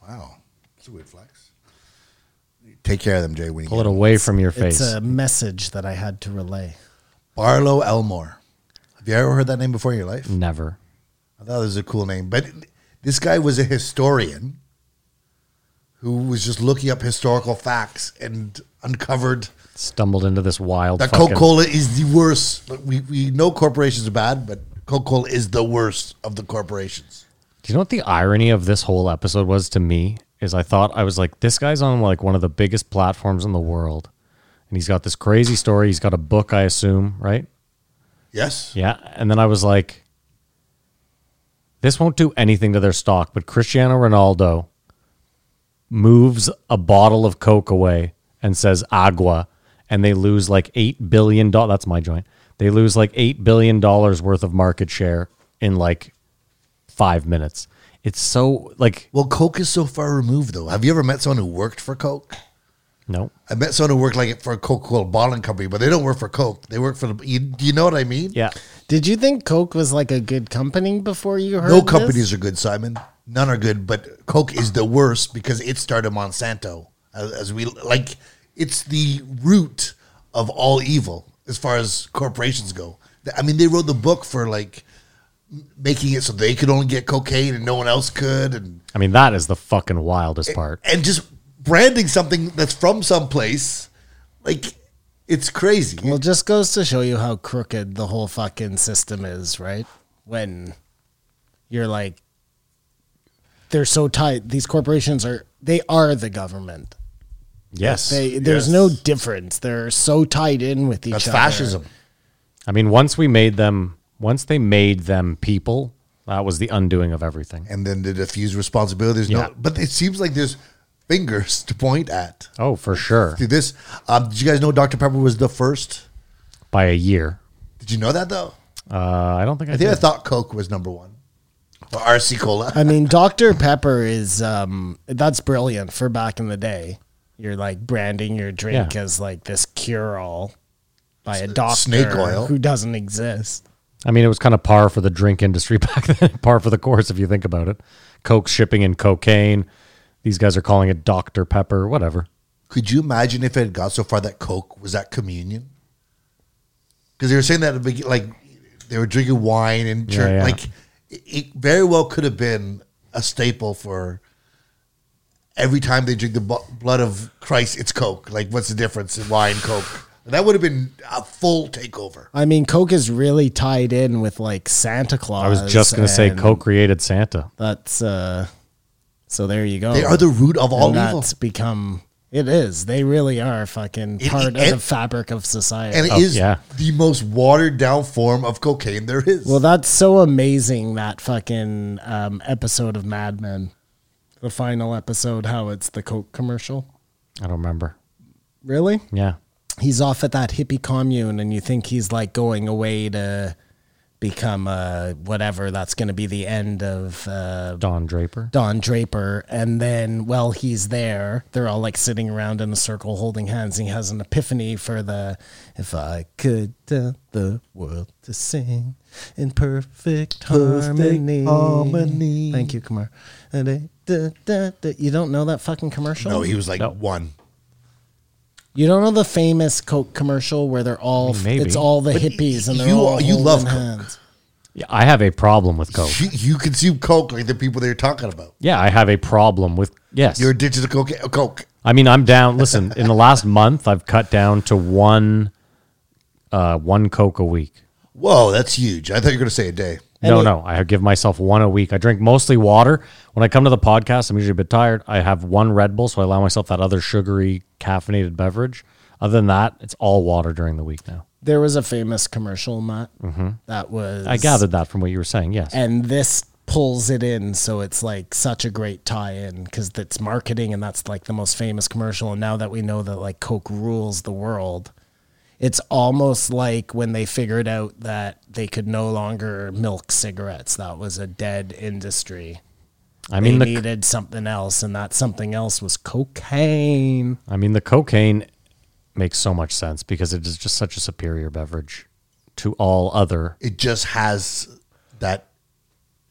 Speaker 5: Wow. That's a weird flex. Take care of them, Jay. When you
Speaker 6: Pull
Speaker 5: get
Speaker 6: it
Speaker 5: them.
Speaker 6: away from your face.
Speaker 7: It's uh, a message that I had to relay.
Speaker 5: Barlow Elmore. Have you ever heard that name before in your life?
Speaker 6: Never.
Speaker 5: I thought it was a cool name, but this guy was a historian who was just looking up historical facts and uncovered
Speaker 6: Stumbled into this wild.
Speaker 5: that
Speaker 6: fucking-
Speaker 5: Coca Cola is the worst. Like, We, we know corporations are bad, but Coca Cola is the worst of the corporations.
Speaker 6: Do you know what the irony of this whole episode was to me? Is I thought I was like, this guy's on like one of the biggest platforms in the world, and he's got this crazy story. He's got a book, I assume, right?
Speaker 5: Yes.
Speaker 6: Yeah. And then I was like, this won't do anything to their stock, but Cristiano Ronaldo moves a bottle of Coke away and says agua, and they lose like $8 billion. That's my joint. They lose like $8 billion worth of market share in like five minutes. It's so like,
Speaker 5: Well, Coke is so far removed, though. Have you ever met someone who worked for Coke?
Speaker 6: no.
Speaker 5: I met someone who worked like for a Coca Cola bottling company, but they don't work for Coke. They work for the. You, do you know what I mean?
Speaker 6: Yeah.
Speaker 7: Did you think Coke was like a good company before you heard
Speaker 5: No
Speaker 7: this?
Speaker 5: companies are good, Simon. None are good, but Coke is the worst because it started Monsanto. As, as we like, it's the root of all evil as far as corporations go. I mean, they wrote the book for like making it so they could only get cocaine and no one else could, and
Speaker 6: I mean, that is the fucking wildest part.
Speaker 5: and just branding something that's from someplace. Like, it's crazy.
Speaker 7: Well, it just goes to show you how crooked the whole fucking system is, right? When you're like, they're so tight. These corporations are, they are the government.
Speaker 6: Yes.
Speaker 7: They, there's
Speaker 5: Yes.
Speaker 7: no difference. They're so tied in with each
Speaker 5: That's
Speaker 7: other.
Speaker 5: fascism.
Speaker 6: I mean, once we made them, once they made them people, that was the undoing of everything.
Speaker 5: and then the diffuse responsibility. There's
Speaker 6: Yeah.
Speaker 5: no, but it seems like there's fingers to point at.
Speaker 6: Oh, for sure.
Speaker 5: Dude, this. Um, did you guys know Dr Pepper was the first?
Speaker 6: By a year.
Speaker 5: Did you know that though?
Speaker 6: Uh, I don't think I,
Speaker 5: I
Speaker 6: did.
Speaker 5: think I thought Coke was number one, or RC Cola.
Speaker 7: I mean, Dr. Pepper is, um, that's brilliant for back in the day. You're like branding your drink
Speaker 6: Yeah.
Speaker 7: as like this cure all by a doctor
Speaker 5: snake oil.
Speaker 7: who doesn't exist.
Speaker 6: I mean, it was kind of par for the drink industry back then, par for the course if you think about it. Coke shipping and cocaine. These guys are calling it Dr. Pepper, whatever.
Speaker 5: Could you imagine if it had got so far that Coke was at communion? Because they were saying that at the begin- like they were drinking wine and church,
Speaker 6: yeah.
Speaker 5: like it, it very well could have been a staple for every time they drink the bu- blood of Christ, it's Coke. Like, what's the difference in wine, Coke? That would have been a full takeover.
Speaker 7: I mean, Coke is really tied in with like Santa Claus.
Speaker 6: I was just going to say
Speaker 7: and
Speaker 6: Coke created Santa.
Speaker 7: That's uh, so there you go.
Speaker 5: They are the root of all
Speaker 7: and
Speaker 5: evil,
Speaker 7: that's become it is. They really are fucking
Speaker 5: It-
Speaker 7: part of
Speaker 5: it-
Speaker 7: the fabric of society.
Speaker 5: and it is
Speaker 6: Oh, yeah.
Speaker 5: the most watered down form of cocaine there is.
Speaker 7: well, that's so amazing that fucking um, episode of Mad Men, the final episode, how it's the Coke commercial.
Speaker 6: I don't remember.
Speaker 7: Really?
Speaker 6: Yeah.
Speaker 7: he's off at that hippie commune and you think he's like going away to become a whatever that's going to be the end of uh,
Speaker 6: Don Draper.
Speaker 7: don draper and then while he's there they're all like sitting around in a circle holding hands and he has an epiphany for the if i could tell the world to sing in perfect, harmony.
Speaker 5: harmony.
Speaker 7: thank you kumar And I- da, da, da. you don't know that fucking commercial
Speaker 5: no, he was like
Speaker 6: No.
Speaker 5: one.
Speaker 7: you don't know the famous Coke commercial where they're all
Speaker 6: mean, maybe.
Speaker 7: it's all the
Speaker 5: But
Speaker 7: hippies and they're
Speaker 5: you-
Speaker 7: all
Speaker 5: you
Speaker 7: holding
Speaker 5: love Coke.
Speaker 7: hands.
Speaker 6: Yeah, I have a problem with Coke.
Speaker 5: You, you consume coke like the people they're talking about.
Speaker 6: Yeah, I have a problem with. Yes.
Speaker 5: You're addicted to coca- uh, coke.
Speaker 6: I mean, I'm down. Listen, in the last month, I've cut down to one, uh, one Coke a week.
Speaker 5: Whoa, that's huge. I thought you were going to say a day.
Speaker 6: no, no, I give myself one a week. I drink mostly water. When I come to the podcast, I'm usually a bit tired. I have one Red Bull, so I allow myself that other sugary caffeinated beverage. Other than that, it's all water during the week now.
Speaker 7: There was a famous commercial, Matt. That was
Speaker 6: I gathered that from what you were saying. Yes.
Speaker 7: and this pulls it in, so it's like such a great tie-in because that's marketing and that's like the most famous commercial. And now that we know that like Coke rules the world, it's almost like when they figured out that they could no longer milk cigarettes. That was a dead industry.
Speaker 6: I mean,
Speaker 7: they
Speaker 6: the,
Speaker 7: needed something else, and that something else was cocaine.
Speaker 6: I mean, the cocaine makes so much sense because it is just such a superior beverage to all other.
Speaker 5: It just has that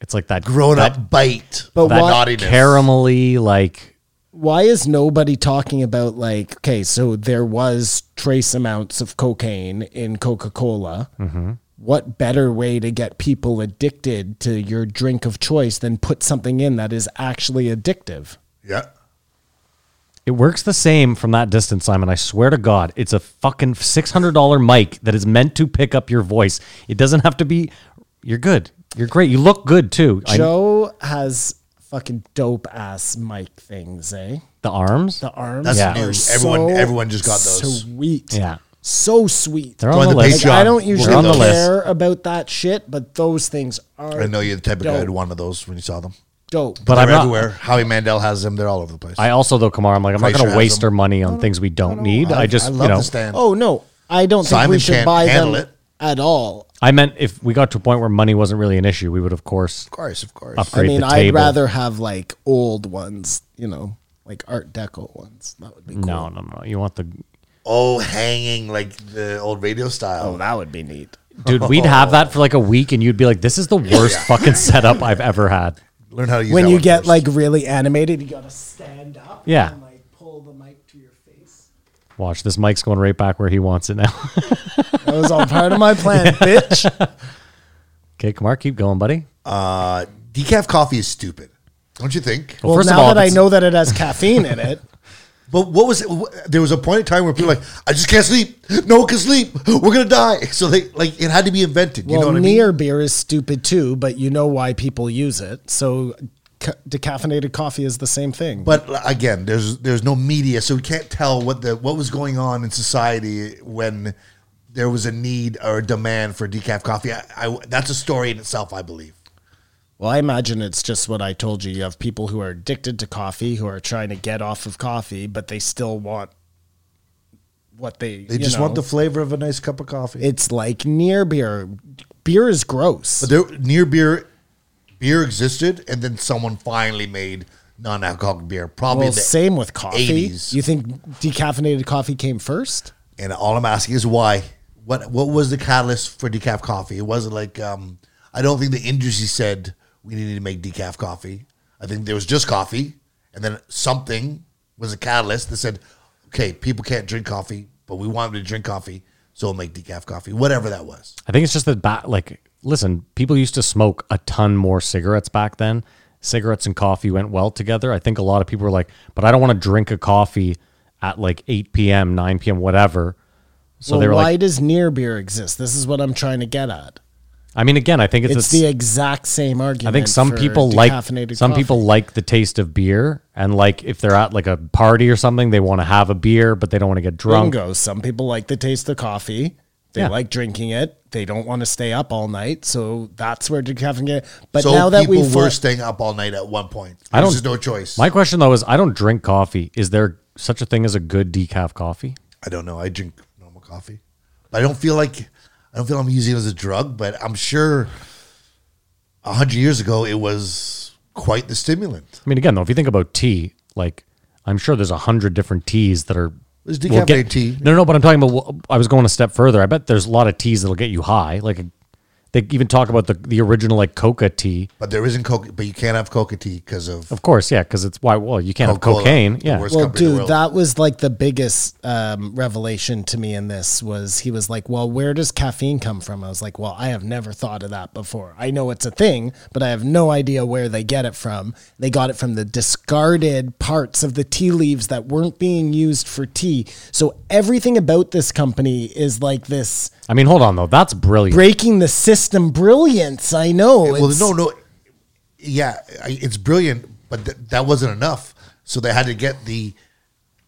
Speaker 6: It's like that
Speaker 5: grown
Speaker 6: that,
Speaker 5: up bite,
Speaker 7: But
Speaker 5: that
Speaker 7: why-
Speaker 5: naughtiness.
Speaker 6: caramelly, like
Speaker 7: Why is nobody talking about like okay, so there was trace amounts of cocaine in Coca Cola.
Speaker 5: Mm-hmm.
Speaker 7: What better way to get people addicted to your drink of choice than put something in that is actually addictive?
Speaker 5: yeah.
Speaker 6: it works the same from that distance, Simon. I swear to God, it's a fucking six hundred dollar mic that is meant to pick up your voice. It doesn't have to be. You're good. You're great. You look good too. I-
Speaker 7: Joe has fucking dope ass mic things, eh?
Speaker 6: the arms.
Speaker 7: The arms.
Speaker 5: That's
Speaker 6: Yeah.
Speaker 5: new.
Speaker 7: are
Speaker 5: Everyone-
Speaker 7: so
Speaker 5: everyone just got those.
Speaker 7: Sweet.
Speaker 6: Yeah.
Speaker 7: So sweet.
Speaker 6: They're
Speaker 5: Join
Speaker 6: on the
Speaker 5: the
Speaker 6: list.
Speaker 7: Like,
Speaker 5: Patreon.
Speaker 7: I don't
Speaker 5: We'll
Speaker 7: usually
Speaker 6: get those.
Speaker 7: care about that shit, but those things are
Speaker 5: I know you're the type of guy
Speaker 7: Dope.
Speaker 5: who'd want one of those when you saw them.
Speaker 7: dope.
Speaker 6: But
Speaker 5: They're
Speaker 6: I'm not-
Speaker 5: everywhere. Howie Mandel has them. They're all over the place.
Speaker 6: I also though, Kamar, I'm like, I'm not
Speaker 5: Kreischer
Speaker 6: going
Speaker 5: has
Speaker 6: to waste
Speaker 5: them.
Speaker 6: our money on things we don't need. I, just,
Speaker 5: I
Speaker 6: you
Speaker 5: love
Speaker 6: know,
Speaker 5: the stand.
Speaker 7: oh no, I don't think
Speaker 5: Simon
Speaker 7: we should
Speaker 5: can't
Speaker 7: buy
Speaker 5: handle
Speaker 7: them
Speaker 5: it.
Speaker 7: at all.
Speaker 6: I meant if we got to a point where money wasn't really an issue, we would of course
Speaker 5: of course, of course.
Speaker 6: upgrade.
Speaker 7: I mean,
Speaker 6: the
Speaker 7: I'd
Speaker 6: table.
Speaker 7: rather have like old ones, you know, like Art Deco ones. That would be cool.
Speaker 6: No, no, no. You want the
Speaker 5: Oh, hanging like the old radio
Speaker 7: Oh,
Speaker 5: style.
Speaker 7: that would be neat.
Speaker 6: dude? We'd have that for like a week, and you'd be like, "This is the worst fucking setup I've ever had."
Speaker 5: Learn how to use
Speaker 7: when
Speaker 5: that
Speaker 7: you
Speaker 5: one
Speaker 7: get
Speaker 5: first.
Speaker 7: like really animated, you gotta stand up.
Speaker 6: Yeah.
Speaker 7: And like pull the mic to your face.
Speaker 6: Watch this mic's going right back where he wants it now.
Speaker 7: That was "Oh, all part of my plan, bitch.
Speaker 6: okay, Kamar, keep going, buddy.
Speaker 5: uh, decaf coffee is stupid, don't you think?
Speaker 6: Well,
Speaker 7: well,
Speaker 6: first
Speaker 7: now
Speaker 6: of all,
Speaker 7: that I
Speaker 6: it's-
Speaker 7: know that it has caffeine in it,
Speaker 5: But what was it? wh- There was a point in time where people were like, I just can't sleep. No one can sleep. We're gonna die. So they like it had to be invented. You
Speaker 7: well,
Speaker 5: know what I mean?
Speaker 7: near beer is stupid too, but you know why people use it. So ca- decaffeinated coffee is the same thing.
Speaker 5: But like, again, there's there's no media, so we can't tell what the what was going on in society when there was a need or a demand for decaf coffee. I, I, that's a story in itself, I believe.
Speaker 7: Well, I imagine it's just what I told you. You have people who are addicted to coffee, who are trying to get off of coffee, but they still want what they
Speaker 5: They
Speaker 7: you
Speaker 5: just want
Speaker 7: know.
Speaker 5: the flavor of a nice cup of coffee.
Speaker 7: It's like near beer. Beer is gross.
Speaker 5: But there, near beer, beer existed, and then someone finally made non-alcoholic beer. Probably
Speaker 7: well,
Speaker 5: in the
Speaker 7: same with coffee.
Speaker 5: 80s.
Speaker 7: You think decaffeinated coffee came first?
Speaker 5: And all I'm asking is why. What what was the catalyst for decaf coffee? It wasn't like um, I don't think the industry said we needed to make decaf coffee. I think there was just coffee, and then something was a catalyst that said, "Okay, people can't drink coffee, but we want them to drink coffee, so we'll make decaf coffee." Whatever that was.
Speaker 6: I think it's just that back, like, listen, people used to smoke a ton more cigarettes back then. Cigarettes and coffee went well together. I think a lot of people were like, but I don't want to drink a coffee at like 8 p.m., 9 p.m., whatever. So
Speaker 7: well,
Speaker 6: they were
Speaker 7: why
Speaker 6: like,
Speaker 7: does near beer exist? This is what I'm trying to get at.
Speaker 6: I mean, again, I think it's,
Speaker 7: It's,
Speaker 6: a s-
Speaker 7: the exact same argument.
Speaker 6: I think some
Speaker 7: for
Speaker 6: people like
Speaker 7: decaffeinated
Speaker 6: some
Speaker 7: coffee.
Speaker 6: people like the taste of beer, and like if they're at like a party or something, they want to have a beer, but they don't want to get drunk.
Speaker 7: Bingo. Some people like the taste of coffee. They
Speaker 6: Yeah.
Speaker 7: like drinking it. They don't want to stay up all night, so that's where decaffeinated. But
Speaker 5: so
Speaker 7: now that
Speaker 5: people
Speaker 7: we
Speaker 5: were
Speaker 7: fought-
Speaker 5: staying up all night at one point.
Speaker 6: I don't-
Speaker 5: There's no choice.
Speaker 6: My question though is, I don't drink coffee. Is there such a thing as a good decaf coffee?
Speaker 5: I don't know. I drink normal coffee, but I don't feel like I don't feel I'm using it as a drug. But I'm sure a hundred years ago it was quite the stimulant.
Speaker 6: I mean, again though, if you think about tea, like I'm sure there's a hundred different teas that are.
Speaker 5: There's
Speaker 6: will get-
Speaker 5: decaffeinated tea.
Speaker 6: No, no, but I'm talking about. I was going a step further. I bet there's a lot of teas that'll get you high. Like they even talk about the the original like coca tea.
Speaker 5: But there isn't coca. But you can't have coca tea because of.
Speaker 6: Of course, yeah, because it's why. Well, you can't
Speaker 5: Coca-Cola,
Speaker 6: have cocaine.
Speaker 5: the
Speaker 6: Yeah,
Speaker 5: worst
Speaker 7: Well,
Speaker 5: company in the
Speaker 7: dude,
Speaker 5: world.
Speaker 7: that was like the biggest um, revelation to me in this was he was like, "Well, where does caffeine come from?" I was like, "Well, I have never thought of that before. I know it's a thing, but I have no idea where they get it from. They got it from the discarded parts of the tea leaves that weren't being used for tea. So everything about this company is like this."
Speaker 6: I mean, hold on though. That's brilliant.
Speaker 7: breaking the system brilliance. I know.
Speaker 5: well,
Speaker 7: It's-
Speaker 5: no, no, yeah, I- it's brilliant, but th- that wasn't enough. So they had to get the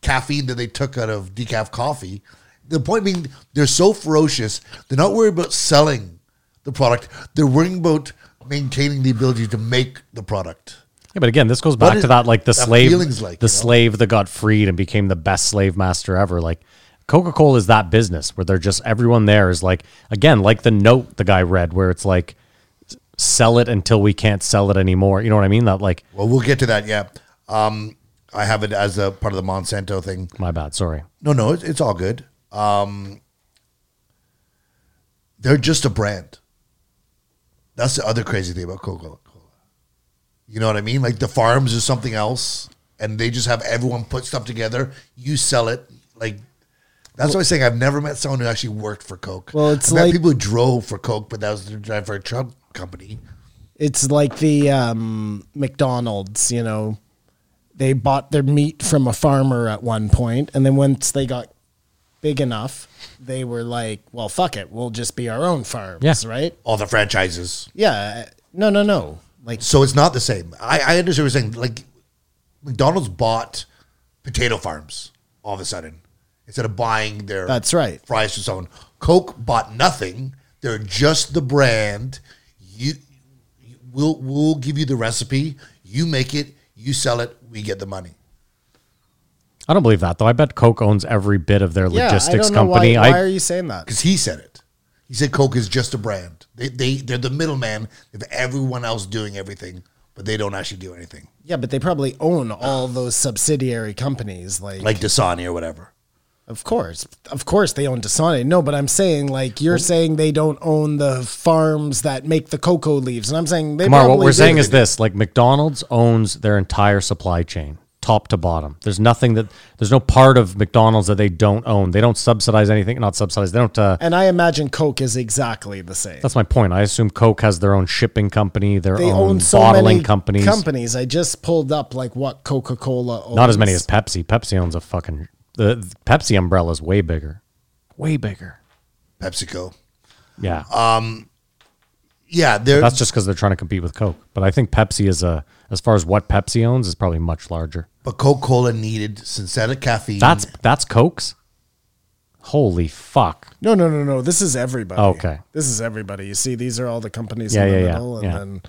Speaker 5: caffeine that they took out of decaf coffee. The point being, they're so ferocious; they're not worried about selling the product; they're worrying about maintaining the ability to make the product.
Speaker 6: Yeah, but again, this goes back
Speaker 5: is
Speaker 6: to that like the
Speaker 5: that
Speaker 6: slave,
Speaker 5: feeling's like,
Speaker 6: the
Speaker 5: you know?
Speaker 6: slave that got freed and became the best slave master ever. Like Coca Cola is that business where they're just everyone there is like again like the note the guy read where it's like s- sell it until we can't sell it anymore. You know what I mean? That like
Speaker 5: Well, we'll get to that. Yeah. Um, I have it as a part of the Monsanto thing.
Speaker 6: my bad, sorry.
Speaker 5: No, no, it's, it's all good. Um, they're just a brand. That's the other crazy thing about Coca Cola. You know what I mean? Like the farms is something else, and they just have everyone put stuff together. You sell it. Like that's what I'm saying. I've never met someone who actually worked for Coke.
Speaker 7: Well, it's
Speaker 5: I've met
Speaker 7: like-
Speaker 5: people who drove for Coke, but that was their drive for a truck company.
Speaker 7: It's like the um, McDonald's, you know, they bought their meat from a farmer at one point, and then once they got big enough, they were like, "Well, fuck it, we'll just be our own farms,
Speaker 6: Yeah.
Speaker 7: right?"
Speaker 5: All the franchises.
Speaker 7: Yeah, no, no, no. Like,
Speaker 5: So it's not the same. I, I understand what you're saying. Like McDonald's bought potato farms all of a sudden instead of buying their
Speaker 7: That's right.
Speaker 5: fries from someone. Coke bought nothing. They're just the brand. You, you we'll we'll give you the recipe. You make it. You sell it. We get the money.
Speaker 6: I don't believe that though. I bet Coke owns every bit of their
Speaker 7: yeah, I
Speaker 6: logistics
Speaker 7: don't know
Speaker 6: company.
Speaker 7: Why, why
Speaker 6: I
Speaker 7: are you saying that?
Speaker 5: because he said it. He said Coke is just a brand. They they they're the middleman of everyone else doing everything, but they don't actually do anything
Speaker 7: Yeah, but they probably own all those subsidiary companies. Like,
Speaker 5: like Dasani or whatever.
Speaker 7: of course, of course, they own Dasani. No, but I'm saying, like, you're saying they don't own the farms that make the cocoa leaves, and I'm saying they.
Speaker 6: Kamar, what
Speaker 7: probably
Speaker 6: we're
Speaker 7: do.
Speaker 6: saying is this: like McDonald's owns their entire supply chain, top to bottom. There's nothing that there's no part of McDonald's that they don't own. They don't subsidize anything. Not subsidize. They don't. Uh,
Speaker 7: and I imagine Coke is exactly the same.
Speaker 6: that's my point. I assume Coke has their own shipping company, their
Speaker 7: They
Speaker 6: own
Speaker 7: own so
Speaker 6: bottling
Speaker 7: many
Speaker 6: companies.
Speaker 7: Companies. I just pulled up like what Coca Cola owns.
Speaker 6: Not as many as Pepsi. Pepsi owns a fucking the, the Pepsi umbrella is way bigger, way bigger.
Speaker 5: PepsiCo.
Speaker 6: Yeah,
Speaker 7: Uh,
Speaker 5: Yeah, they're
Speaker 6: that's just because they're trying to compete with Coke. But I think Pepsi is a as far as what Pepsi owns is probably much larger.
Speaker 5: but Coca Cola needed synthetic caffeine.
Speaker 6: That's that's Coke's. Holy fuck!
Speaker 7: No, no, no, no. This is everybody.
Speaker 6: Okay.
Speaker 7: This is everybody. You see, these are all the companies
Speaker 6: Yeah,
Speaker 7: in the
Speaker 6: yeah, yeah,
Speaker 7: middle. And
Speaker 6: yeah.
Speaker 7: then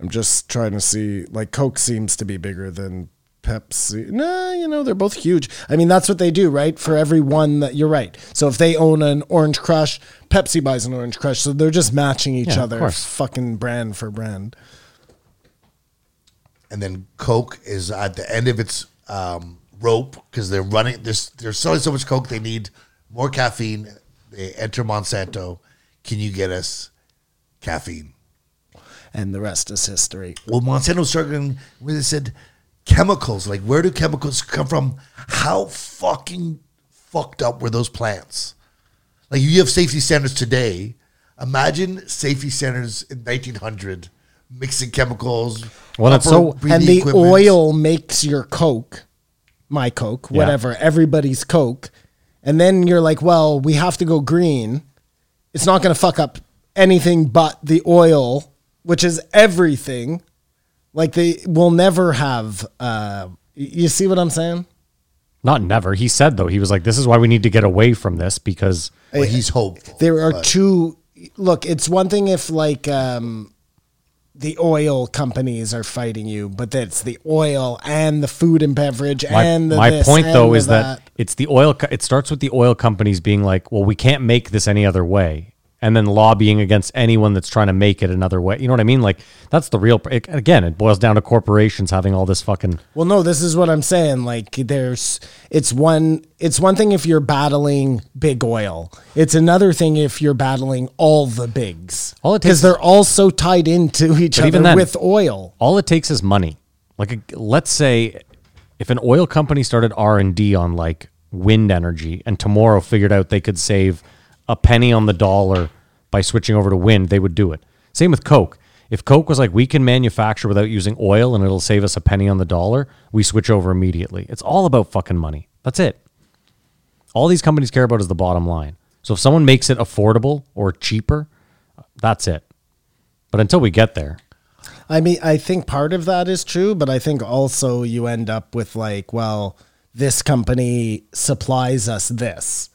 Speaker 7: I'm just trying to see, like, Coke seems to be bigger than Pepsi. Nah, you know, they're both huge. I mean, that's what they do, right? For every one that you're right. So if they own an Orange Crush, Pepsi buys an Orange Crush. So they're just matching each
Speaker 6: Yeah, of
Speaker 7: other,
Speaker 6: course.
Speaker 7: fucking brand for brand.
Speaker 5: and then Coke is at the end of its um, rope because they're running. They're, they're selling so much Coke they need more caffeine. They enter Monsanto. Can you get us caffeine?
Speaker 7: And the rest is history.
Speaker 5: Well, Monsanto started when they said chemicals. Like, where do chemicals come from? How fucking fucked up were those plants? Like, you have safety standards today. Imagine safety standards in 1900, mixing chemicals.
Speaker 6: Well, that's
Speaker 5: proper
Speaker 6: so-
Speaker 5: breathing
Speaker 7: and the
Speaker 5: equipment.
Speaker 7: oil makes your coke my coke
Speaker 6: Yeah.
Speaker 7: whatever everybody's coke and then you're like well we have to go green it's not going to fuck up anything but the oil which is everything like they will never have uh y- you see what i'm saying
Speaker 6: Not never. He said though he was like, "This is why we need to get away from this because
Speaker 5: Well,
Speaker 7: eh,
Speaker 5: he's hopeful.
Speaker 7: there are
Speaker 5: but-
Speaker 7: two look it's one thing if like um the oil companies are fighting you but that's the oil and the food and beverage
Speaker 6: my,
Speaker 7: and the
Speaker 6: my
Speaker 7: this
Speaker 6: point
Speaker 7: and
Speaker 6: though
Speaker 7: the
Speaker 6: is that. it's the oil. co- It starts with the oil companies being like, "Well, we can't make this any other way," and then lobbying against anyone that's trying to make it another way. You know what I mean? Like that's the real. pr- It, again, it boils down to corporations having all this fucking.
Speaker 7: Well, no, this is what I'm saying. Like, there's, it's one, it's one thing if you're battling big oil. It's another thing if you're battling all the bigs.
Speaker 6: All it takes-
Speaker 7: because they're all so tied into each
Speaker 6: But
Speaker 7: other
Speaker 6: even then-
Speaker 7: with oil.
Speaker 6: All it takes is money. Like a, let's say if an oil company started R&D on like wind energy and tomorrow figured out they could save a penny on the dollar by switching over to wind, they would do it. Same with Coke. If Coke was like we can manufacture without using oil and it'll save us a penny on the dollar, we switch over immediately. It's all about fucking money. That's it. All these companies care about is the bottom line. So if someone makes it affordable or cheaper, that's it. But until we get there,
Speaker 7: I mean, I think part of that is true, but I think also you end up with like, well, this company supplies us this.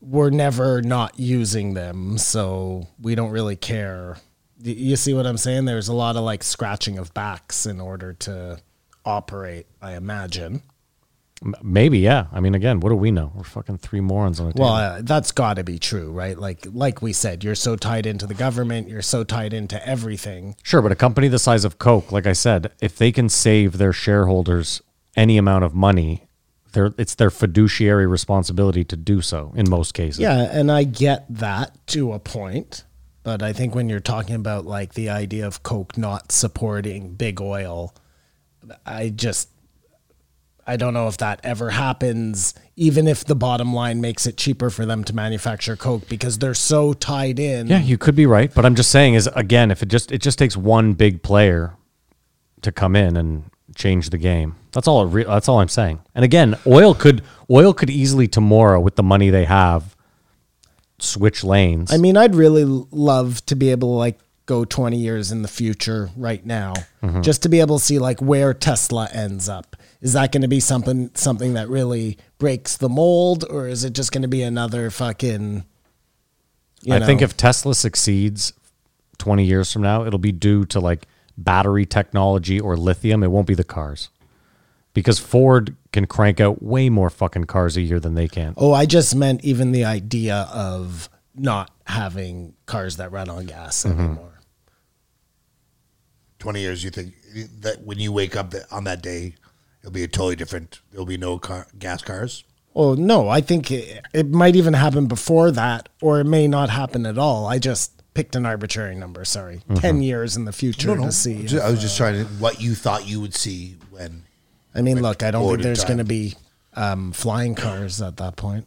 Speaker 7: We're never not using them, so we don't really care. Y- You see what I'm saying? There's a lot of like scratching of backs in order to operate, I imagine.
Speaker 6: M- Maybe, yeah. I mean, again, what do we know? We're fucking three morons on a
Speaker 7: Well,
Speaker 6: table.
Speaker 7: uh, that's got to be true, right? Like, like we said, you're so tied into the government, you're so tied into everything.
Speaker 6: Sure, but a company the size of Coke, like I said, if they can save their shareholders any amount of money, they're, it's their fiduciary responsibility to do so in most cases.
Speaker 7: Yeah, and I get that to a point, but I think when you're talking about like the idea of Coke not supporting big oil, I just I don't know if that ever happens, even if the bottom line makes it cheaper for them to manufacture Coke because they're so tied in.
Speaker 6: Yeah, you could be right, but I'm just saying is again, if it just it just takes one big player to come in and change the game. That's all. It re- that's all I'm saying. And again, oil could oil could easily tomorrow with the money they have switch lanes.
Speaker 7: I mean, I'd really l- love to be able to like go 20 years in the future right now,
Speaker 6: Mm-hmm.
Speaker 7: just to be able to see like where Tesla ends up. Is that going to be something something that really breaks the mold, or is it just going to be another fucking? you
Speaker 6: I think
Speaker 7: know?
Speaker 6: if Tesla succeeds 20 years from now, it'll be due to like battery technology or lithium. It won't be the cars. Because Ford can crank out way more fucking cars a year than they can.
Speaker 7: oh, I just meant even the idea of not having cars that run on gas
Speaker 6: Mm-hmm.
Speaker 7: anymore.
Speaker 5: Twenty years, you think that when you wake up that, on that day, it'll be a totally different. There'll be no car, gas cars.
Speaker 7: Oh no, I think it, it might even happen before that, or it may not happen at all. I just picked an arbitrary number. Sorry, ten years in the future to see.
Speaker 5: Ju-
Speaker 7: if, uh,
Speaker 5: I was just trying to what you thought you would see when.
Speaker 7: I mean, look, I don't
Speaker 5: Or
Speaker 7: think
Speaker 5: to
Speaker 7: there's
Speaker 5: drive.
Speaker 7: going to be um, flying cars at that point,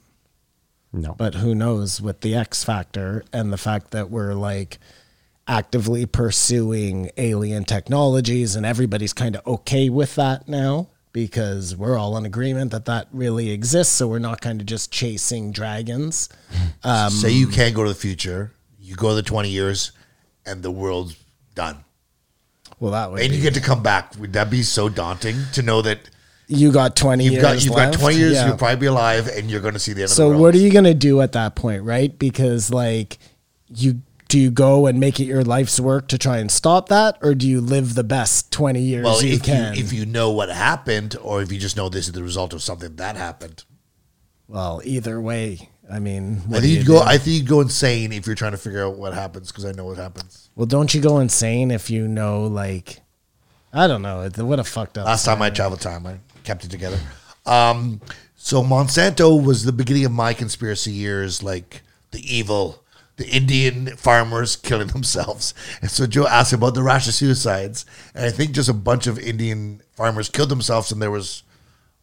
Speaker 6: No.
Speaker 7: but who knows with the X factor and the fact that we're like actively pursuing alien technologies and everybody's kind of okay with that now because we're all in agreement that that really exists. So we're not kind of just chasing dragons.
Speaker 5: say you can't go to the future, you go the twenty years, and the world's done,
Speaker 7: Well, that would
Speaker 5: and
Speaker 7: be-
Speaker 5: you get to come back. Would that be so daunting to know that
Speaker 7: you got 20
Speaker 5: you've
Speaker 7: years
Speaker 5: got you've
Speaker 7: left.
Speaker 5: got twenty years,
Speaker 7: Yeah.
Speaker 5: you'll probably be alive, and you're going to see the end
Speaker 7: so
Speaker 5: of the world.
Speaker 7: what are you going to do at that point right because like you do you go and make it your life's work to try and stop that or do you live the best 20 years
Speaker 5: Well,
Speaker 7: you
Speaker 5: if
Speaker 7: can
Speaker 5: you if you know what happened, or if you just know this is the result of something that happened,
Speaker 7: well either way i mean
Speaker 5: I
Speaker 7: what do
Speaker 5: think
Speaker 7: you
Speaker 5: you'd
Speaker 7: do?
Speaker 5: go. I think you'd go insane if you're trying to figure out what happens because I know what happens.
Speaker 7: well don't you go insane if you know like i don't know it- what a fucked up
Speaker 5: Last time I traveled time, I kept it together. Um, so Monsanto was the beginning of my conspiracy years, like the evil, the Indian farmers killing themselves. And so Joe asked about the rash of suicides, and I think just a bunch of Indian farmers killed themselves, and there was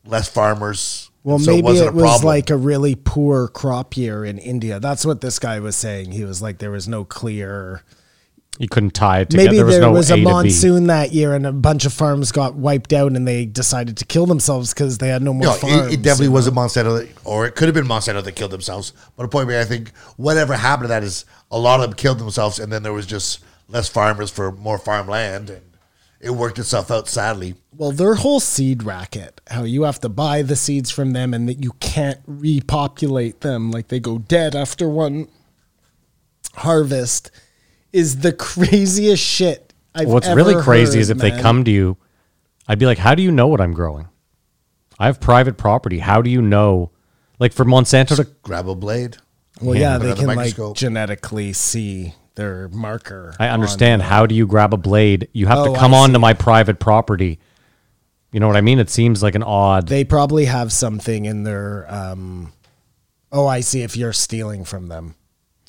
Speaker 5: less farmers.
Speaker 7: well,
Speaker 5: so
Speaker 7: maybe it,
Speaker 5: wasn't a
Speaker 7: was
Speaker 5: problem.
Speaker 7: like a really poor crop year in India. That's what this guy was saying. He was like, there was no clear
Speaker 6: you couldn't tie it together.
Speaker 7: Maybe
Speaker 6: there was, no a to
Speaker 7: a,
Speaker 6: B.
Speaker 7: monsoon that year and a bunch of farms got wiped out and they decided to kill themselves because they had no more
Speaker 5: No,
Speaker 7: farms.
Speaker 5: it, it definitely wasn't Monsanto, that- or it could have been Monsanto that killed themselves. But the point being, I think whatever happened to that is a lot of them killed themselves, and then there was just less farmers for more farmland, and it worked itself out. Sadly,
Speaker 7: Well, their whole seed racket, how you have to buy the seeds from them and that you can't repopulate them, like they go dead after one harvest, is the craziest shit I've
Speaker 6: What's
Speaker 7: ever
Speaker 6: really crazy
Speaker 7: heard,
Speaker 6: is if they
Speaker 7: man.
Speaker 6: come to you, I'd be like, "How do you know what I'm growing? I have private property. How do you know?" Like for Monsanto to,
Speaker 5: grab a blade.
Speaker 7: Well,
Speaker 5: Put
Speaker 7: yeah,
Speaker 5: it
Speaker 7: they
Speaker 5: under
Speaker 7: can like
Speaker 5: microscope.
Speaker 7: genetically see their marker.
Speaker 6: I
Speaker 7: on-
Speaker 6: understand. How do you grab a blade? You have
Speaker 7: Oh,
Speaker 6: to come
Speaker 7: I
Speaker 6: onto my private property. You know what I mean? It seems like an odd.
Speaker 7: they probably have something in their um oh i see if you're stealing from them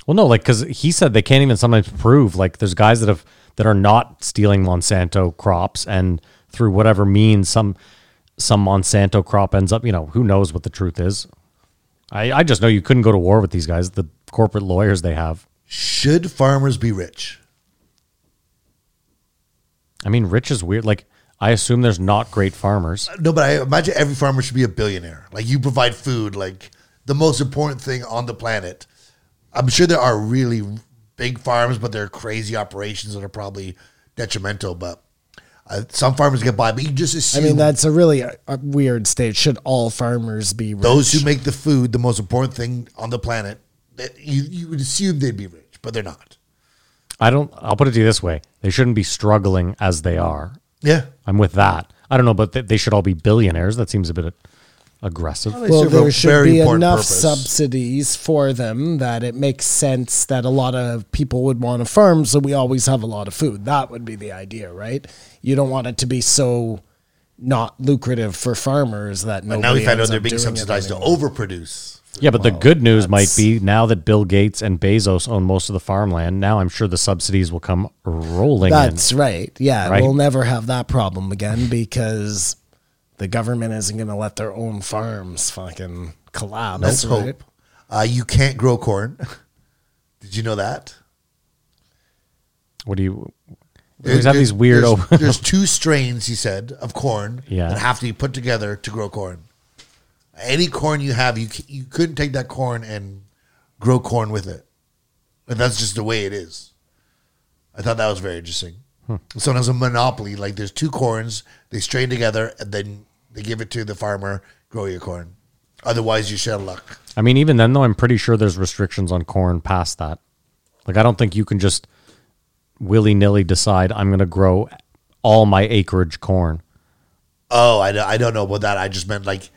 Speaker 6: well, no, like because he said they can't even sometimes prove. Like there's guys that have that are not stealing Monsanto crops, and through whatever means, some some Monsanto crop ends up. You know, who knows what the truth is. I, I just know you couldn't go to war with these guys. The corporate lawyers they have.
Speaker 5: Should farmers be rich?
Speaker 6: I mean, rich is weird. Like, I assume there's not great farmers.
Speaker 5: No, but I imagine every farmer should be a billionaire. Like you provide food, like the most important thing on the planet. I'm sure there are really big farms, but they're crazy operations that are probably detrimental. But uh, some farmers get by, but you just
Speaker 7: i
Speaker 5: assume.
Speaker 7: mean that's a really uh uh weird state should all farmers be rich?
Speaker 5: those who make the food the most important thing on the planet that you, you would assume they'd be rich but they're not
Speaker 6: I don't, I'll put it to you this way they shouldn't be struggling as they are.
Speaker 5: yeah
Speaker 6: I'm with that. I don't know, but th- they should all be billionaires. That seems a bit aggressive.
Speaker 7: Well,
Speaker 5: serve a
Speaker 7: there should
Speaker 5: very
Speaker 7: be
Speaker 5: important
Speaker 7: enough
Speaker 5: purpose.
Speaker 7: subsidies for them that it makes sense that a lot of people would want to farm, so we always have a lot of food. That would be the idea, right? You don't want it to be so not lucrative for farmers that nobody.
Speaker 5: now we found out
Speaker 7: ends
Speaker 5: they're
Speaker 7: up
Speaker 5: being
Speaker 7: doing it
Speaker 5: subsidized to
Speaker 7: anymore.
Speaker 5: overproduce.
Speaker 6: Yeah, but the good news might be now that Bill Gates and Bezos own most of the farmland, now I'm sure the subsidies will come rolling
Speaker 7: That's
Speaker 6: in.
Speaker 7: right. Yeah,
Speaker 6: Right?
Speaker 7: we'll never have that problem again because the government isn't going to let their own farms fucking collapse.
Speaker 5: Let's
Speaker 7: right?
Speaker 5: hope. Uh, you can't grow corn. Did you know that?
Speaker 6: What do you we always have these weird
Speaker 5: There's,
Speaker 6: over
Speaker 5: there's two strains, he said, of corn
Speaker 6: Yeah.
Speaker 5: that have to be put together to grow corn. Any corn you have, you c- you couldn't take that corn and grow corn with it, and that's just the way it is. I thought that was very interesting.
Speaker 6: Hmm.
Speaker 5: So there's a monopoly. Like there's two corns, they strain together, and then they give it to the farmer. Grow your corn, otherwise you shall luck.
Speaker 6: I mean, even then though, I'm pretty sure there's restrictions on corn past that. Like I don't think you can just willy nilly decide I'm gonna grow all my acreage corn.
Speaker 5: Oh, I, don't- I don't know about that. I just meant like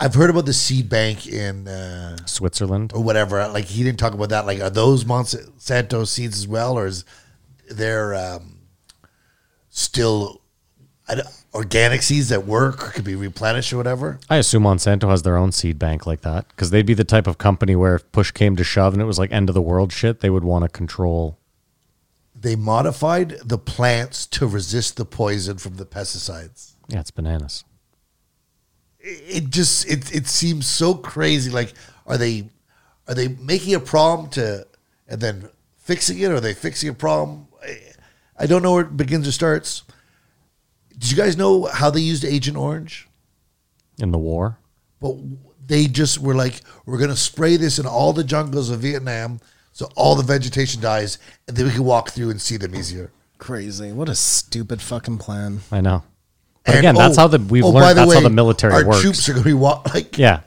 Speaker 5: I've heard about the seed bank in. Uh,
Speaker 6: Switzerland.
Speaker 5: or whatever. Like he didn't talk about that. Like are those Monsanto seeds as well, or is there um, still I don't- organic seeds that work or could be replenished or whatever?
Speaker 6: I assume Monsanto has their own seed bank like that because they'd be the type of company where if push came to shove and it was like end of the world shit, they would want to control.
Speaker 5: They modified the plants to resist the poison from the pesticides.
Speaker 6: Yeah, it's bananas.
Speaker 5: It it just it it seems so crazy. Like are they are they making a problem to and then fixing it? Or are they fixing a problem? I- I don't know where it begins or starts. Did you guys know how they used Agent Orange?
Speaker 6: in the war.
Speaker 5: but they just were like, we're going to spray this in all the jungles of Vietnam so all the vegetation dies and then we can walk through and see them easier.
Speaker 7: Crazy. What a stupid fucking plan.
Speaker 6: I know. But
Speaker 5: And-
Speaker 6: again, that's
Speaker 5: oh,
Speaker 6: how the we've
Speaker 5: oh, by
Speaker 6: learned that's how
Speaker 5: way,
Speaker 6: the military
Speaker 5: our
Speaker 6: works.
Speaker 5: troops are going to be walk, like,
Speaker 6: yeah.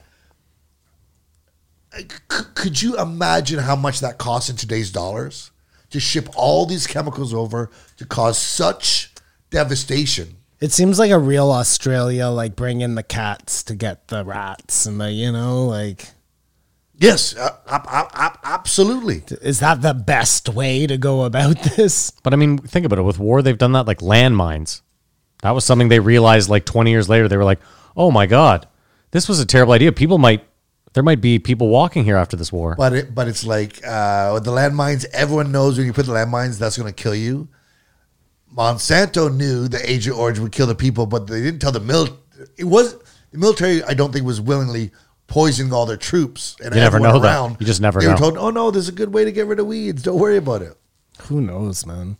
Speaker 5: c- could you imagine how much that costs in today's dollars to ship all these chemicals over to cause such devastation?
Speaker 7: It seems like a real Australia, like bring in the cats to get the rats and the, you know, like,
Speaker 5: Yes, uh, ab- ab- ab- absolutely.
Speaker 7: is that the best way to go about this?
Speaker 6: But I mean, think about it. With war, they've done that like landmines. That was something they realized like 20 years later. They were like, oh my God, this was a terrible idea. People might, there might be people walking here after this war.
Speaker 5: But it, but it's like uh, with the landmines. Everyone knows when you put the landmines, that's going to kill you. Monsanto knew the Agent Orange would kill the people, but they didn't tell the military. It was the military. I don't think was willingly poisoning all their troops and
Speaker 6: You never
Speaker 5: everyone
Speaker 6: know that.
Speaker 5: around.
Speaker 6: You just never
Speaker 5: They
Speaker 6: know.
Speaker 5: were told, "Oh no, there's a good way to get rid of weeds. Don't worry about it."
Speaker 7: Who knows, man?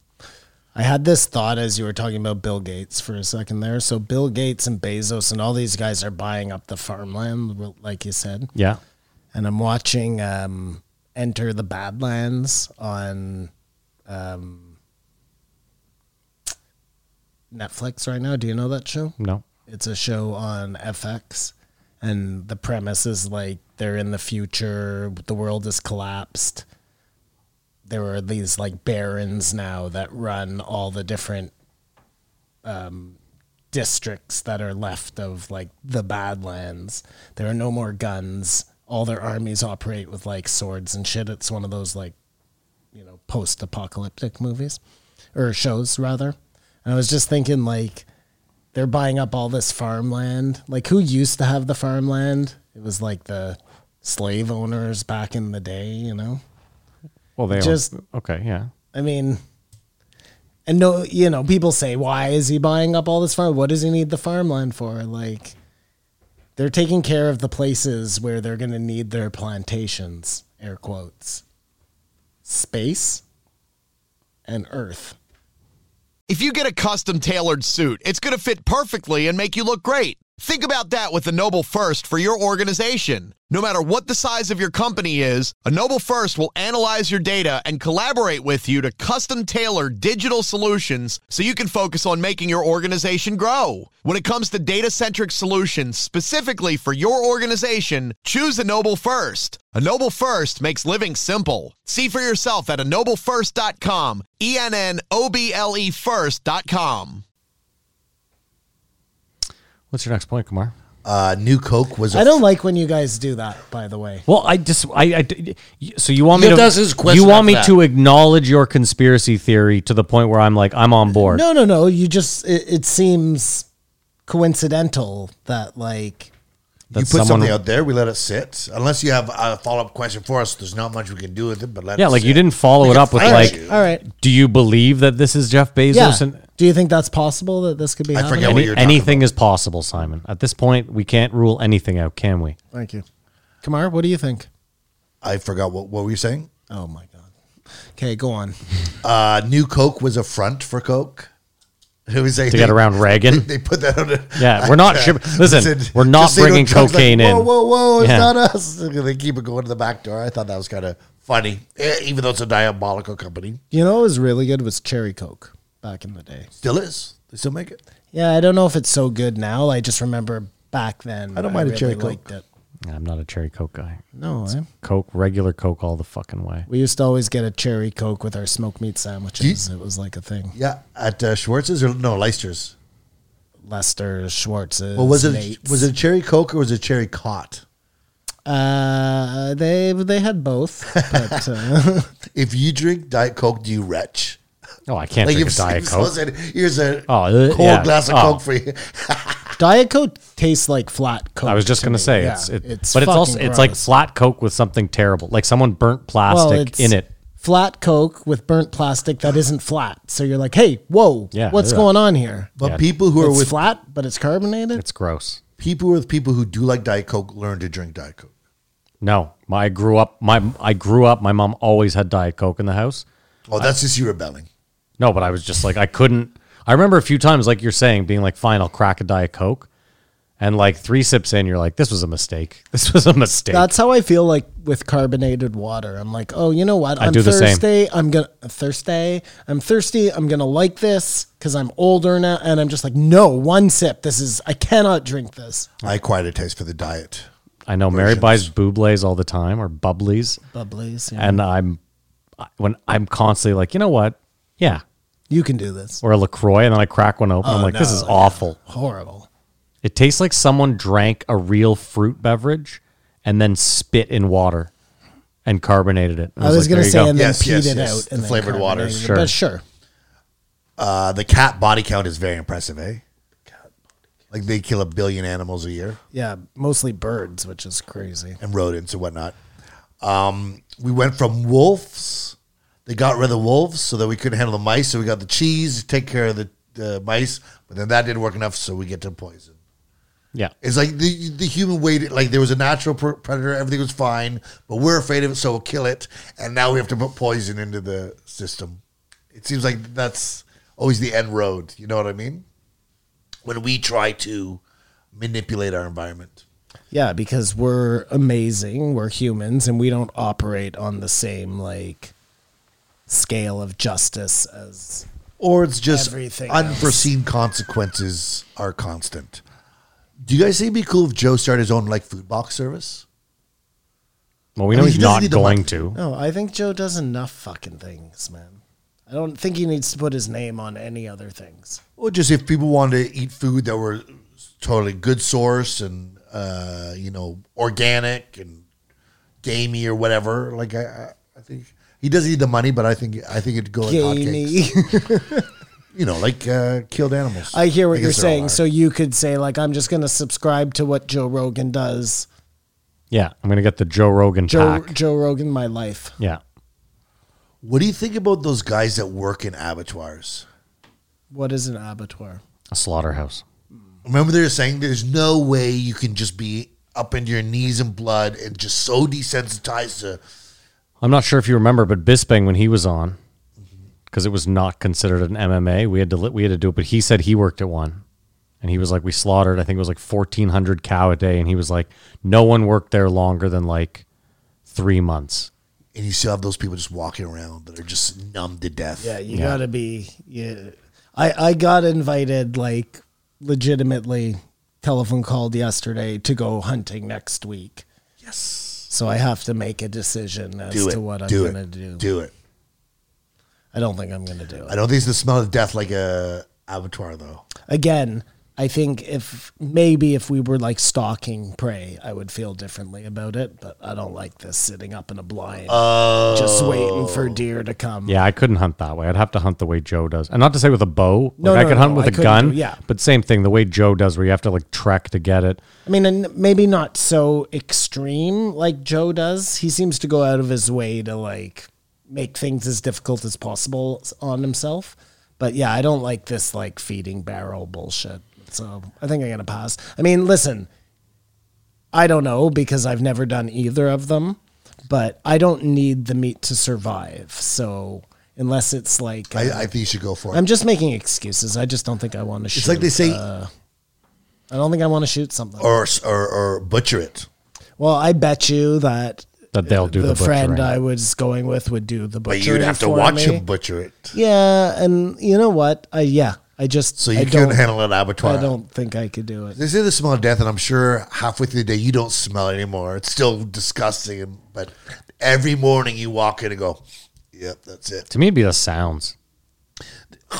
Speaker 7: I had this thought as you were talking about Bill Gates for a second there. So Bill Gates and Bezos and all these guys are buying up the farmland, like you said.
Speaker 6: yeah.
Speaker 7: And I'm watching um, Enter the Badlands on um, Netflix right now. Do you know that show?
Speaker 6: No.
Speaker 7: It's a show on FX, and the premise is like they're in the future, the world has collapsed. There are these like barons now that run all the different um, districts that are left of like the Badlands. There are no more guns. All their armies operate with like swords and shit. It's one of those like you know, post apocalyptic movies or shows rather. And I was just thinking like they're buying up all this farmland. Like who used to have the farmland? It was like the slave owners back in the day, you know.
Speaker 6: Well, they
Speaker 7: Just-
Speaker 6: just, okay. Yeah.
Speaker 7: I mean and no, you know, people say, "Why is he buying up all this farm? What does he need the farmland for?" Like they're taking care of the places where they're going to need their plantations, air quotes. Space and earth.
Speaker 9: If you get a custom tailored suit, it's going to fit perfectly and make you look great. Think about that with a Noble First for your organization. No matter what the size of your company is, a Noble First will analyze your data and collaborate with you to custom tailor digital solutions so you can focus on making your organization grow. When it comes to data centric solutions specifically for your organization, choose a Noble First. A Noble First makes living simple. See for yourself at ennoblefirst.com, E N N O B L E first.com.
Speaker 6: What's your next point, Kumar?
Speaker 5: Uh, New Coke was. a
Speaker 7: I don't like when you guys do that, by the way.
Speaker 6: Well, I just I, I so you want me
Speaker 10: He
Speaker 6: to
Speaker 10: does his question
Speaker 6: you want
Speaker 10: like
Speaker 6: me
Speaker 10: that.
Speaker 6: to acknowledge your conspiracy theory to the point where I'm like I'm on board.
Speaker 7: No, no, no. You just, it, it seems coincidental that, like,
Speaker 5: You
Speaker 6: that
Speaker 5: put
Speaker 6: someone-
Speaker 5: something out there, we let it sit. Unless you have a follow up question for us, there's not much we can do with it. But let
Speaker 6: Yeah,
Speaker 5: it
Speaker 6: like you
Speaker 5: sit.
Speaker 6: didn't follow
Speaker 5: We
Speaker 6: it
Speaker 5: can
Speaker 6: up with
Speaker 5: fire
Speaker 6: like,
Speaker 5: you.
Speaker 7: all right.
Speaker 6: do you believe that this is Jeff Bezos?
Speaker 7: Yeah.
Speaker 6: And
Speaker 7: Do you think that's possible that this could be
Speaker 5: I
Speaker 7: happening?
Speaker 5: forget what
Speaker 6: any,
Speaker 5: you're talking
Speaker 6: anything is possible, Simon. At this point, we can't rule anything out, can we?
Speaker 7: Thank you. Kamar, what do you think?
Speaker 5: I forgot what what were you saying.
Speaker 7: Oh, my God. Okay, go on.
Speaker 5: Uh, New Coke was a front for Coke. It was a,
Speaker 6: To get around Reagan.
Speaker 5: They put that on. A,
Speaker 6: Yeah, we're not ship- listen, we're not
Speaker 5: just so you know,
Speaker 6: bringing
Speaker 5: Trump's
Speaker 6: cocaine in.
Speaker 5: Whoa, whoa, whoa! It's
Speaker 6: Yeah.
Speaker 5: not us. They keep it going to the back door. I thought that was kind of funny, eh, even though it's a diabolical company.
Speaker 7: You know what was really good was Cherry Coke back in the day.
Speaker 5: Still is. They still make it.
Speaker 7: Yeah, I don't know if it's so good now. I just remember back then.
Speaker 5: I don't mind a Cherry
Speaker 7: liked
Speaker 5: Coke.
Speaker 7: it.
Speaker 6: I'm not a cherry Coke guy.
Speaker 7: No, eh?
Speaker 6: Coke, regular Coke, all the fucking way.
Speaker 7: we used to always get a Cherry Coke with our smoked meat sandwiches. it was like a thing.
Speaker 5: Yeah, at uh, Schwartz's or no Leicester's.
Speaker 7: Lester Schwartz's.
Speaker 5: Well, was it
Speaker 7: Nate's.
Speaker 5: was it cherry Coke or was it cherry cot?
Speaker 7: Uh, they they had both, but uh,
Speaker 5: If you drink Diet Coke, do you retch?
Speaker 6: Oh, I can't drink a Diet
Speaker 5: someone
Speaker 6: Coke.
Speaker 5: said, here's a
Speaker 6: Oh, uh,
Speaker 5: cold
Speaker 6: yeah.
Speaker 5: glass of
Speaker 6: Oh.
Speaker 5: Coke for you.
Speaker 7: Diet Coke tastes like flat Coke.
Speaker 6: I was just
Speaker 7: to
Speaker 6: gonna
Speaker 7: me.
Speaker 6: say
Speaker 7: Yeah,
Speaker 6: it's, it, but it's
Speaker 7: fucking
Speaker 6: also it's like
Speaker 7: gross.
Speaker 6: flat Coke with something terrible, like someone burnt
Speaker 7: Well,
Speaker 6: plastic
Speaker 7: it's
Speaker 6: in it.
Speaker 7: Flat Coke with burnt plastic that isn't flat. So you're like, hey, whoa,
Speaker 6: Yeah,
Speaker 7: what's
Speaker 6: yeah.
Speaker 7: going on here?
Speaker 5: But
Speaker 6: Yeah.
Speaker 5: people who are
Speaker 7: It's
Speaker 5: with
Speaker 7: flat, but it's carbonated.
Speaker 6: It's gross.
Speaker 5: people who are with people who do like Diet Coke learn to drink Diet Coke.
Speaker 6: No, my I grew up. My I grew up. My mom always had Diet Coke in the house.
Speaker 5: Oh, that's just you rebelling.
Speaker 6: No, but I was just like I couldn't. I remember a few times, like you're saying, being like, "Fine, I'll crack a Diet Coke," and like three sips in, you're like, "This was a mistake. This was a mistake."
Speaker 7: That's how I feel like with carbonated water. I'm like, oh, you know what?
Speaker 6: I
Speaker 7: I'm
Speaker 6: do the same.
Speaker 7: Thursday. I'm gonna Thursday. I'm thirsty. I'm gonna like this because I'm older now, and I'm just like, no, one sip. This is I cannot drink this.
Speaker 5: I acquired a taste for the diet.
Speaker 6: I know Mary buys bubles all the time or bubblies,
Speaker 7: Bubblies. yeah.
Speaker 6: and I'm I- when I'm constantly like, you know what? Yeah,
Speaker 7: you can do this.
Speaker 6: or a Lacroix, and then I crack one open.
Speaker 7: Oh,
Speaker 6: I'm like, this is awful.
Speaker 7: Horrible.
Speaker 6: It tastes like someone drank a real fruit beverage and then spit in water and carbonated it.
Speaker 7: I was
Speaker 6: like,
Speaker 7: gonna
Speaker 6: there you
Speaker 7: say,
Speaker 6: go.
Speaker 7: and then
Speaker 5: Yes,
Speaker 7: peed
Speaker 5: yes,
Speaker 7: it
Speaker 5: yes.
Speaker 7: out,
Speaker 5: The
Speaker 7: and then
Speaker 5: flavored water.
Speaker 7: carbonated it.
Speaker 6: Sure.
Speaker 7: But sure,
Speaker 5: Uh, the cat body count is very impressive, eh? Like they kill a billion animals a year
Speaker 7: yeah, mostly birds, which is crazy.
Speaker 5: and rodents and whatnot. Um, we went from wolves. They got rid of the wolves so that we couldn't handle the mice. So we got the cheese, take care of the, the mice. But then that didn't work enough, so we get to poison.
Speaker 6: yeah.
Speaker 5: It's like the the human waited. Like there was a natural pr- predator, everything was fine, but we're afraid of it, so we'll kill it. And now we have to put poison into the system. It seems like that's always the end road. You know what I mean? When we try to manipulate our environment,
Speaker 7: Yeah, because we're amazing, we're humans, and we don't operate on the same like scale of justice as
Speaker 5: or it's just
Speaker 7: Everything
Speaker 5: unforeseen consequences are constant. Do you guys think it'd be cool if Joe started his own like food box service?
Speaker 6: Well, we
Speaker 5: I
Speaker 6: know
Speaker 5: mean, he
Speaker 6: he's
Speaker 5: doesn't
Speaker 6: not
Speaker 5: need the
Speaker 6: going
Speaker 5: money.
Speaker 6: to.
Speaker 7: No, Oh, I think Joe does enough fucking things, man. I don't think he needs to put his name on any other things.
Speaker 5: Or just if people wanted to eat food that were totally good source and uh, you know organic and gamey or whatever. Like I, I- I think he does need the money, but I think I think it'd go in hotcakes.
Speaker 7: Gamey.
Speaker 5: You know, like uh, killed animals.
Speaker 7: I hear what you're
Speaker 5: guess they're all
Speaker 7: saying.
Speaker 5: are.
Speaker 7: So you could say like I'm just going to subscribe to what Joe Rogan does.
Speaker 6: Yeah, I'm gonna get the Joe Rogan
Speaker 7: Joe
Speaker 6: pack.
Speaker 7: Joe Rogan my life.
Speaker 6: Yeah,
Speaker 5: what do you think about those guys that work in abattoirs?
Speaker 7: What is an abattoir?
Speaker 6: a slaughterhouse.
Speaker 5: Remember, they were saying there's no way you can just be up into your knees in blood and just so desensitized to
Speaker 6: I'm not sure if you remember, but Bisping when he was on, because it was not considered an MMA, we had to li- we had to do it. But he said he worked at one, and he was like, we slaughtered. I think it was like 1,400 cow a day, and he was like, no one worked there longer than like three months.
Speaker 5: and you still have those people just walking around that are just numb to death.
Speaker 7: Yeah, you gotta be. You, I I got invited like legitimately telephone called yesterday to go hunting next week. Yes. So I have to make a decision as
Speaker 5: do it.
Speaker 7: to what I'm
Speaker 5: do
Speaker 7: gonna
Speaker 5: it.
Speaker 7: do.
Speaker 5: Do it.
Speaker 7: I don't think I'm gonna do
Speaker 5: I
Speaker 7: it
Speaker 5: don't think it's the smell of death like a abattoir though.
Speaker 7: again. I think if maybe if we were like stalking prey, I would feel differently about it. But I don't like this sitting up in a blind, just waiting for
Speaker 5: Oh.
Speaker 7: deer to come.
Speaker 6: Yeah, I couldn't hunt that way. I'd have to hunt the way Joe does, and not to say with a bow. Like,
Speaker 7: No,
Speaker 6: I
Speaker 7: no,
Speaker 6: could
Speaker 7: no,
Speaker 6: hunt
Speaker 7: no,
Speaker 6: with
Speaker 7: I
Speaker 6: a
Speaker 7: couldn't
Speaker 6: gun.
Speaker 7: do- yeah.
Speaker 6: but same thing. The way Joe does, where you have to like trek to get it.
Speaker 7: I mean, and maybe not so extreme like Joe does. He seems to go out of his way to like make things as difficult as possible on himself. But yeah, I don't like this like feeding barrel bullshit. So I think I'm gonna pass. I mean, listen, I don't know because I've never done either of them, but I don't need the meat to survive. So unless it's like
Speaker 5: I, I think you should go for it.
Speaker 7: I'm just uh, making excuses. I just don't think I want to shoot.
Speaker 5: it's like they say,
Speaker 7: I don't think I want to shoot something.
Speaker 5: or, or or butcher it.
Speaker 7: Well, I bet you that
Speaker 6: That they'll do the,
Speaker 7: Uh, the friend
Speaker 6: butchering.
Speaker 7: I was going with would do the
Speaker 5: But
Speaker 7: butchering.
Speaker 5: you'd have to
Speaker 7: for
Speaker 5: watch
Speaker 7: me.
Speaker 5: him butcher it.
Speaker 7: Yeah, and you know what? I yeah, I just
Speaker 5: So you
Speaker 7: I
Speaker 5: couldn't
Speaker 7: don't-
Speaker 5: handle an abattoir.
Speaker 7: I don't think I could do it.
Speaker 5: They say the smell of death, and I'm sure halfway through the day you don't smell it anymore. It's still disgusting, and- but every morning you walk in and go, "Yep, that's it."
Speaker 6: To me, it'd be the sounds.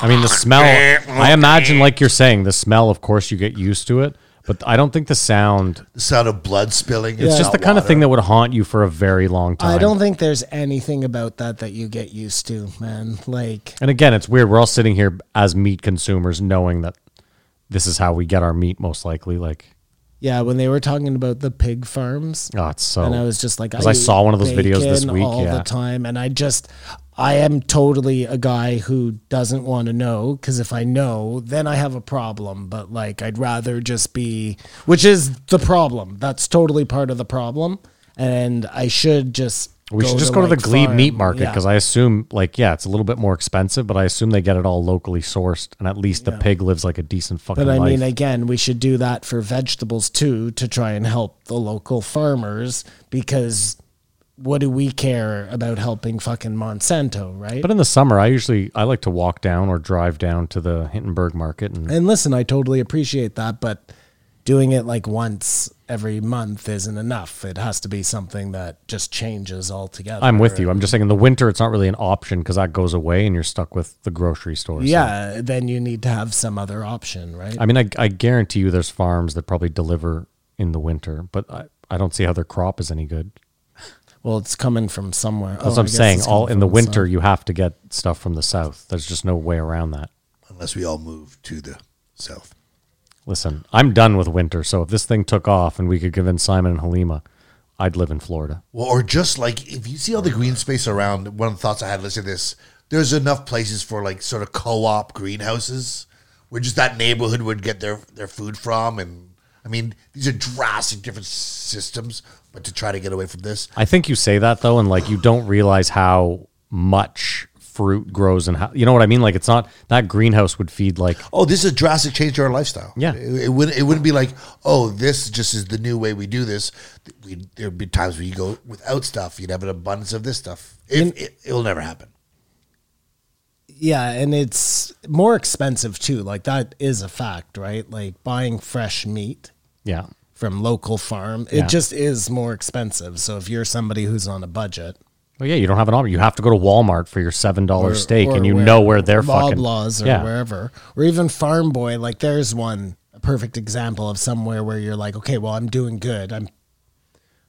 Speaker 6: I mean, the smell. I imagine, like you're saying, the smell. Of course, you get used to it, but I don't think the sound.
Speaker 5: The sound of blood spilling.
Speaker 6: It's just the kind of thing that would haunt you for a very long time.
Speaker 7: I don't think there's anything about that that you get used to, man. Like
Speaker 6: And again, it's weird. We're all sitting here as meat consumers, knowing that this is how we get our meat, most likely. Like,
Speaker 7: yeah, when they were talking about the pig farms,
Speaker 6: oh, it's so.
Speaker 7: and I was just like,
Speaker 6: 'Cause I
Speaker 7: eat
Speaker 6: saw one of those videos this
Speaker 7: bacon
Speaker 6: week,
Speaker 7: all
Speaker 6: yeah.
Speaker 7: the time, and I just, I am totally a guy who doesn't want to know because if I know, then I have a problem. But like, I'd rather just be, which is the problem. That's totally part of the problem, and I should just.
Speaker 6: we should just go to the
Speaker 7: like,
Speaker 6: Glebe
Speaker 7: farm.
Speaker 6: meat market
Speaker 7: Yeah.
Speaker 6: because I assume, like, yeah, it's a little bit more expensive, but I assume they get it all locally sourced, and at least the pig lives like a decent fucking
Speaker 7: But I
Speaker 6: life.
Speaker 7: mean, again, we should do that for vegetables too to try and help the local farmers because what do we care about helping fucking Monsanto, right?
Speaker 6: But in the summer, I usually I like to walk down or drive down to the Hindenburg Market, and
Speaker 7: And listen, I totally appreciate that, but doing it like once every month isn't enough. It has to be something that just changes altogether.
Speaker 6: I'm with you. I'm just saying in the winter, it's not really an option because that goes away, and you're stuck with the grocery store. so-
Speaker 7: Yeah, then you need to have some other option, right?
Speaker 6: I mean, I, I guarantee you, there's farms that probably deliver in the winter, but I, I don't see how their crop is any good.
Speaker 7: well, it's coming from somewhere. Oh,
Speaker 6: That's what I'm saying. All in the winter, you have to get stuff from the south. There's just no way around that.
Speaker 5: unless we all move to the south.
Speaker 6: Listen, I'm done with winter. So if this thing took off and we could convince Simon and Halima, I'd live in Florida.
Speaker 5: Well, or just like if you see all the green space around, one of the thoughts I had listening to this, there's enough places for like sort of co-op greenhouses where just that neighborhood would get their their food from, and I mean these are drastic different systems, but to try to get away from this,
Speaker 6: I think you say that though, and like you don't realize how much fruit grows and how you know what I mean. Like it's not that greenhouse would feed like
Speaker 5: oh, this is a drastic change to our lifestyle.
Speaker 6: Yeah.
Speaker 5: it, it wouldn't it wouldn't be like oh, this just is the new way we do this. We, there'd be times where you go without stuff, you'd have an abundance of this stuff. If, it, it'll never happen.
Speaker 7: Yeah, and it's more expensive too. Like that is a fact, right? Like buying fresh meat
Speaker 6: yeah.
Speaker 7: from local farm,
Speaker 6: Yeah.
Speaker 7: it just is more expensive. So if you're somebody who's on a budget,
Speaker 6: Well, yeah, you don't have an option. You have to go to Walmart for your seven dollar
Speaker 7: or-
Speaker 6: steak,
Speaker 7: or
Speaker 6: and you know where they're fucking
Speaker 7: Loblaws or
Speaker 6: yeah.
Speaker 7: wherever, or even Farm Boy. Like there's one a perfect example of somewhere where you're like, okay, well, I'm doing good. I'm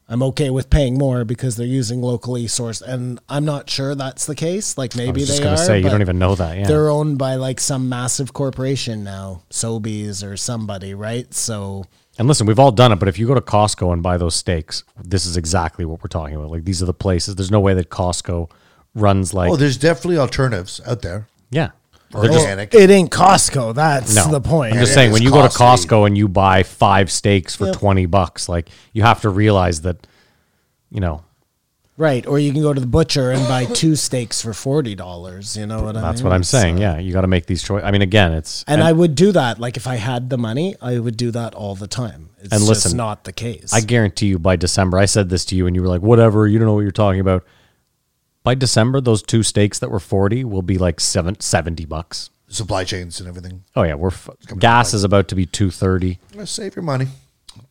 Speaker 7: I'm okay with paying more because they're using locally sourced, and I'm not sure that's the case. Like maybe
Speaker 6: I was just
Speaker 7: they
Speaker 6: gonna
Speaker 7: are.
Speaker 6: say you
Speaker 7: but
Speaker 6: don't even know that. Yeah,
Speaker 7: They're owned by like some massive corporation now, Sobeys or somebody, right? So
Speaker 6: And listen, we've all done it, but if you go to Costco and buy those steaks, this is exactly what we're talking about. Like these are the places. There's no way that Costco runs like
Speaker 5: Oh, there's definitely alternatives out there.
Speaker 6: yeah. They're just,
Speaker 5: Organic.
Speaker 7: it ain't Costco. That's
Speaker 6: no,
Speaker 7: the point.
Speaker 6: I'm just
Speaker 5: It
Speaker 6: saying
Speaker 5: is
Speaker 6: when you go
Speaker 5: costly.
Speaker 6: to Costco and you buy five steaks for
Speaker 7: Yep.
Speaker 6: twenty bucks, like you have to realize that, you know,
Speaker 7: Right, or you can go to the butcher and buy two steaks for forty dollars. You know what I mean?
Speaker 6: that's what I'm saying.
Speaker 7: So-
Speaker 6: Yeah, you got to make these choices. I mean, again, it's
Speaker 7: and, I would do that. Like if I had the money, I would do that all the time. It's
Speaker 6: And
Speaker 7: just
Speaker 6: listen,
Speaker 7: not the case.
Speaker 6: I guarantee you by December, I said this to you and you were like, whatever, you don't know what you're talking about. By December, those two steaks that were 40 will be like seven, 70 bucks.
Speaker 5: Supply chains and everything.
Speaker 6: Oh yeah, we're f- gas is about to be 230.
Speaker 5: Well, Save your money.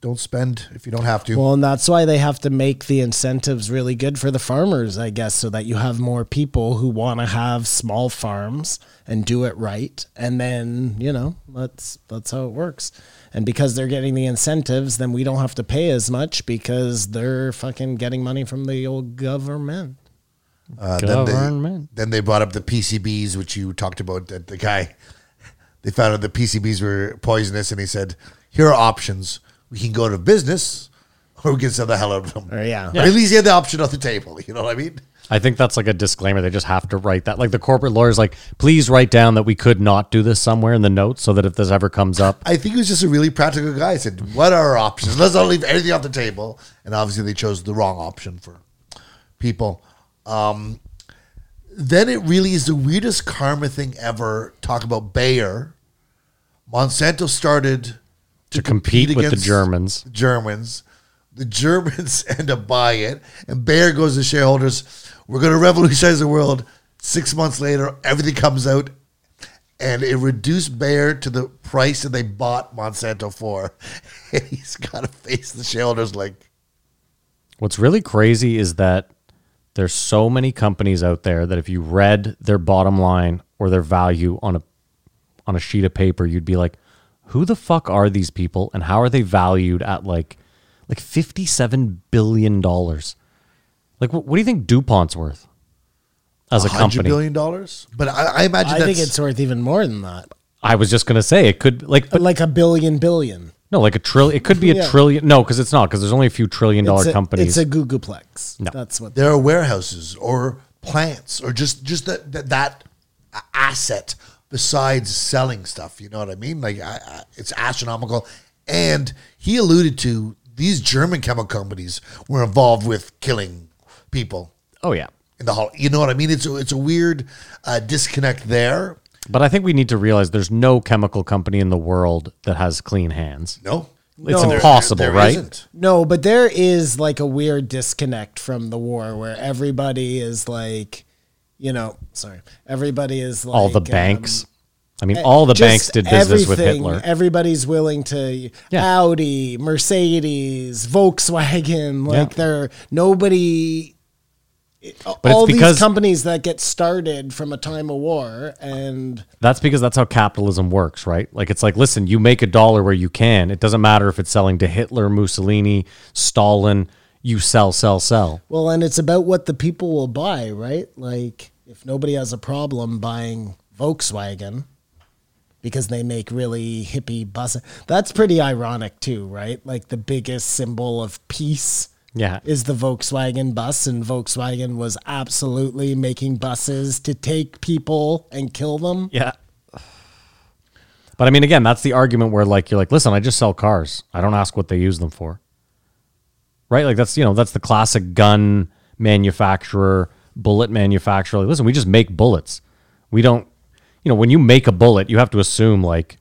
Speaker 5: Don't spend if you don't have to.
Speaker 7: Well, and that's why they have to make the incentives really good for the farmers, I guess, so that you have more people who want to have small farms and do it right. And then, you know, that's that's how it works. And because they're getting the incentives, then we don't have to pay as much because they're fucking getting money from the old government.
Speaker 5: Uh, then, they,
Speaker 6: Government.
Speaker 5: then they brought up the PCBs, which you talked about. That the guy, they found out the PCBs were poisonous, and he said, "Here are options: we can go to business, or we can sell the hell out of them."
Speaker 7: Or yeah.
Speaker 5: Or at least he had the option on the table. You know what I mean?
Speaker 6: I think that's like a disclaimer. They just have to write that. Like the corporate lawyer's like, please write down that we could not do this somewhere in the notes so that if this ever comes up,
Speaker 5: I think he was just a really practical guy. He said, "What are our options? Let's not leave anything off the table." And obviously, they chose the wrong option for people. Um, then it really is the weirdest karma thing ever. Talk about Bayer. Monsanto started to,
Speaker 6: to compete with the
Speaker 5: against
Speaker 6: Germans.
Speaker 5: Germans. The Germans end up buying it, and Bayer goes to shareholders. We're going to revolutionize the world. Six months later, everything comes out, and it reduced Bayer to the price that they bought Monsanto for. And he's got to face the shareholders like,
Speaker 6: What's really crazy is that there's so many companies out there that if you read their bottom line or their value on a on a sheet of paper, you'd be like, who the fuck are these people and how are they valued at like like 57 billion dollars? Like wh- what do you think DuPont's worth as a
Speaker 5: hundred
Speaker 6: company?
Speaker 5: billion dollars. But I, I imagine
Speaker 7: I
Speaker 5: that's
Speaker 7: think it's worth even more than that.
Speaker 6: I was just going to say it could like but
Speaker 7: like a billion billion.
Speaker 6: no, like a trillion it could be a
Speaker 7: Yeah.
Speaker 6: trillion no, cuz it's not cuz there's only a few trillion dollar
Speaker 7: it's a,
Speaker 6: companies.
Speaker 7: It's a Googleplex.
Speaker 6: No.
Speaker 7: That's what
Speaker 5: there are warehouses or plants or just just that that, that a- asset besides selling stuff you know what i mean like I, I, it's astronomical and he alluded to these german chemical companies were involved with killing people
Speaker 6: oh yeah.
Speaker 5: in the hall you know what i mean it's a, it's a weird uh, disconnect there
Speaker 6: But I think we need to realize there's no chemical company in the world that has clean hands.
Speaker 5: no
Speaker 6: It's impossible, right?
Speaker 7: No, but there is like a weird disconnect from the war where everybody is like, you know, sorry, everybody is like
Speaker 6: all the
Speaker 7: um, eh,
Speaker 6: banks. I mean, all the
Speaker 7: just
Speaker 6: banks did business with
Speaker 7: everything.
Speaker 6: Hitler.
Speaker 7: Everybody's willing to
Speaker 6: Yeah.
Speaker 7: Audi, Mercedes, Volkswagen. Like
Speaker 6: Yeah.
Speaker 7: they're nobody.
Speaker 6: But it's
Speaker 7: all
Speaker 6: because-
Speaker 7: these companies that get started from a time of war and
Speaker 6: that's because that's how capitalism works, right? Like, it's like, listen, you make a dollar where you can. It doesn't matter if it's selling to Hitler, Mussolini, Stalin. You sell, sell, sell.
Speaker 7: Well, and it's about what the people will buy, right? Like, if nobody has a problem buying Volkswagen because they make really hippie bus, that's pretty ironic too, right? Like the biggest symbol of peace
Speaker 6: Yeah.
Speaker 7: is the Volkswagen bus, and Volkswagen was absolutely making buses to take people and kill them.
Speaker 6: Yeah. But I mean, again, that's the argument where, like, you're like, listen, I just sell cars. I don't ask what they use them for. Right? Like, that's, you know, that's the classic gun manufacturer, bullet manufacturer. Like, listen, we just make bullets. We don't, you know, when you make a bullet, you have to assume, like,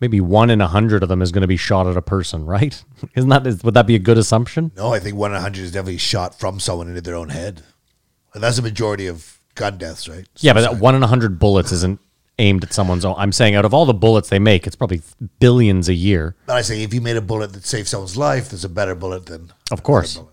Speaker 6: maybe one in a hundred of them is going to be shot at a person, right? Isn't that, is, would that be a good assumption?
Speaker 5: no i think 1 in 100 is definitely shot from someone into their own head and that's the majority of gun deaths right
Speaker 6: Yeah, but that one in a hundred bullets isn't aimed at someone's own. I'm saying out of all the bullets they make, it's probably billions a year.
Speaker 5: But I say, if you made a bullet that saved someone's life, there's a better bullet than
Speaker 6: Of course.
Speaker 5: another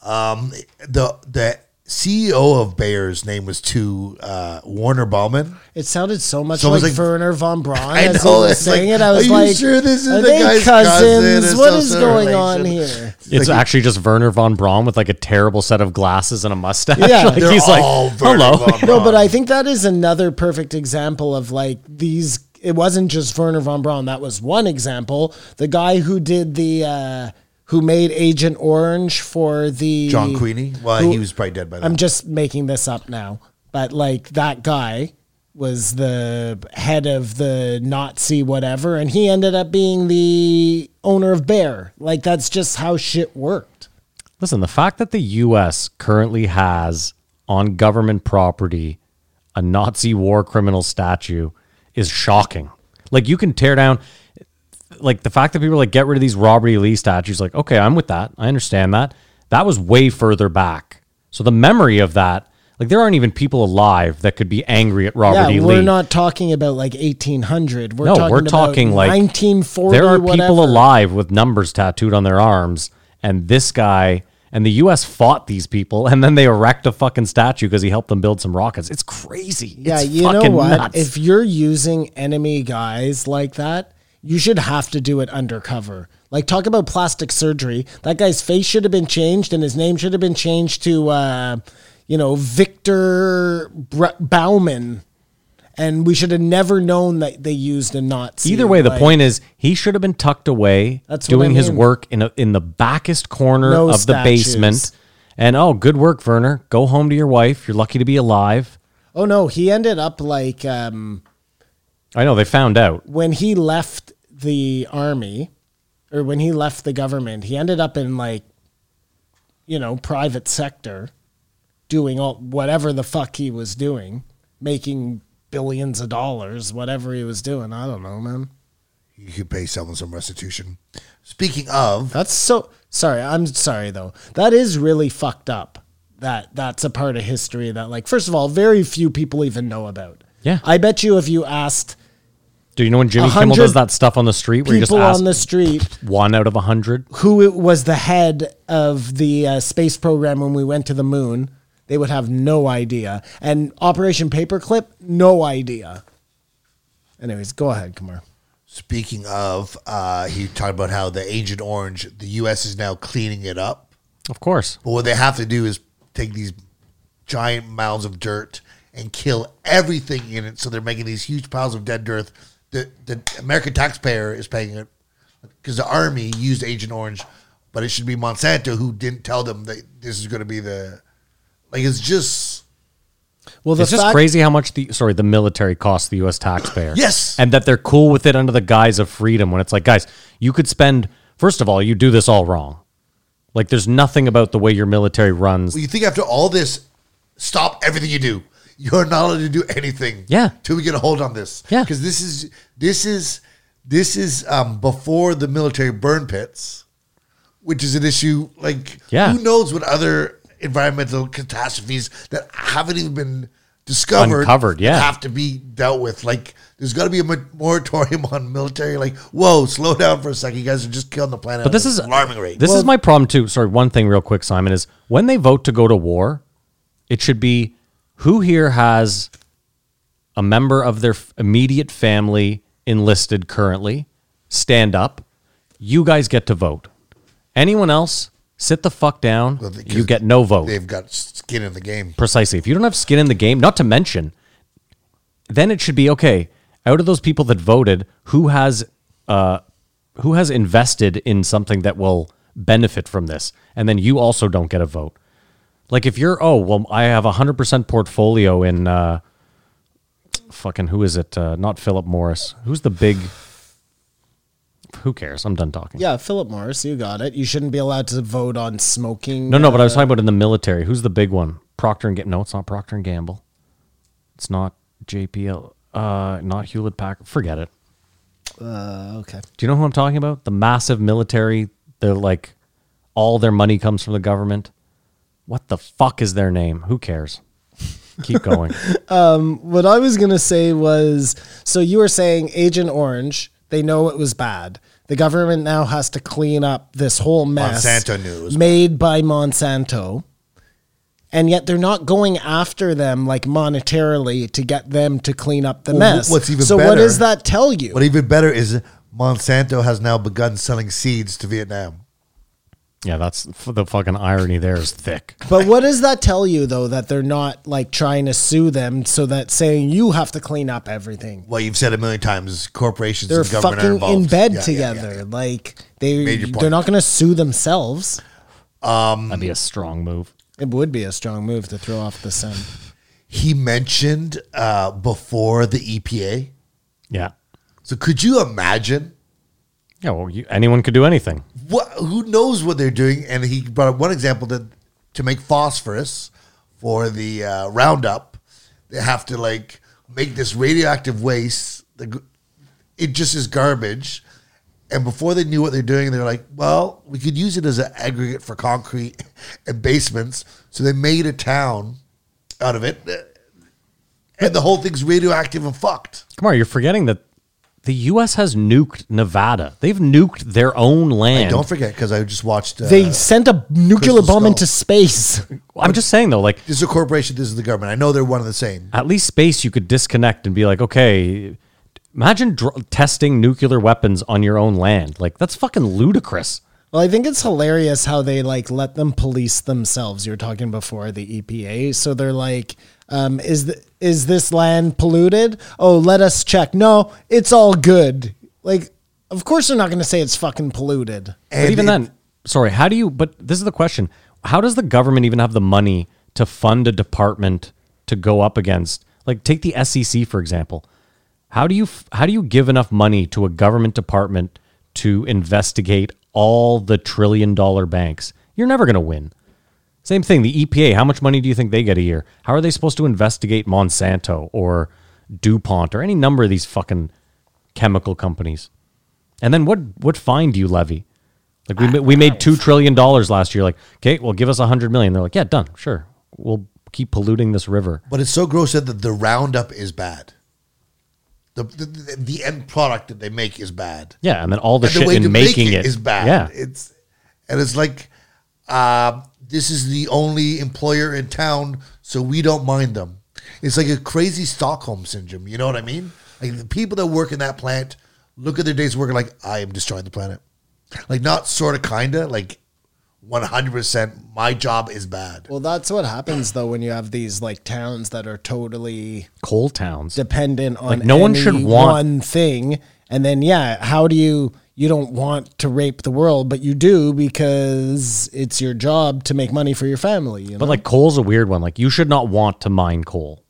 Speaker 5: bullet. Um, the the CEO of Bayer's name was to uh, Warner Bauman.
Speaker 7: It sounded so much
Speaker 5: So I was
Speaker 7: like,
Speaker 5: like-
Speaker 7: Werner von Braun.
Speaker 5: I
Speaker 7: as
Speaker 5: know,
Speaker 7: he was
Speaker 5: it's like,
Speaker 7: saying it. I
Speaker 5: are
Speaker 7: was
Speaker 5: you
Speaker 7: like,
Speaker 5: sure this is
Speaker 7: "Are
Speaker 5: the
Speaker 7: they
Speaker 5: guy's cousin
Speaker 7: cousins?
Speaker 5: or
Speaker 7: What is
Speaker 5: some
Speaker 7: going
Speaker 5: relation?"
Speaker 7: on here?
Speaker 6: It's
Speaker 5: Like-
Speaker 6: actually just Werner von Braun with like a terrible set of glasses and a mustache.
Speaker 7: Yeah.
Speaker 6: like
Speaker 5: They're
Speaker 6: he's like,
Speaker 5: all Werner
Speaker 6: hello.
Speaker 5: von
Speaker 7: No,
Speaker 5: Braun.
Speaker 7: but I think that is another perfect example of like these. It wasn't just Werner von Braun. That was one example. The guy who did the uh, who made Agent Orange for the
Speaker 5: John Queenie. Well,
Speaker 7: who-
Speaker 5: he was probably dead by then.
Speaker 7: I'm just making this up now, but like that guy was the head of the Nazi whatever, and he ended up being the owner of Bear. Like that's just how shit worked.
Speaker 6: Listen, the fact that the U.S. currently has on government property a Nazi war criminal statue is shocking. Like you can tear down, like the fact that people are like get rid of these Robert E. Lee statues. Like, okay, I'm with that. I understand that. That was way further back. So the memory of that, Like there aren't even people alive that could be angry at Robert E.
Speaker 7: yeah,
Speaker 6: Lee.
Speaker 7: we're not talking about like 1800. We're
Speaker 6: no,
Speaker 7: talking
Speaker 6: we're
Speaker 7: about
Speaker 6: talking like
Speaker 7: 1940.
Speaker 6: There are
Speaker 7: whatever.
Speaker 6: people alive with numbers tattooed on their arms, and this guy and the U.S. fought these people, and then they erect a fucking statue because he helped them build some rockets. It's crazy.
Speaker 7: Yeah,
Speaker 6: It's
Speaker 7: you know
Speaker 6: fucking
Speaker 7: what?
Speaker 6: nuts.
Speaker 7: If you're using enemy guys like that, you should have to do it undercover. Like talk about plastic surgery. That guy's face should have been changed, and his name should have been changed to, uh, you know, Victor Br- Bauman. And we should have never known that they used a Nazi.
Speaker 6: Either way, the
Speaker 7: like-
Speaker 6: point is he should have been tucked away
Speaker 7: That's what
Speaker 6: doing
Speaker 7: I
Speaker 6: his
Speaker 7: mean.
Speaker 6: work in a, in the backest corner
Speaker 7: No
Speaker 6: of the
Speaker 7: statues.
Speaker 6: basement. And oh, good work, Werner. Go home to your wife. You're lucky to be alive.
Speaker 7: Oh no, he ended up like um,
Speaker 6: I know they found out.
Speaker 7: when he left the army or when he left the government, he ended up in like, you know, private sector doing all whatever the fuck he was doing, making billions of dollars, whatever he was doing. I don't know, man.
Speaker 5: You could pay someone some restitution. Speaking of,
Speaker 7: That's so sorry. I'm sorry though. That is really fucked up. That that's a part of history that like first of all, very few people even know about.
Speaker 6: Yeah.
Speaker 7: I bet you if you asked
Speaker 6: Do you know when Jimmy
Speaker 7: A
Speaker 6: Kimmel does
Speaker 7: hundred
Speaker 6: that stuff on the street where you just
Speaker 7: people
Speaker 6: ask
Speaker 7: on the street
Speaker 6: one out of a hundred?
Speaker 7: who it was the head of the uh, space program when we went to the moon, they would have no idea. And Operation Paperclip, no idea. Anyways, go ahead, Kumar.
Speaker 5: speaking of, uh, he talked about how the Agent Orange, the U.S. is now cleaning it up.
Speaker 6: Of course.
Speaker 5: But what they have to do is take these giant mounds of dirt and kill everything in it. So they're making these huge piles of dead dirt. The the American taxpayer is paying it because the army used Agent Orange, but it should be Monsanto who didn't tell them that this is going to be the like. It's just
Speaker 7: Well, the
Speaker 6: It's just
Speaker 7: fact-
Speaker 6: crazy how much the sorry the military costs the U.S. taxpayer.
Speaker 5: Yes.
Speaker 6: and that they're cool with it under the guise of freedom. When it's like, guys, you could spend. First of all, you do this all wrong. Like, there's nothing about the way your military runs.
Speaker 5: well, you think after all this, stop everything you do. You're not allowed to do anything.
Speaker 6: Yeah.
Speaker 5: Till we get a hold on this.
Speaker 6: Yeah.
Speaker 5: Because this is this is this is um, before the military burn pits, which is an issue. Like,
Speaker 6: Yeah.
Speaker 5: who knows what other environmental catastrophes that haven't even been discovered,
Speaker 6: Uncovered,
Speaker 5: that
Speaker 6: yeah.
Speaker 5: have to be dealt with. Like, there's got to be a mo- moratorium on military. Like, whoa, slow down for a second. You guys are just killing the planet.
Speaker 6: But this
Speaker 5: at
Speaker 6: is
Speaker 5: an alarming rate.
Speaker 6: This is my problem too. Sorry, one thing real quick, Simon is when they vote to go to war, it should be who here has a member of their f- immediate family enlisted currently. Stand up. You guys get to vote. Anyone else, sit the fuck down.
Speaker 5: Well, because
Speaker 6: You get no vote.
Speaker 5: They've got skin in the game.
Speaker 6: Precisely. If you don't have skin in the game, not to mention, then it should be okay. Out of those people that voted, who has uh, who has invested in something that will benefit from this, and then you also don't get a vote. Like if you're, oh well, I have a hundred percent portfolio in uh, fucking who is it? Uh, not Philip Morris. Who's the big? Who cares? I'm done talking.
Speaker 7: Yeah, Philip Morris, you got it. You shouldn't be allowed to vote on smoking.
Speaker 6: No, no, but I
Speaker 7: uh,
Speaker 6: was talking about in the military. Who's the big one? Procter and Gamble. No, it's not Procter and Gamble. It's not JPL. Uh, not Hewlett Packard. Forget it.
Speaker 7: uh, okay.
Speaker 6: Do you know who I'm talking about? The massive military. They're like, all their money comes from the government. What the fuck is their name? Who cares? Keep going.
Speaker 7: What I was gonna say was, so you were saying Agent Orange. They know it was bad. The government now has to clean up this whole mess.
Speaker 5: Monsanto knew it was
Speaker 7: made by Monsanto, and yet they're not going after them like monetarily to get them to clean up the
Speaker 5: Well,
Speaker 7: mess.
Speaker 5: what's even
Speaker 7: so? what
Speaker 5: better-
Speaker 7: does that tell you?
Speaker 5: But even better is Monsanto has now begun selling seeds to Vietnam.
Speaker 6: yeah, that's f- the fucking irony. There is thick.
Speaker 7: But what does that tell you though? That they're not like trying to sue them, so that saying you have to clean up everything.
Speaker 5: Well, you've said a million times, corporations
Speaker 7: they're
Speaker 5: and government are
Speaker 7: fucking
Speaker 5: involved.
Speaker 7: in bed
Speaker 5: Yeah, yeah, yeah,
Speaker 7: together.
Speaker 5: yeah.
Speaker 7: Like they
Speaker 5: Made your point.
Speaker 7: they're not going to sue themselves.
Speaker 6: That'd be a strong move.
Speaker 7: It would be a strong move to throw off the sun.
Speaker 5: He mentioned uh, before the EPA.
Speaker 6: Yeah.
Speaker 5: So could you imagine?
Speaker 6: Yeah. Well, you, anyone could do anything.
Speaker 5: What, who knows what they're doing? And he brought up one example that to make phosphorus for the uh, Roundup, they have to like make this radioactive waste. The, g- it just is garbage. And before they knew what they're doing, they're like, well, we could use it as an aggregate for concrete and basements. So they made a town out of it, uh, and the whole thing's radioactive and fucked.
Speaker 6: Come on, you're forgetting that the U.S. has nuked Nevada. They've nuked their own land.
Speaker 5: Don't forget, because I just watched. Uh,
Speaker 7: They sent a nuclear
Speaker 5: Crystal
Speaker 7: bomb
Speaker 5: Skull.
Speaker 7: into space.
Speaker 6: I'm just saying though, like
Speaker 5: this is a corporation. This is the government. I know they're one and the same.
Speaker 6: at least space you could disconnect and be like, okay, imagine dr- testing nuclear weapons on your own land. Like that's fucking ludicrous.
Speaker 7: Well, I think it's hilarious how they like let them police themselves. You were talking before the EPA, so they're like, um, "Is th- is this land polluted? Oh, let us check. No, it's all good." Like, of course they're not going to say it's fucking polluted.
Speaker 5: And
Speaker 6: but even
Speaker 5: it-
Speaker 6: then, sorry, how do you? But this is the question: How does the government even have the money to fund a department to go up against? Like, take the SEC for example. How do you f- how do you give enough money to a government department to investigate all the trillion dollar banks? You're never going to win. Same thing. The EPA. How much money do you think they get a year? How are they supposed to investigate Monsanto or DuPont or any number of these fucking chemical companies? And then what what fine do you levy? Like we ma- we made two trillion dollars last year. Like okay, well give us a hundred million. They're like yeah, done. Sure, we'll keep polluting this river.
Speaker 5: But it's so gross that the, the roundup is bad. The, the the the end product that they make is bad.
Speaker 6: Yeah, and then all the
Speaker 5: And
Speaker 6: shit in making it
Speaker 5: is bad.
Speaker 6: Yeah,
Speaker 5: It's and it's like uh, this is the only employer in town, so we don't mind them. It's like a crazy Stockholm syndrome. You know what I mean? Like the people that work in that plant look at their days of work and like I am destroying the planet. Like not sort of kinda like one hundred percent. My job is bad.
Speaker 7: Well, that's what happens though when you have these like towns that are totally
Speaker 6: coal towns.
Speaker 7: dependent on
Speaker 6: Like, no one
Speaker 7: any
Speaker 6: should want-
Speaker 7: one thing and then yeah how do you you don't want to rape the world but you do because it's your job to make money for your family you know?
Speaker 6: But like coal's a weird one. Like you should not want to mine coal.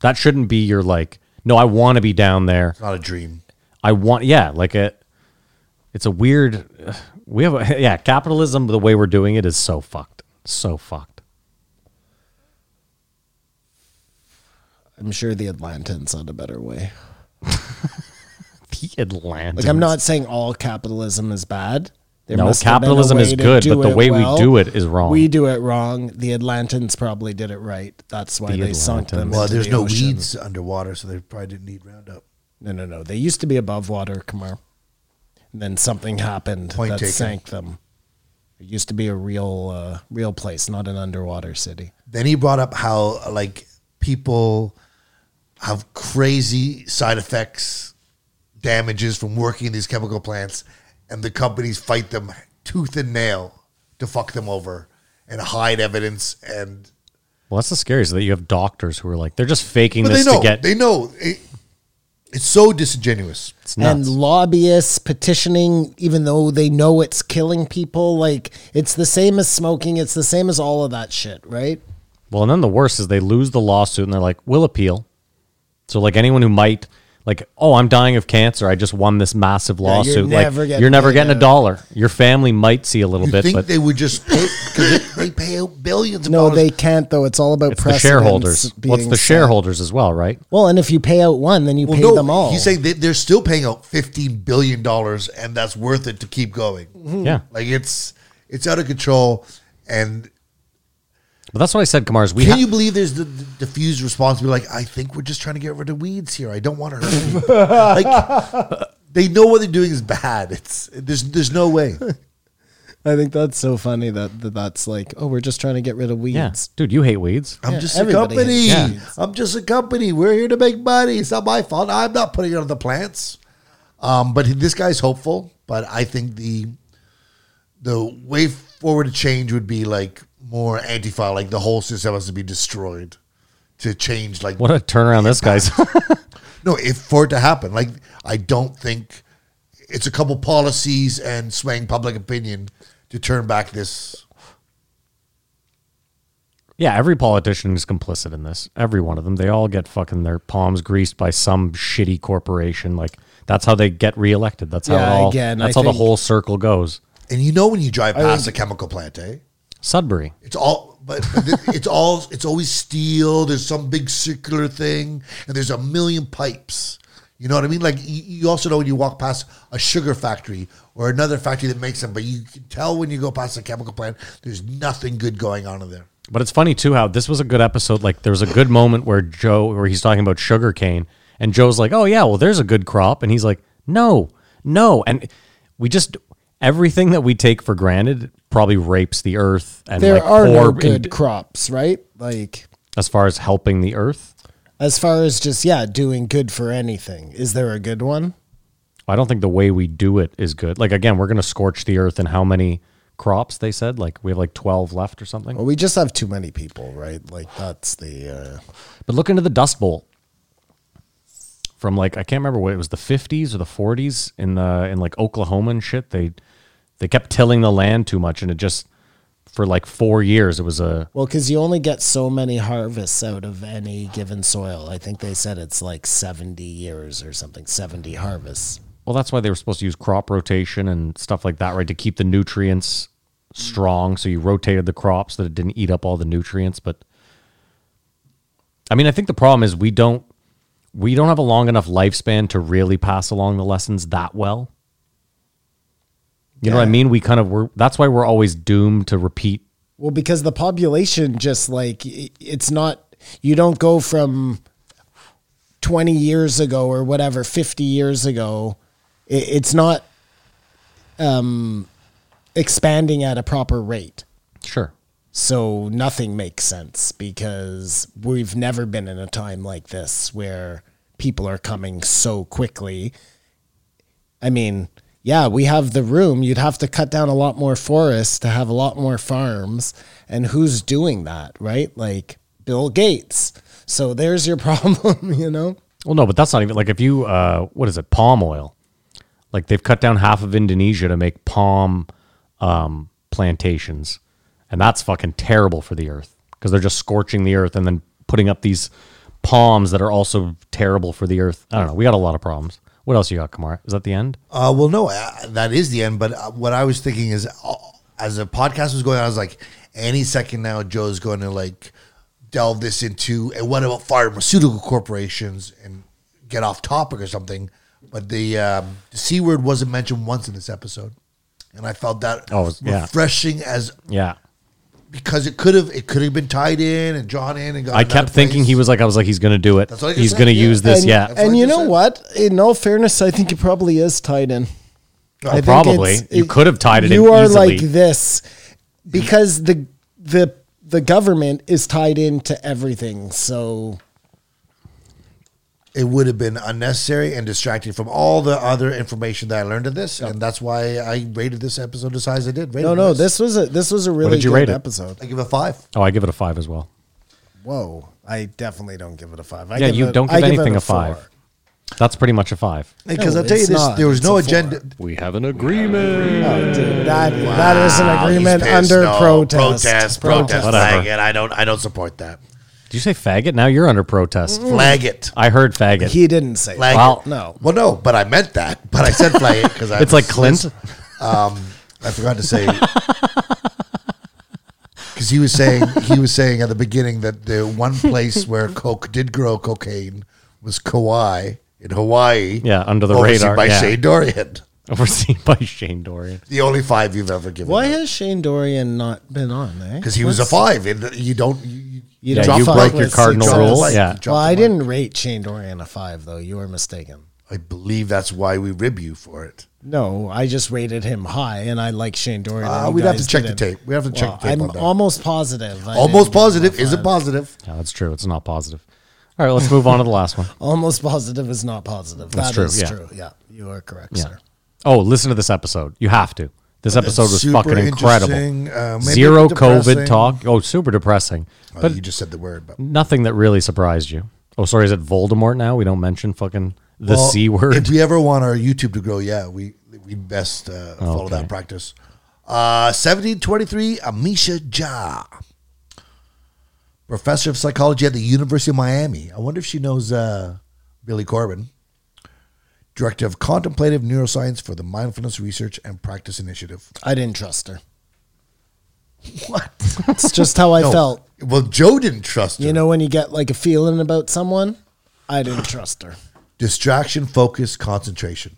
Speaker 6: That shouldn't be your like. No, I want to be down there.
Speaker 5: Not a dream.
Speaker 6: I want yeah, like a it's a weird we have a, yeah, capitalism the way we're doing it is so fucked. So fucked.
Speaker 7: i'm sure the atlantans had a better way
Speaker 6: The Atlanta.
Speaker 7: like i'm not saying all capitalism is bad there
Speaker 6: No,
Speaker 7: must have been a
Speaker 6: capitalism is
Speaker 7: way to
Speaker 6: good,
Speaker 7: do
Speaker 6: but the
Speaker 7: it
Speaker 6: way we do it is wrong.
Speaker 7: we do it wrong the atlantans probably did it right that's why they sunk them
Speaker 5: Well,
Speaker 7: into
Speaker 5: there's
Speaker 7: the
Speaker 5: no
Speaker 7: ocean.
Speaker 5: weeds underwater, so they probably didn't need Roundup.
Speaker 7: No, no, no. They used to be above water, Kamar. And then something happened
Speaker 5: Point
Speaker 7: that
Speaker 5: taken.
Speaker 7: sank them. It used to be a real, uh, real place, not an underwater city.
Speaker 5: then he brought up how like people have crazy side effects damages from working in these chemical plants and the companies fight them tooth and nail to fuck them over and hide evidence and
Speaker 6: Well, that's the scariest that you have doctors who are like they're just faking
Speaker 5: but they
Speaker 6: this
Speaker 5: know
Speaker 6: to get
Speaker 5: they know it, it's so disingenuous
Speaker 6: it's nuts.
Speaker 7: And lobbyists petitioning, even though they know it's killing people. Like, it's the same as smoking. It's the same as all of that shit, right?
Speaker 6: Well, and then the worst is they lose the lawsuit and they're like, we'll appeal. So, like anyone who might, like, oh, I'm dying of cancer. I just won this massive
Speaker 7: you're
Speaker 6: lawsuit.
Speaker 7: never
Speaker 6: like,
Speaker 7: getting
Speaker 6: you're never
Speaker 7: paid
Speaker 6: getting a
Speaker 7: out.
Speaker 6: dollar. Your family might see a little
Speaker 5: you
Speaker 6: bit,
Speaker 5: think
Speaker 6: but
Speaker 5: they would just pay because they, they pay out billions of
Speaker 7: No,
Speaker 5: dollars
Speaker 7: they can't, though. It's all about
Speaker 6: it's the shareholders. Well, it's the
Speaker 7: shareholder?
Speaker 6: shareholders as well, right?
Speaker 7: Well, and if you pay out one, then you
Speaker 5: well,
Speaker 7: pay
Speaker 5: no,
Speaker 7: them all.
Speaker 5: he's saying they, they're still paying out 15 billion dollars and that's worth it to keep going
Speaker 7: Mm-hmm.
Speaker 6: Yeah.
Speaker 5: Like it's it's out of control. And
Speaker 6: But that's what I said, Kamars. We
Speaker 5: can
Speaker 6: ha-
Speaker 5: you believe there's the, the diffused responsibility? Like I think we're just trying to get rid of weeds here. I don't want to hurt people. like they know what they're doing is bad. It's there's there's no way.
Speaker 7: I think that's so funny that, that that's like, oh, we're just trying to get rid of weeds.
Speaker 6: yeah. Dude, you hate weeds.
Speaker 5: I'm
Speaker 7: Yeah,
Speaker 5: just a
Speaker 7: everybody
Speaker 5: company.
Speaker 7: hates weeds.
Speaker 5: I'm just a company. We're here to make money. It's not my fault. I'm not putting it on the plants. Um, but this guy's hopeful. But I think the the way forward to change would be like more anti-file. Like the whole system has to be destroyed to change. Like
Speaker 6: What a turnaround this guy's.
Speaker 5: No, if for it to happen, like I don't think it's a couple policies and swaying public opinion to turn back this.
Speaker 6: yeah, every politician is complicit in this. Every one of them. They all get fucking their palms greased by some shitty corporation. Like, that's how they get reelected. That's how it
Speaker 7: Yeah,
Speaker 6: all,
Speaker 7: again, I
Speaker 6: that's how the
Speaker 7: think-
Speaker 6: whole circle goes.
Speaker 5: And you know when you drive past a chemical plant, eh?
Speaker 6: Sudbury.
Speaker 5: It's all, but, but th- it's all, it's always steel. There's some big circular thing, and there's a million pipes. You know what I mean? Like y- you also know when you walk past a sugar factory or another factory that makes them, but you can tell when you go past a chemical plant, there's nothing good going on in there.
Speaker 6: But it's funny too how this was a good episode. Like there was a good moment where Joe, where he's talking about sugar cane, and Joe's like, "Oh yeah, well there's a good crop," and he's like, "No, no," and we just everything that we take for granted probably rapes the earth and
Speaker 7: There
Speaker 6: like,
Speaker 7: are no
Speaker 6: or-
Speaker 7: good crops, right? Like
Speaker 6: as far as helping the earth.
Speaker 7: as far as just yeah, doing good for anything. Is there a good one?
Speaker 6: I don't think the way we do it is good. Like again, we're gonna scorch the earth in how many crops they said? Like we have like twelve left or something.
Speaker 7: Well, we just have too many people, right? Like that's the uh,
Speaker 6: But look into the Dust Bowl from like I can't remember what it was the 50s or the 40s in the in like Oklahoma and shit. They they kept tilling the land too much, and it just for like four years it was a
Speaker 7: well, because you only get so many harvests out of any given soil. I think they said it's like seventy years or something, seventy harvests.
Speaker 6: well. That's why they were supposed to use crop rotation and stuff like that, right, to keep the nutrients strong. So you rotated the crops that it didn't eat up all the nutrients. But I mean, I think the problem is we don't we don't have a long enough lifespan to really pass along the lessons that well. You know what I mean? We kind of were. That's why we're always doomed to repeat.
Speaker 7: Well, because the population just like i- it's not you don't go from 20 years ago or whatever 50 years ago i- it's not um expanding at a proper rate.
Speaker 6: Sure.
Speaker 7: So nothing makes sense because we've never been in a time like this where people are coming so quickly. I mean, yeah, we have the room. You'd have to cut down a lot more forests to have a lot more farms. And who's doing that, right? Like Bill Gates. So there's your problem, you know?
Speaker 6: Well, no, but that's not even like if you uh, what is it? Palm oil. Like they've cut down half of Indonesia to make palm um, plantations, and that's fucking terrible for the earth because they're just scorching the earth and then putting up these palms that are also terrible for the earth. I don't know. We got a lot of problems. What else you got, Kamara? Is that the end?
Speaker 5: Uh, well, no, uh, that is the end. But uh, what I was thinking is, uh, as the podcast was going on, I was like, any second now, Joe's going to like delve this into, and what about pharmaceutical corporations and get off topic or something? But the, um, the C word wasn't mentioned once in this episode. And I felt that
Speaker 6: Oh, it was- yeah.
Speaker 5: refreshing as
Speaker 7: uh,
Speaker 6: Yeah.
Speaker 5: because it could have it could have been tied in and drawn in and got
Speaker 6: I kept
Speaker 5: another
Speaker 6: thinking
Speaker 5: place.
Speaker 6: he was like, I was like, he's gonna do it.
Speaker 5: That's what I just
Speaker 6: He's
Speaker 5: said,
Speaker 6: gonna
Speaker 5: yeah.
Speaker 6: use this.
Speaker 7: and,
Speaker 6: yeah.
Speaker 5: what
Speaker 7: And
Speaker 5: I
Speaker 7: you
Speaker 5: just
Speaker 7: know
Speaker 5: said.
Speaker 7: what? In all fairness, I think it probably is tied in. I think
Speaker 6: probably.
Speaker 7: it's-
Speaker 6: You could have tied it
Speaker 7: You
Speaker 6: in
Speaker 7: are
Speaker 6: easily.
Speaker 7: like this because the the the government is tied into everything. So
Speaker 5: it would have been unnecessary and distracting from all the other information that I learned in this, and that's why I rated this episode as high as I did. Rated
Speaker 7: no, no, this was a this was a really
Speaker 6: did you
Speaker 7: good
Speaker 6: rate it?
Speaker 7: episode.
Speaker 5: I give it a five.
Speaker 6: Oh, I give it a five as well.
Speaker 7: Whoa, I definitely don't give it a five. I
Speaker 6: yeah,
Speaker 7: give
Speaker 6: you
Speaker 7: it-
Speaker 6: don't
Speaker 7: I
Speaker 6: give
Speaker 7: it
Speaker 6: anything a,
Speaker 7: four.
Speaker 6: five. That's pretty much a five.
Speaker 5: Because
Speaker 7: No,
Speaker 5: I'll tell you
Speaker 7: it's
Speaker 5: this:
Speaker 7: not.
Speaker 5: there was no
Speaker 7: It's a four.
Speaker 5: agenda.
Speaker 6: We have an agreement.
Speaker 7: Oh, dude, that that is an agreement
Speaker 5: He's pissed.
Speaker 7: under
Speaker 5: No,
Speaker 7: protest.
Speaker 5: protest, protest,
Speaker 6: Whatever.
Speaker 5: flag it. I don't, I don't support that.
Speaker 6: Did you say faggot? Now you're under protest.
Speaker 5: Flag it,
Speaker 6: I heard faggot.
Speaker 7: He didn't say
Speaker 5: flag
Speaker 6: Wow.
Speaker 5: it.
Speaker 7: No.
Speaker 5: well, no, but I meant that. But I said flag it because I.
Speaker 6: it's like Clint.
Speaker 5: I forgot to say. Because he was saying he was saying at the beginning that the one place where coke did grow cocaine was Kauai in Hawaii.
Speaker 6: Yeah, under the
Speaker 5: overseen
Speaker 6: radar,
Speaker 5: by
Speaker 6: yeah.
Speaker 5: Shane Dorian.
Speaker 6: Overseen by Shane Dorian.
Speaker 5: The only five you've ever given.
Speaker 7: Why has Shane Dorian not been on? eh?
Speaker 5: Because he was a five, and you don't. You,
Speaker 7: You
Speaker 6: Yeah,
Speaker 7: don't
Speaker 6: you
Speaker 7: fuck
Speaker 6: broke
Speaker 7: with
Speaker 6: your cardinal
Speaker 7: success.
Speaker 5: dropped the
Speaker 6: rule.
Speaker 5: mic,
Speaker 6: Yeah.
Speaker 5: you dropped
Speaker 7: Well,
Speaker 5: the
Speaker 7: I
Speaker 5: mic.
Speaker 7: didn't rate Shane Dorian a five though. You were mistaken.
Speaker 5: I believe that's why we rib you for it.
Speaker 7: No, I just rated him high, and I like Shane Dorian.
Speaker 5: Uh,
Speaker 7: and you
Speaker 5: we'd have
Speaker 7: guys
Speaker 5: to check the
Speaker 7: didn't.
Speaker 5: tape. We have to check the tape
Speaker 7: I'm
Speaker 5: on that.
Speaker 7: almost positive. I
Speaker 5: Almost
Speaker 7: didn't give him a
Speaker 5: positive. Is it
Speaker 7: five.
Speaker 5: positive?
Speaker 6: Yeah, that's true. It's not positive. All right, let's move on to the last one.
Speaker 7: Almost positive is not positive. That's
Speaker 6: true,
Speaker 7: true.
Speaker 6: yeah.
Speaker 7: true. Yeah, you are correct,
Speaker 6: Yeah.
Speaker 7: sir.
Speaker 6: Oh, listen to this episode. You have to. This episode was
Speaker 5: super
Speaker 6: fucking incredible.
Speaker 5: interesting, uh, maybe
Speaker 6: Zero COVID
Speaker 5: depressing. Uh,
Speaker 6: talk. Oh, super depressing.
Speaker 5: Well,
Speaker 6: But
Speaker 5: you just said the word, but
Speaker 6: nothing that really surprised you. Oh, sorry. Is it Voldemort now? We don't mention fucking the
Speaker 5: Well,
Speaker 6: C word.
Speaker 5: If we ever want our YouTube to grow, yeah, we we best uh, follow
Speaker 6: Okay.
Speaker 5: that practice. Uh, Seventeen twenty three, Amisha Ja, professor of psychology at the University of Miami. I wonder if she knows uh, Billy Corbin, director of contemplative neuroscience for the Mindfulness Research and Practice Initiative.
Speaker 7: I didn't trust her.
Speaker 5: What?
Speaker 7: It's just how I
Speaker 5: No.
Speaker 7: felt.
Speaker 5: Well, Oh, Joe didn't trust her.
Speaker 7: You know, when you get like a feeling about someone, I didn't trust her.
Speaker 5: Distraction, focus, concentration.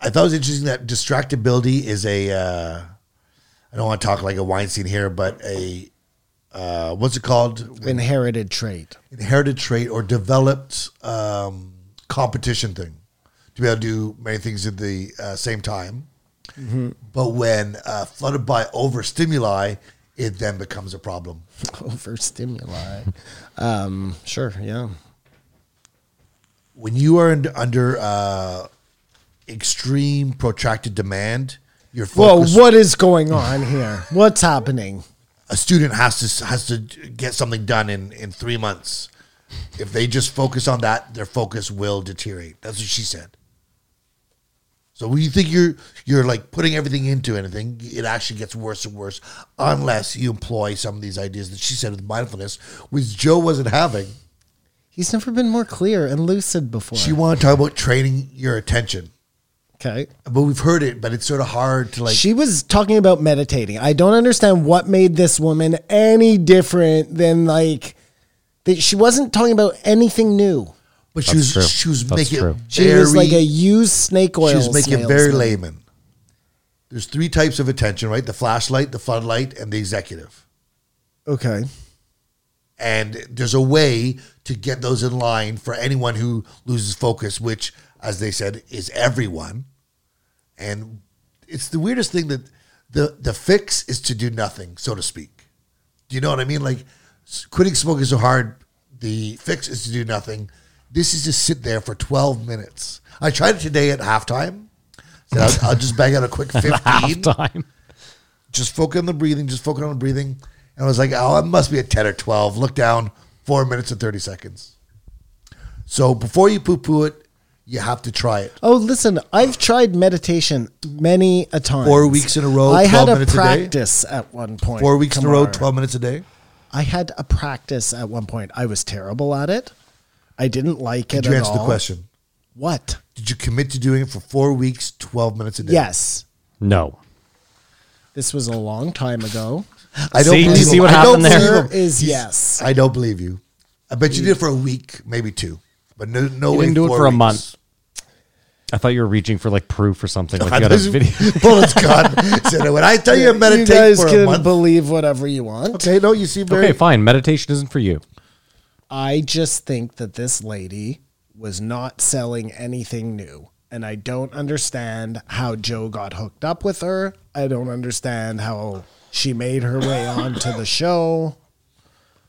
Speaker 5: I thought it was interesting that distractibility is a. Uh, I don't want to talk like a Weinstein here, but a uh, what's it called?
Speaker 7: Inherited trait.
Speaker 5: inherited trait or developed um, competition thing to be able to do many things at the uh, same time. But when uh, flooded by overstimuli, it then becomes a problem.
Speaker 7: Over stimuli. Um, sure, yeah.
Speaker 5: When you are in, under uh, extreme protracted demand, your
Speaker 7: Whoa,
Speaker 5: focus,
Speaker 7: what is going on here? What's happening?
Speaker 5: a student has to has to get something done in, in three months. If they just focus on that, their focus will deteriorate. That's what she said. So when you think you're you're like putting everything into anything, it actually gets worse and worse unless you employ some of these ideas that she said with mindfulness, which Joe wasn't having.
Speaker 7: He's never been more clear and lucid before.
Speaker 5: She wanted to talk about training your attention.
Speaker 7: okay.
Speaker 5: But we've heard it, but it's sort of hard to like
Speaker 7: she was talking about meditating. I don't understand what made this woman any different than like that she wasn't talking about anything new.
Speaker 5: but she was
Speaker 6: That's true.
Speaker 5: she was
Speaker 6: That's
Speaker 5: making
Speaker 6: true.
Speaker 7: She was like a used snake oil.
Speaker 5: She's making
Speaker 7: salesman.
Speaker 5: very layman. There's three types of attention, right? The flashlight, the floodlight, and the executive.
Speaker 7: Okay.
Speaker 5: And there's a way to get those in line for anyone who loses focus, which, as they said, is everyone. And it's the weirdest thing that the the fix is to do nothing, so to speak. Do you know what I mean? Like s- quitting smoking so hard, the fix is to do nothing. This is just sit there for 12 minutes. I tried it today at halftime. Said I'll, I'll just bang out a quick 15
Speaker 6: Time.
Speaker 5: just focus on the breathing, just focus on the breathing. And I was like, oh, it must be at 10 or 12. Look down, four minutes and 30 seconds. So before you poo poo it, you have to try it.
Speaker 7: Oh, listen, I've tried meditation many a time.
Speaker 5: Four weeks in a row,
Speaker 7: I
Speaker 5: 12
Speaker 7: had a
Speaker 5: minutes a day?
Speaker 7: practice at one point.
Speaker 5: Four weeks in a row,
Speaker 7: Kamar.
Speaker 5: 12 minutes a day.
Speaker 7: I had a practice at one point. I was terrible at it. I didn't like it
Speaker 5: Did you
Speaker 7: at
Speaker 5: answer the
Speaker 7: all.
Speaker 5: question?
Speaker 7: What?
Speaker 5: Did you commit to doing it for four weeks, 12 minutes a day?
Speaker 7: Yes.
Speaker 6: No.
Speaker 7: This was a long time ago.
Speaker 5: I don't
Speaker 6: See, do you
Speaker 5: believe
Speaker 6: see
Speaker 5: him.
Speaker 6: what
Speaker 5: I don't
Speaker 6: happened there?
Speaker 5: believe him.
Speaker 7: Answer is
Speaker 5: He's-
Speaker 7: yes. Mm.
Speaker 5: I don't believe you. I bet you did it for a week, maybe two. But no, no
Speaker 6: You
Speaker 5: way
Speaker 6: didn't do it
Speaker 5: four
Speaker 6: for a
Speaker 5: weeks.
Speaker 6: month. I thought you were reaching for like proof or something. Like
Speaker 5: I
Speaker 6: you got a
Speaker 5: just-
Speaker 6: video.
Speaker 5: Pull his gun. Said, when I tell you to meditate
Speaker 7: you guys
Speaker 5: for a
Speaker 7: can
Speaker 5: month.
Speaker 7: believe whatever you want.
Speaker 5: okay, no, you seem very.
Speaker 6: Okay, fine. Meditation isn't for you.
Speaker 7: I just think that this lady was not selling anything new. And I don't understand how Joe got hooked up with her. I don't understand how she made her way onto the show.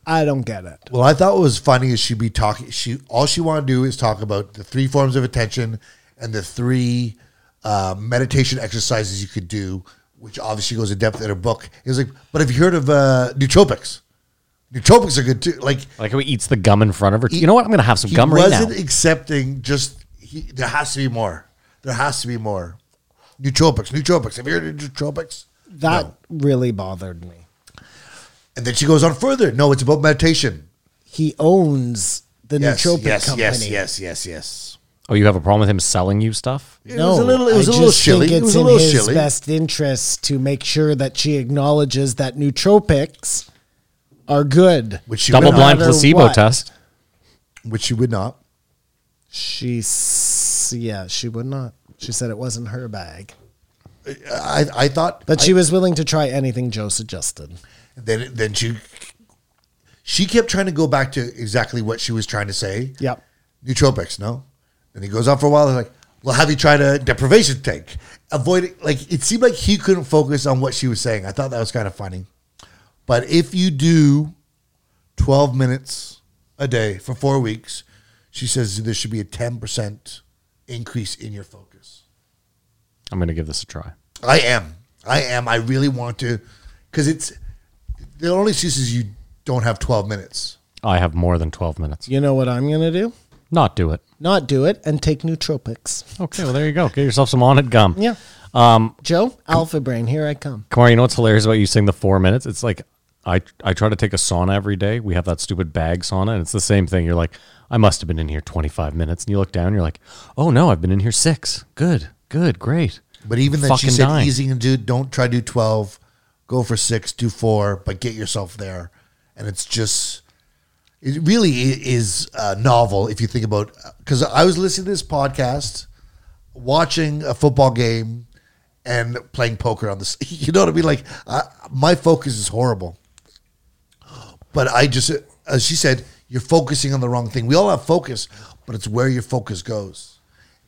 Speaker 7: I don't get it.
Speaker 5: Well, I thought what was funny is she'd be talking. She all she wanted to do is talk about the three forms of attention and the three uh, meditation exercises you could do, which obviously goes in depth in her book. It was like, but have you heard of uh, nootropics? Nootropics are good too. Like
Speaker 6: Like how he eats the gum in front of her.
Speaker 5: he-
Speaker 6: you know what? I'm gonna have some
Speaker 5: he
Speaker 6: gum right now.
Speaker 5: wasn't e- accepting. Just he, there has to be more. There has to be more. Nootropics, nootropics. Have you heard of nootropics?
Speaker 7: That
Speaker 5: No.
Speaker 7: really bothered me.
Speaker 5: And then she goes on further. No, it's about meditation.
Speaker 7: He owns the
Speaker 5: Yes,
Speaker 7: nootropic
Speaker 5: yes,
Speaker 7: company.
Speaker 5: yes, yes, yes, yes.
Speaker 6: oh, you have a problem with him selling you stuff?
Speaker 5: It was a little. It was
Speaker 7: I
Speaker 5: a little
Speaker 7: just think
Speaker 5: chilly. It
Speaker 7: it's
Speaker 5: was a
Speaker 7: in
Speaker 5: little
Speaker 7: his
Speaker 5: chilly.
Speaker 7: best interest to make sure that she acknowledges that nootropics are good.
Speaker 5: Which she
Speaker 6: Double
Speaker 5: would not.
Speaker 6: blind
Speaker 7: No matter
Speaker 6: placebo
Speaker 7: what.
Speaker 6: test.
Speaker 5: Which she would not.
Speaker 7: She, s- yeah, she would not. She said it wasn't her bag,
Speaker 5: I, I thought,
Speaker 7: but she was willing to try anything Joe suggested.
Speaker 5: then then she she kept trying to go back to exactly what she was trying to say.
Speaker 7: Yep.
Speaker 5: nootropics. No, and he goes on for a while. He's like, "Well, have you tried a deprivation tank? Avoid it." Like it seemed like he couldn't focus on what she was saying. I thought that was kind of funny. But if you do twelve minutes a day for four weeks, she says there should be a ten percent increase in your focus.
Speaker 6: I'm gonna give this a try.
Speaker 5: I am. I am. I really want to, because it's the only excuse is you don't have twelve minutes.
Speaker 6: I have more than 12 minutes.
Speaker 7: You know what I'm gonna do?
Speaker 6: Not do it.
Speaker 7: Not do it and take nootropics.
Speaker 6: Okay, well there you go. Get yourself some on it gum.
Speaker 7: Yeah. Um, Joe, Alpha Brain, here I come.
Speaker 6: Kamar, you know what's hilarious about you saying the four minutes? It's like I I try to take a sauna every day. We have that stupid bag sauna, and it's the same thing. You're like, I must have been in here 25 minutes, and you look down, you're like, oh no, I've been in here six. Good, good, great.
Speaker 5: But even then, she
Speaker 6: Fucking
Speaker 5: said
Speaker 6: dying.
Speaker 5: easy and do. Don't try to do twelve. Go for six. Do four, but get yourself there. And it's just It really i- is uh, novel if you think about because I was listening to this podcast, watching a football game, and playing poker on this. You know what I mean? Like I, my focus is horrible, but I just as she said, you're focusing on the wrong thing. We all have focus, but it's where your focus goes,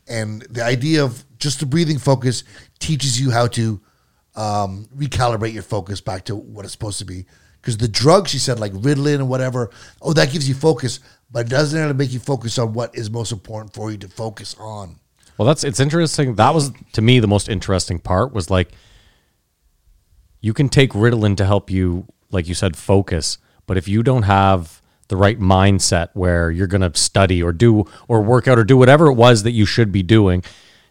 Speaker 5: and the idea of just the breathing focus teaches you how to um, recalibrate your focus back to what it's supposed to be. Because the drug, she said, like Ritalin and whatever, oh, that gives you focus, but it doesn't really make you focus on what is most important for you to focus on.
Speaker 6: Well, that's it's interesting. That was to me the most interesting part was like you can take Ritalin to help you, like you said, focus, but if you don't have the right mindset where you're going to study or do or work out or do whatever it was that you should be doing,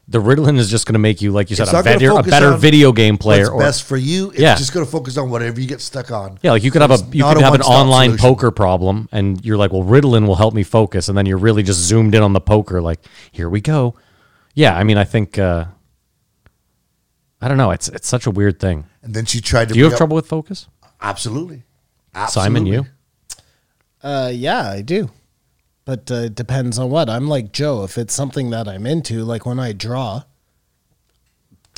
Speaker 6: the Ritalin is just going to make you, like you said,
Speaker 5: It's
Speaker 6: a
Speaker 5: not gonna
Speaker 6: better, a
Speaker 5: focus
Speaker 6: better
Speaker 5: on
Speaker 6: video game player.
Speaker 5: What's best for you? It's
Speaker 6: Yeah.
Speaker 5: just going to focus on whatever you get stuck on.
Speaker 6: Yeah, like you could have
Speaker 5: It's
Speaker 6: a you
Speaker 5: not
Speaker 6: could
Speaker 5: a
Speaker 6: have an
Speaker 5: one-stop
Speaker 6: online
Speaker 5: solution.
Speaker 6: poker problem, and you're like, well, Ritalin will help me focus, and then you're really just zoomed in on the poker. Like, here we go. Yeah, I mean, I think uh, I don't know. It's it's such a weird thing.
Speaker 5: And then she tried to.
Speaker 6: Do you
Speaker 5: bring
Speaker 6: have
Speaker 5: up-
Speaker 6: trouble with focus,
Speaker 5: Absolutely.
Speaker 6: Simon? You?
Speaker 5: Absolutely.
Speaker 7: Uh, yeah, I do. But uh, it depends on what. I'm like Joe. If it's something that I'm into, like when I draw,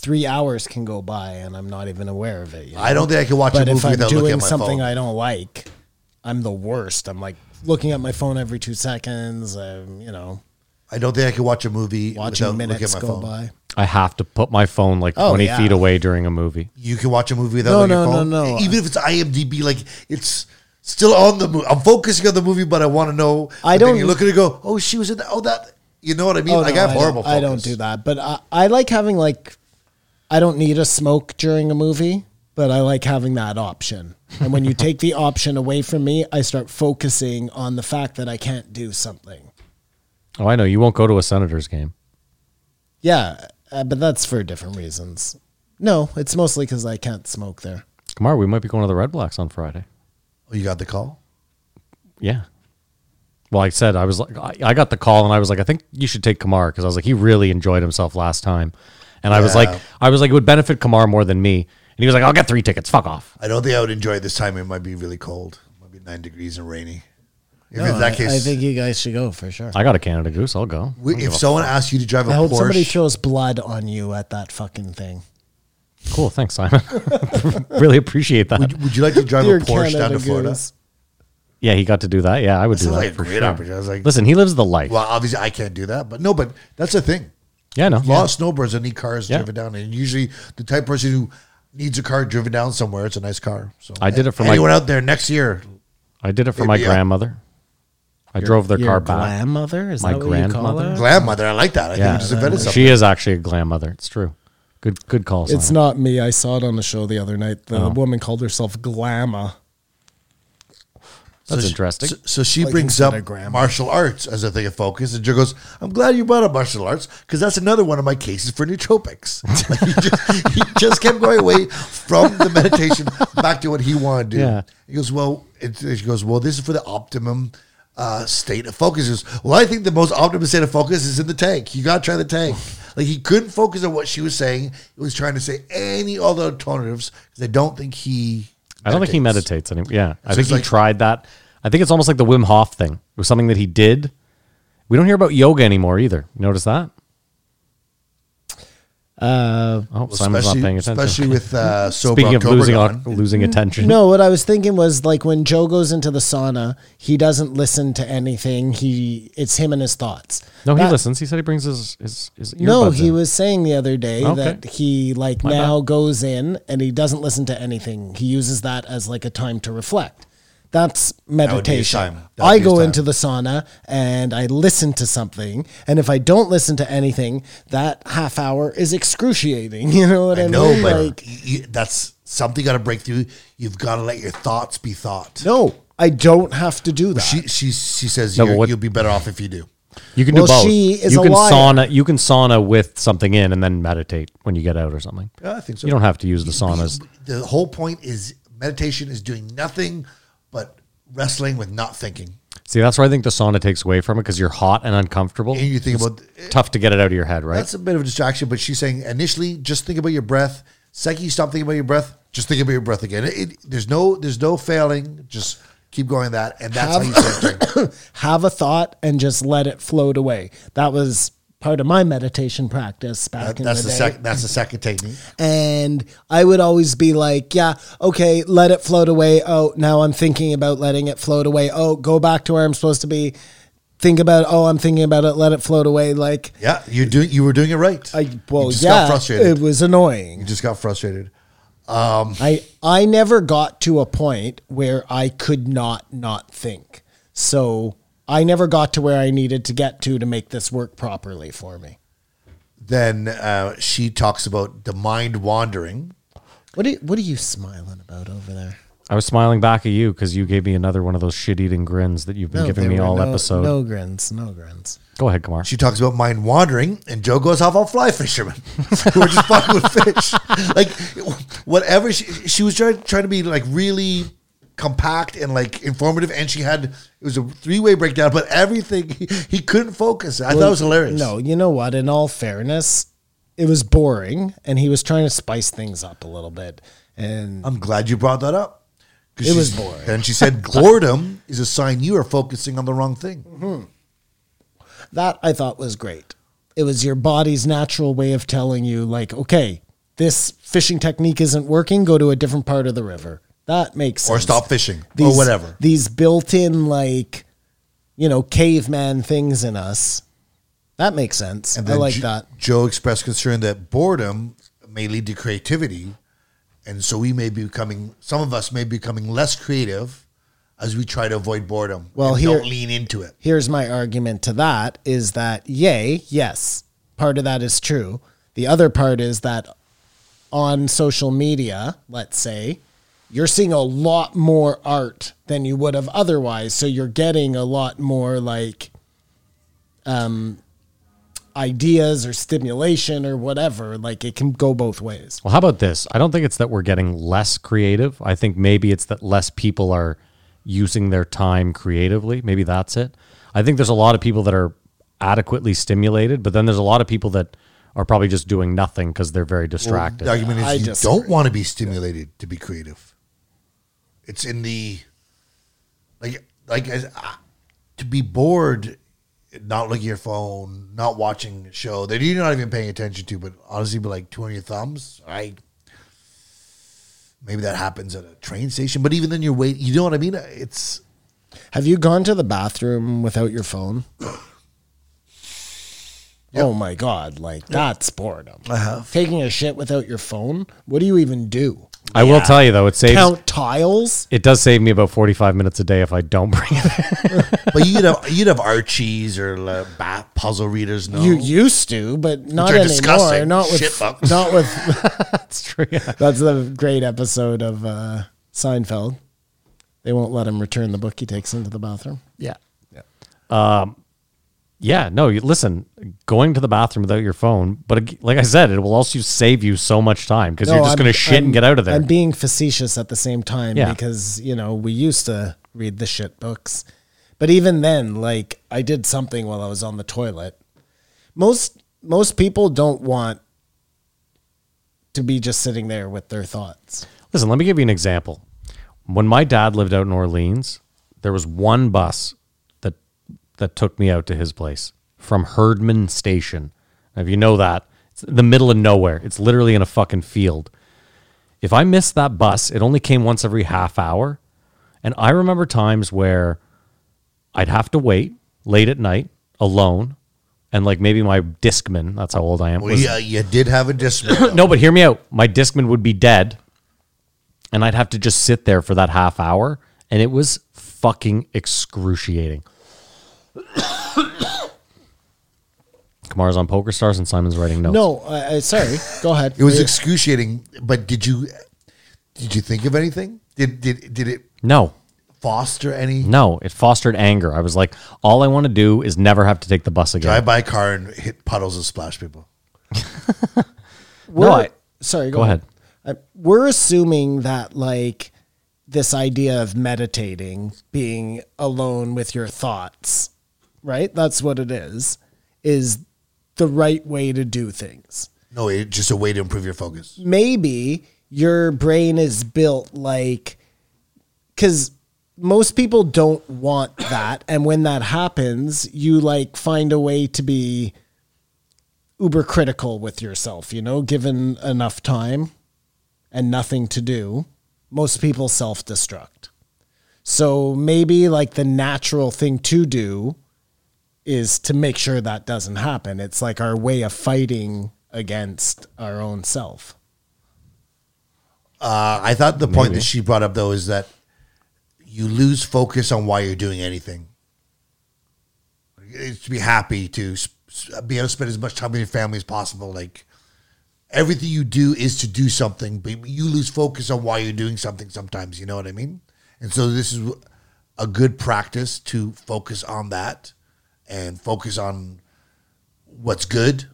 Speaker 7: three hours can go by and I'm not even aware of it. you know?
Speaker 5: I don't think I can watch
Speaker 7: but
Speaker 5: a
Speaker 7: if
Speaker 5: movie
Speaker 7: I'm
Speaker 5: without looking at
Speaker 7: doing
Speaker 5: my
Speaker 7: something
Speaker 5: phone.
Speaker 7: I don't like, I'm the worst. I'm like looking at my phone every two seconds. I'm, you know,
Speaker 5: I don't think I can watch a movie
Speaker 7: watching
Speaker 5: without looking at
Speaker 7: minutes
Speaker 5: my
Speaker 7: go
Speaker 5: phone.
Speaker 7: by.
Speaker 6: I have to put my phone like
Speaker 7: Oh,
Speaker 6: 20
Speaker 7: yeah.
Speaker 6: feet away during a movie.
Speaker 5: You can watch a movie without
Speaker 7: No,
Speaker 5: looking at
Speaker 7: no,
Speaker 5: your phone.
Speaker 7: no, no.
Speaker 5: Even if it's IMDb, like it's still on the movie. I'm focusing on the movie, but I want to know.
Speaker 7: I
Speaker 5: but then
Speaker 7: don't-
Speaker 5: You look at it, and go, oh, she was in that. Oh, that. You know what I mean?
Speaker 7: Oh,
Speaker 5: like
Speaker 7: no,
Speaker 5: I have horrible.
Speaker 7: Don't, I don't
Speaker 5: focus.
Speaker 7: do that. But I, I like having like I don't need a smoke during a movie, but I like having that option. And when you take the option away from me, I start focusing on the fact that I can't do something.
Speaker 6: Oh, I know. You won't go to a Senators game.
Speaker 7: Yeah, uh, but that's for different reasons. No, it's mostly because I can't smoke there.
Speaker 6: Kamar, we might be going to the Red Blacks on Friday.
Speaker 5: Oh, you got the call.
Speaker 6: Yeah. Well, I said I was like I, I got the call and I was like I think you should take Kamar because I was like he really enjoyed himself last time, and I was
Speaker 5: Yeah.
Speaker 6: like I was like it would benefit Kamar more than me, and he was like I'll get three tickets. Fuck off.
Speaker 5: I don't think I would enjoy this time. It might be really cold. It might be nine degrees and rainy. If in that
Speaker 7: I-
Speaker 5: case,
Speaker 7: I think you guys should go for sure.
Speaker 6: I got a Canada Goose. I'll go.
Speaker 5: we- if someone asked you to drive a
Speaker 7: I hope somebody
Speaker 5: Porsche,
Speaker 7: throws blood on you at that fucking thing.
Speaker 6: Cool. Thanks, Simon. really appreciate that.
Speaker 5: would, would you like to drive a
Speaker 7: Dear
Speaker 5: Porsche down
Speaker 7: Canada
Speaker 5: to Florida?
Speaker 7: Goose.
Speaker 6: yeah, he got to do that. Yeah, I would do
Speaker 5: sounds
Speaker 6: that.
Speaker 5: like a
Speaker 6: for
Speaker 5: great
Speaker 6: sure.
Speaker 5: opportunity. I was like-
Speaker 6: listen, he lives the life.
Speaker 5: Well, obviously I can't do that, but no, but that's the thing.
Speaker 6: yeah, no.
Speaker 5: A lot of snowbirds that need cars
Speaker 6: Yeah.
Speaker 5: driven down, and usually the type of person who needs a car driven down somewhere, it's a nice car. So
Speaker 6: I did it for my-
Speaker 5: anyone out there next year.
Speaker 6: I did it for my
Speaker 5: Yeah.
Speaker 6: grandmother. I drove their
Speaker 7: Your
Speaker 6: car back.
Speaker 7: grandmother is
Speaker 6: My
Speaker 7: that what you call
Speaker 6: grandmother?
Speaker 7: her?
Speaker 5: Grandmother, I like that. I think
Speaker 6: Yeah,
Speaker 5: you just invented something.
Speaker 6: she is actually a grandmother. It's true. Good, good call.
Speaker 7: It's
Speaker 6: Simon.
Speaker 7: not me. I saw it on the show the other night. The woman called herself Glamma.
Speaker 5: So
Speaker 6: That's
Speaker 5: she-
Speaker 6: interesting.
Speaker 5: So, so she
Speaker 7: Like
Speaker 5: brings
Speaker 7: instead
Speaker 5: up
Speaker 7: of grandma.
Speaker 5: martial arts as a thing of focus, and Joe goes, "I'm glad you brought up martial arts because that's another one of my cases for nootropics." like he, just, he just kept going away from the meditation back to what he wanted to do.
Speaker 6: Yeah.
Speaker 5: He goes, "Well," it, she goes, "Well, this is for the optimum." Uh, state of focus He goes, well. I think the most optimum state of focus is in the tank. You gotta try the tank. Like he couldn't focus on what she was saying. He was trying to say any other alternatives because I don't think he.
Speaker 6: I don't think he
Speaker 5: meditates.
Speaker 6: meditates anymore. Yeah, I
Speaker 5: So
Speaker 6: think
Speaker 5: it's
Speaker 6: he
Speaker 5: like-
Speaker 6: tried that. I think it's almost like the Wim Hof thing. It was something that he did. We don't hear about yoga anymore either. You Notice that?
Speaker 7: Uh,
Speaker 6: Oh,
Speaker 5: Well,
Speaker 6: Simon's not
Speaker 5: especially-
Speaker 6: paying attention.
Speaker 5: Especially with uh, sober
Speaker 6: Speaking of
Speaker 5: October
Speaker 6: losing
Speaker 5: gone.
Speaker 6: losing attention,
Speaker 7: no, what I was thinking was like when Joe goes into the sauna, he doesn't listen to anything. He it's him and his thoughts.
Speaker 6: no, he
Speaker 7: That-
Speaker 6: listens. He said he brings his his, his earbuds
Speaker 7: No, he
Speaker 6: in.
Speaker 7: was saying the other day
Speaker 6: Okay.
Speaker 7: that he like
Speaker 6: My
Speaker 7: now
Speaker 6: bad.
Speaker 7: goes in and he doesn't listen to anything. He uses that as like a time to reflect. That's
Speaker 5: would be his
Speaker 7: meditation.
Speaker 5: time. That would
Speaker 7: I
Speaker 5: be his
Speaker 7: go
Speaker 5: time.
Speaker 7: into the sauna and I listen to something, and if I don't listen to anything, that half hour is excruciating. You know what
Speaker 5: I
Speaker 7: I, mean?
Speaker 5: know, but
Speaker 7: Like,
Speaker 5: y- y- that's something got to break through. You've got to let your thoughts be thought.
Speaker 7: no, I don't have to do that.
Speaker 5: She she she says
Speaker 6: No, but
Speaker 5: you're-
Speaker 6: what-
Speaker 5: you'll be better off if you do.
Speaker 6: You can do
Speaker 7: Well,
Speaker 6: both.
Speaker 7: she is
Speaker 6: you
Speaker 7: a
Speaker 6: can
Speaker 7: liar.
Speaker 6: sauna. You can sauna with something in, and then meditate when you get out or something.
Speaker 5: Yeah, I think so.
Speaker 6: You don't have to use the saunas.
Speaker 5: The whole point is meditation is doing nothing but wrestling with not thinking.
Speaker 6: See, that's where I think the sauna takes away from it because you're hot and uncomfortable.
Speaker 5: And you think
Speaker 6: It's
Speaker 5: about
Speaker 6: tough to get it out of your head, right?
Speaker 5: that's a bit of a distraction, but she's saying initially just think about your breath. Second, you stop thinking about your breath. Just think about your breath again. It, it- there's no there's no failing. Just Keep going that, and that's how you start doing. it.
Speaker 7: have a thought and just let it float away. That was part of my meditation practice back
Speaker 5: That-
Speaker 7: in
Speaker 5: that's
Speaker 7: the
Speaker 5: the,
Speaker 7: day.
Speaker 5: second. That's the second technique.
Speaker 7: and I would always be like, yeah, okay, let it float away. Oh, now I'm thinking about letting it float away. Oh, go back to where I'm supposed to be. Think about, oh, I'm thinking about it, let it float away. Like,
Speaker 5: Yeah, you do. You were doing it right.
Speaker 7: I, well,
Speaker 5: you just
Speaker 7: yeah,
Speaker 5: got frustrated.
Speaker 7: it was annoying.
Speaker 5: you just got frustrated.
Speaker 7: I I never got to a point where I could not not think. So I never got to where I needed to get to to make this work properly for me.
Speaker 5: Then uh, she talks about the mind wandering.
Speaker 7: What are, what are you smiling about over there?
Speaker 6: I was smiling back at you because you gave me another one of those shit-eating grins that you've been giving
Speaker 7: there
Speaker 6: me
Speaker 7: were
Speaker 6: all
Speaker 7: no,
Speaker 6: episode.
Speaker 7: No grins, no grins.
Speaker 6: Go ahead, Kamar.
Speaker 5: She talks about mind wandering, and Joe goes off on fly fishermen who are just fucking with fish. Like whatever she she was trying trying to be like really compact and like informative, and she had it was a three way breakdown, but everything he, he couldn't focus. I thought it was hilarious.
Speaker 7: No, you know what? In all fairness, it was boring, and he was trying to spice things up a little bit. And
Speaker 5: I'm glad you brought that up. 'Cause
Speaker 7: It
Speaker 5: she-
Speaker 7: was boring.
Speaker 5: And she said, boredom is a sign you are focusing on the wrong thing.
Speaker 7: Mm-hmm. that I thought was great. It was your body's natural way of telling you, like, okay, this fishing technique isn't working. Go to a different part of the river. That makes
Speaker 5: Or
Speaker 7: sense.
Speaker 5: stop fishing, or whatever.
Speaker 7: These built-in like, you know, caveman things in us. That makes sense. I
Speaker 5: then
Speaker 7: like
Speaker 5: Jo-
Speaker 7: that.
Speaker 5: Joe expressed concern that boredom may lead to creativity, and so we may be becoming. Some of us may be becoming less creative as we try to avoid boredom.
Speaker 7: Well,
Speaker 5: and
Speaker 7: here-
Speaker 5: don't lean into it.
Speaker 7: here's my argument to that is that yay yes part of that is true the other part is that on social media let's say you're seeing a lot more art than you would have otherwise so you're getting a lot more like um ideas or stimulation or whatever like it can go both ways
Speaker 6: Well, how about this? I don't think it's that we're getting less creative. I think maybe it's that less people are using their time creatively. Maybe that's it. I think there's a lot of people that are adequately stimulated, but then there's a lot of people that are probably just doing nothing because they're very distracted.
Speaker 5: The argument is
Speaker 7: I
Speaker 5: you
Speaker 7: disagree.
Speaker 5: don't want to be stimulated to be creative. It's in the like like as- ah, to be bored, not looking at your phone, not watching a show that you're not even paying attention to, but honestly, be like two on your thumbs. I maybe that happens at a train station, but even then you're wait. You know what I mean? It's
Speaker 7: Have you gone to the bathroom without your phone? Oh my god, like that's boredom. I have. Taking a shit without your phone? What do you even do?
Speaker 6: I will tell you though, it saves
Speaker 7: Count tiles?
Speaker 6: it does save me about 45 minutes a day if I don't bring it. in.
Speaker 5: but you'd have you'd have Archie's or like, ba- puzzle readers. No,
Speaker 7: You used to, but not
Speaker 5: are
Speaker 7: anymore.
Speaker 5: disgusting.
Speaker 7: Not with
Speaker 5: Shit bugs.
Speaker 7: not with
Speaker 6: That's true. yeah.
Speaker 7: That's the great episode of uh, Seinfeld. They won't let him return the book he takes into the bathroom.
Speaker 6: Yeah. Yeah. Um, yeah. No. You, listen, going to the bathroom without your phone, but ag- like I said, it will also save you so much time because you're
Speaker 7: No,
Speaker 6: just
Speaker 7: I'm-
Speaker 6: going to shit
Speaker 7: I'm-
Speaker 6: and get out of there.
Speaker 7: I'm being facetious at the same time
Speaker 6: Yeah.
Speaker 7: because, you know, we used to read the shit books. But even then, like I did something while I was on the toilet. Most most people don't want to be just sitting there with their thoughts.
Speaker 6: Listen, let me give you an example. When my dad lived out in Orleans, there was one bus that that took me out to his place from Herdman Station. Now, if you know that, it's in the middle of nowhere. It's literally in a fucking field. If I missed that bus, it only came once every half hour. And I remember times where I'd have to wait late at night alone. And like maybe my Discman, that's how old I am.
Speaker 5: Well,
Speaker 6: was-
Speaker 5: yeah, you did have a discipline.
Speaker 6: no, but hear me out. My Discman would be dead, and I'd have to just sit there for that half hour, and it was fucking excruciating. Kamara's on Poker Stars, and Simon's writing notes.
Speaker 7: No, I, I sorry. Go ahead.
Speaker 5: It was
Speaker 7: Yeah.
Speaker 5: excruciating. But did you did you think of anything? Did did did it
Speaker 6: no,
Speaker 5: foster any?
Speaker 6: no. It fostered anger. I was like, all I want to do is never have to take the bus again.
Speaker 5: Drive by a car and hit puddles and splash people.
Speaker 7: we're,
Speaker 6: I-
Speaker 7: sorry, go,
Speaker 6: Go ahead.
Speaker 7: Uh, we're assuming that like this idea of meditating, being alone with your thoughts, right? That's what it is. Is the right way to do things.
Speaker 5: No, it's just a way to improve your focus.
Speaker 7: Maybe your brain is built like cuz most people don't want that and when that happens you like find a way to be uber critical with yourself you know given enough time and nothing to do most people self-destruct so maybe like the natural thing to do is to make sure that doesn't happen it's like our way of fighting against our own self
Speaker 5: Uh, I thought the point that she brought up though is that you lose focus on why you're doing anything. It's to be happy to s- s- be able to spend as much time with your family as possible. Like everything you do is to do something, but you lose focus on why you're doing something sometimes. You know what I mean? And so this is a good practice to focus on that and focus on what's good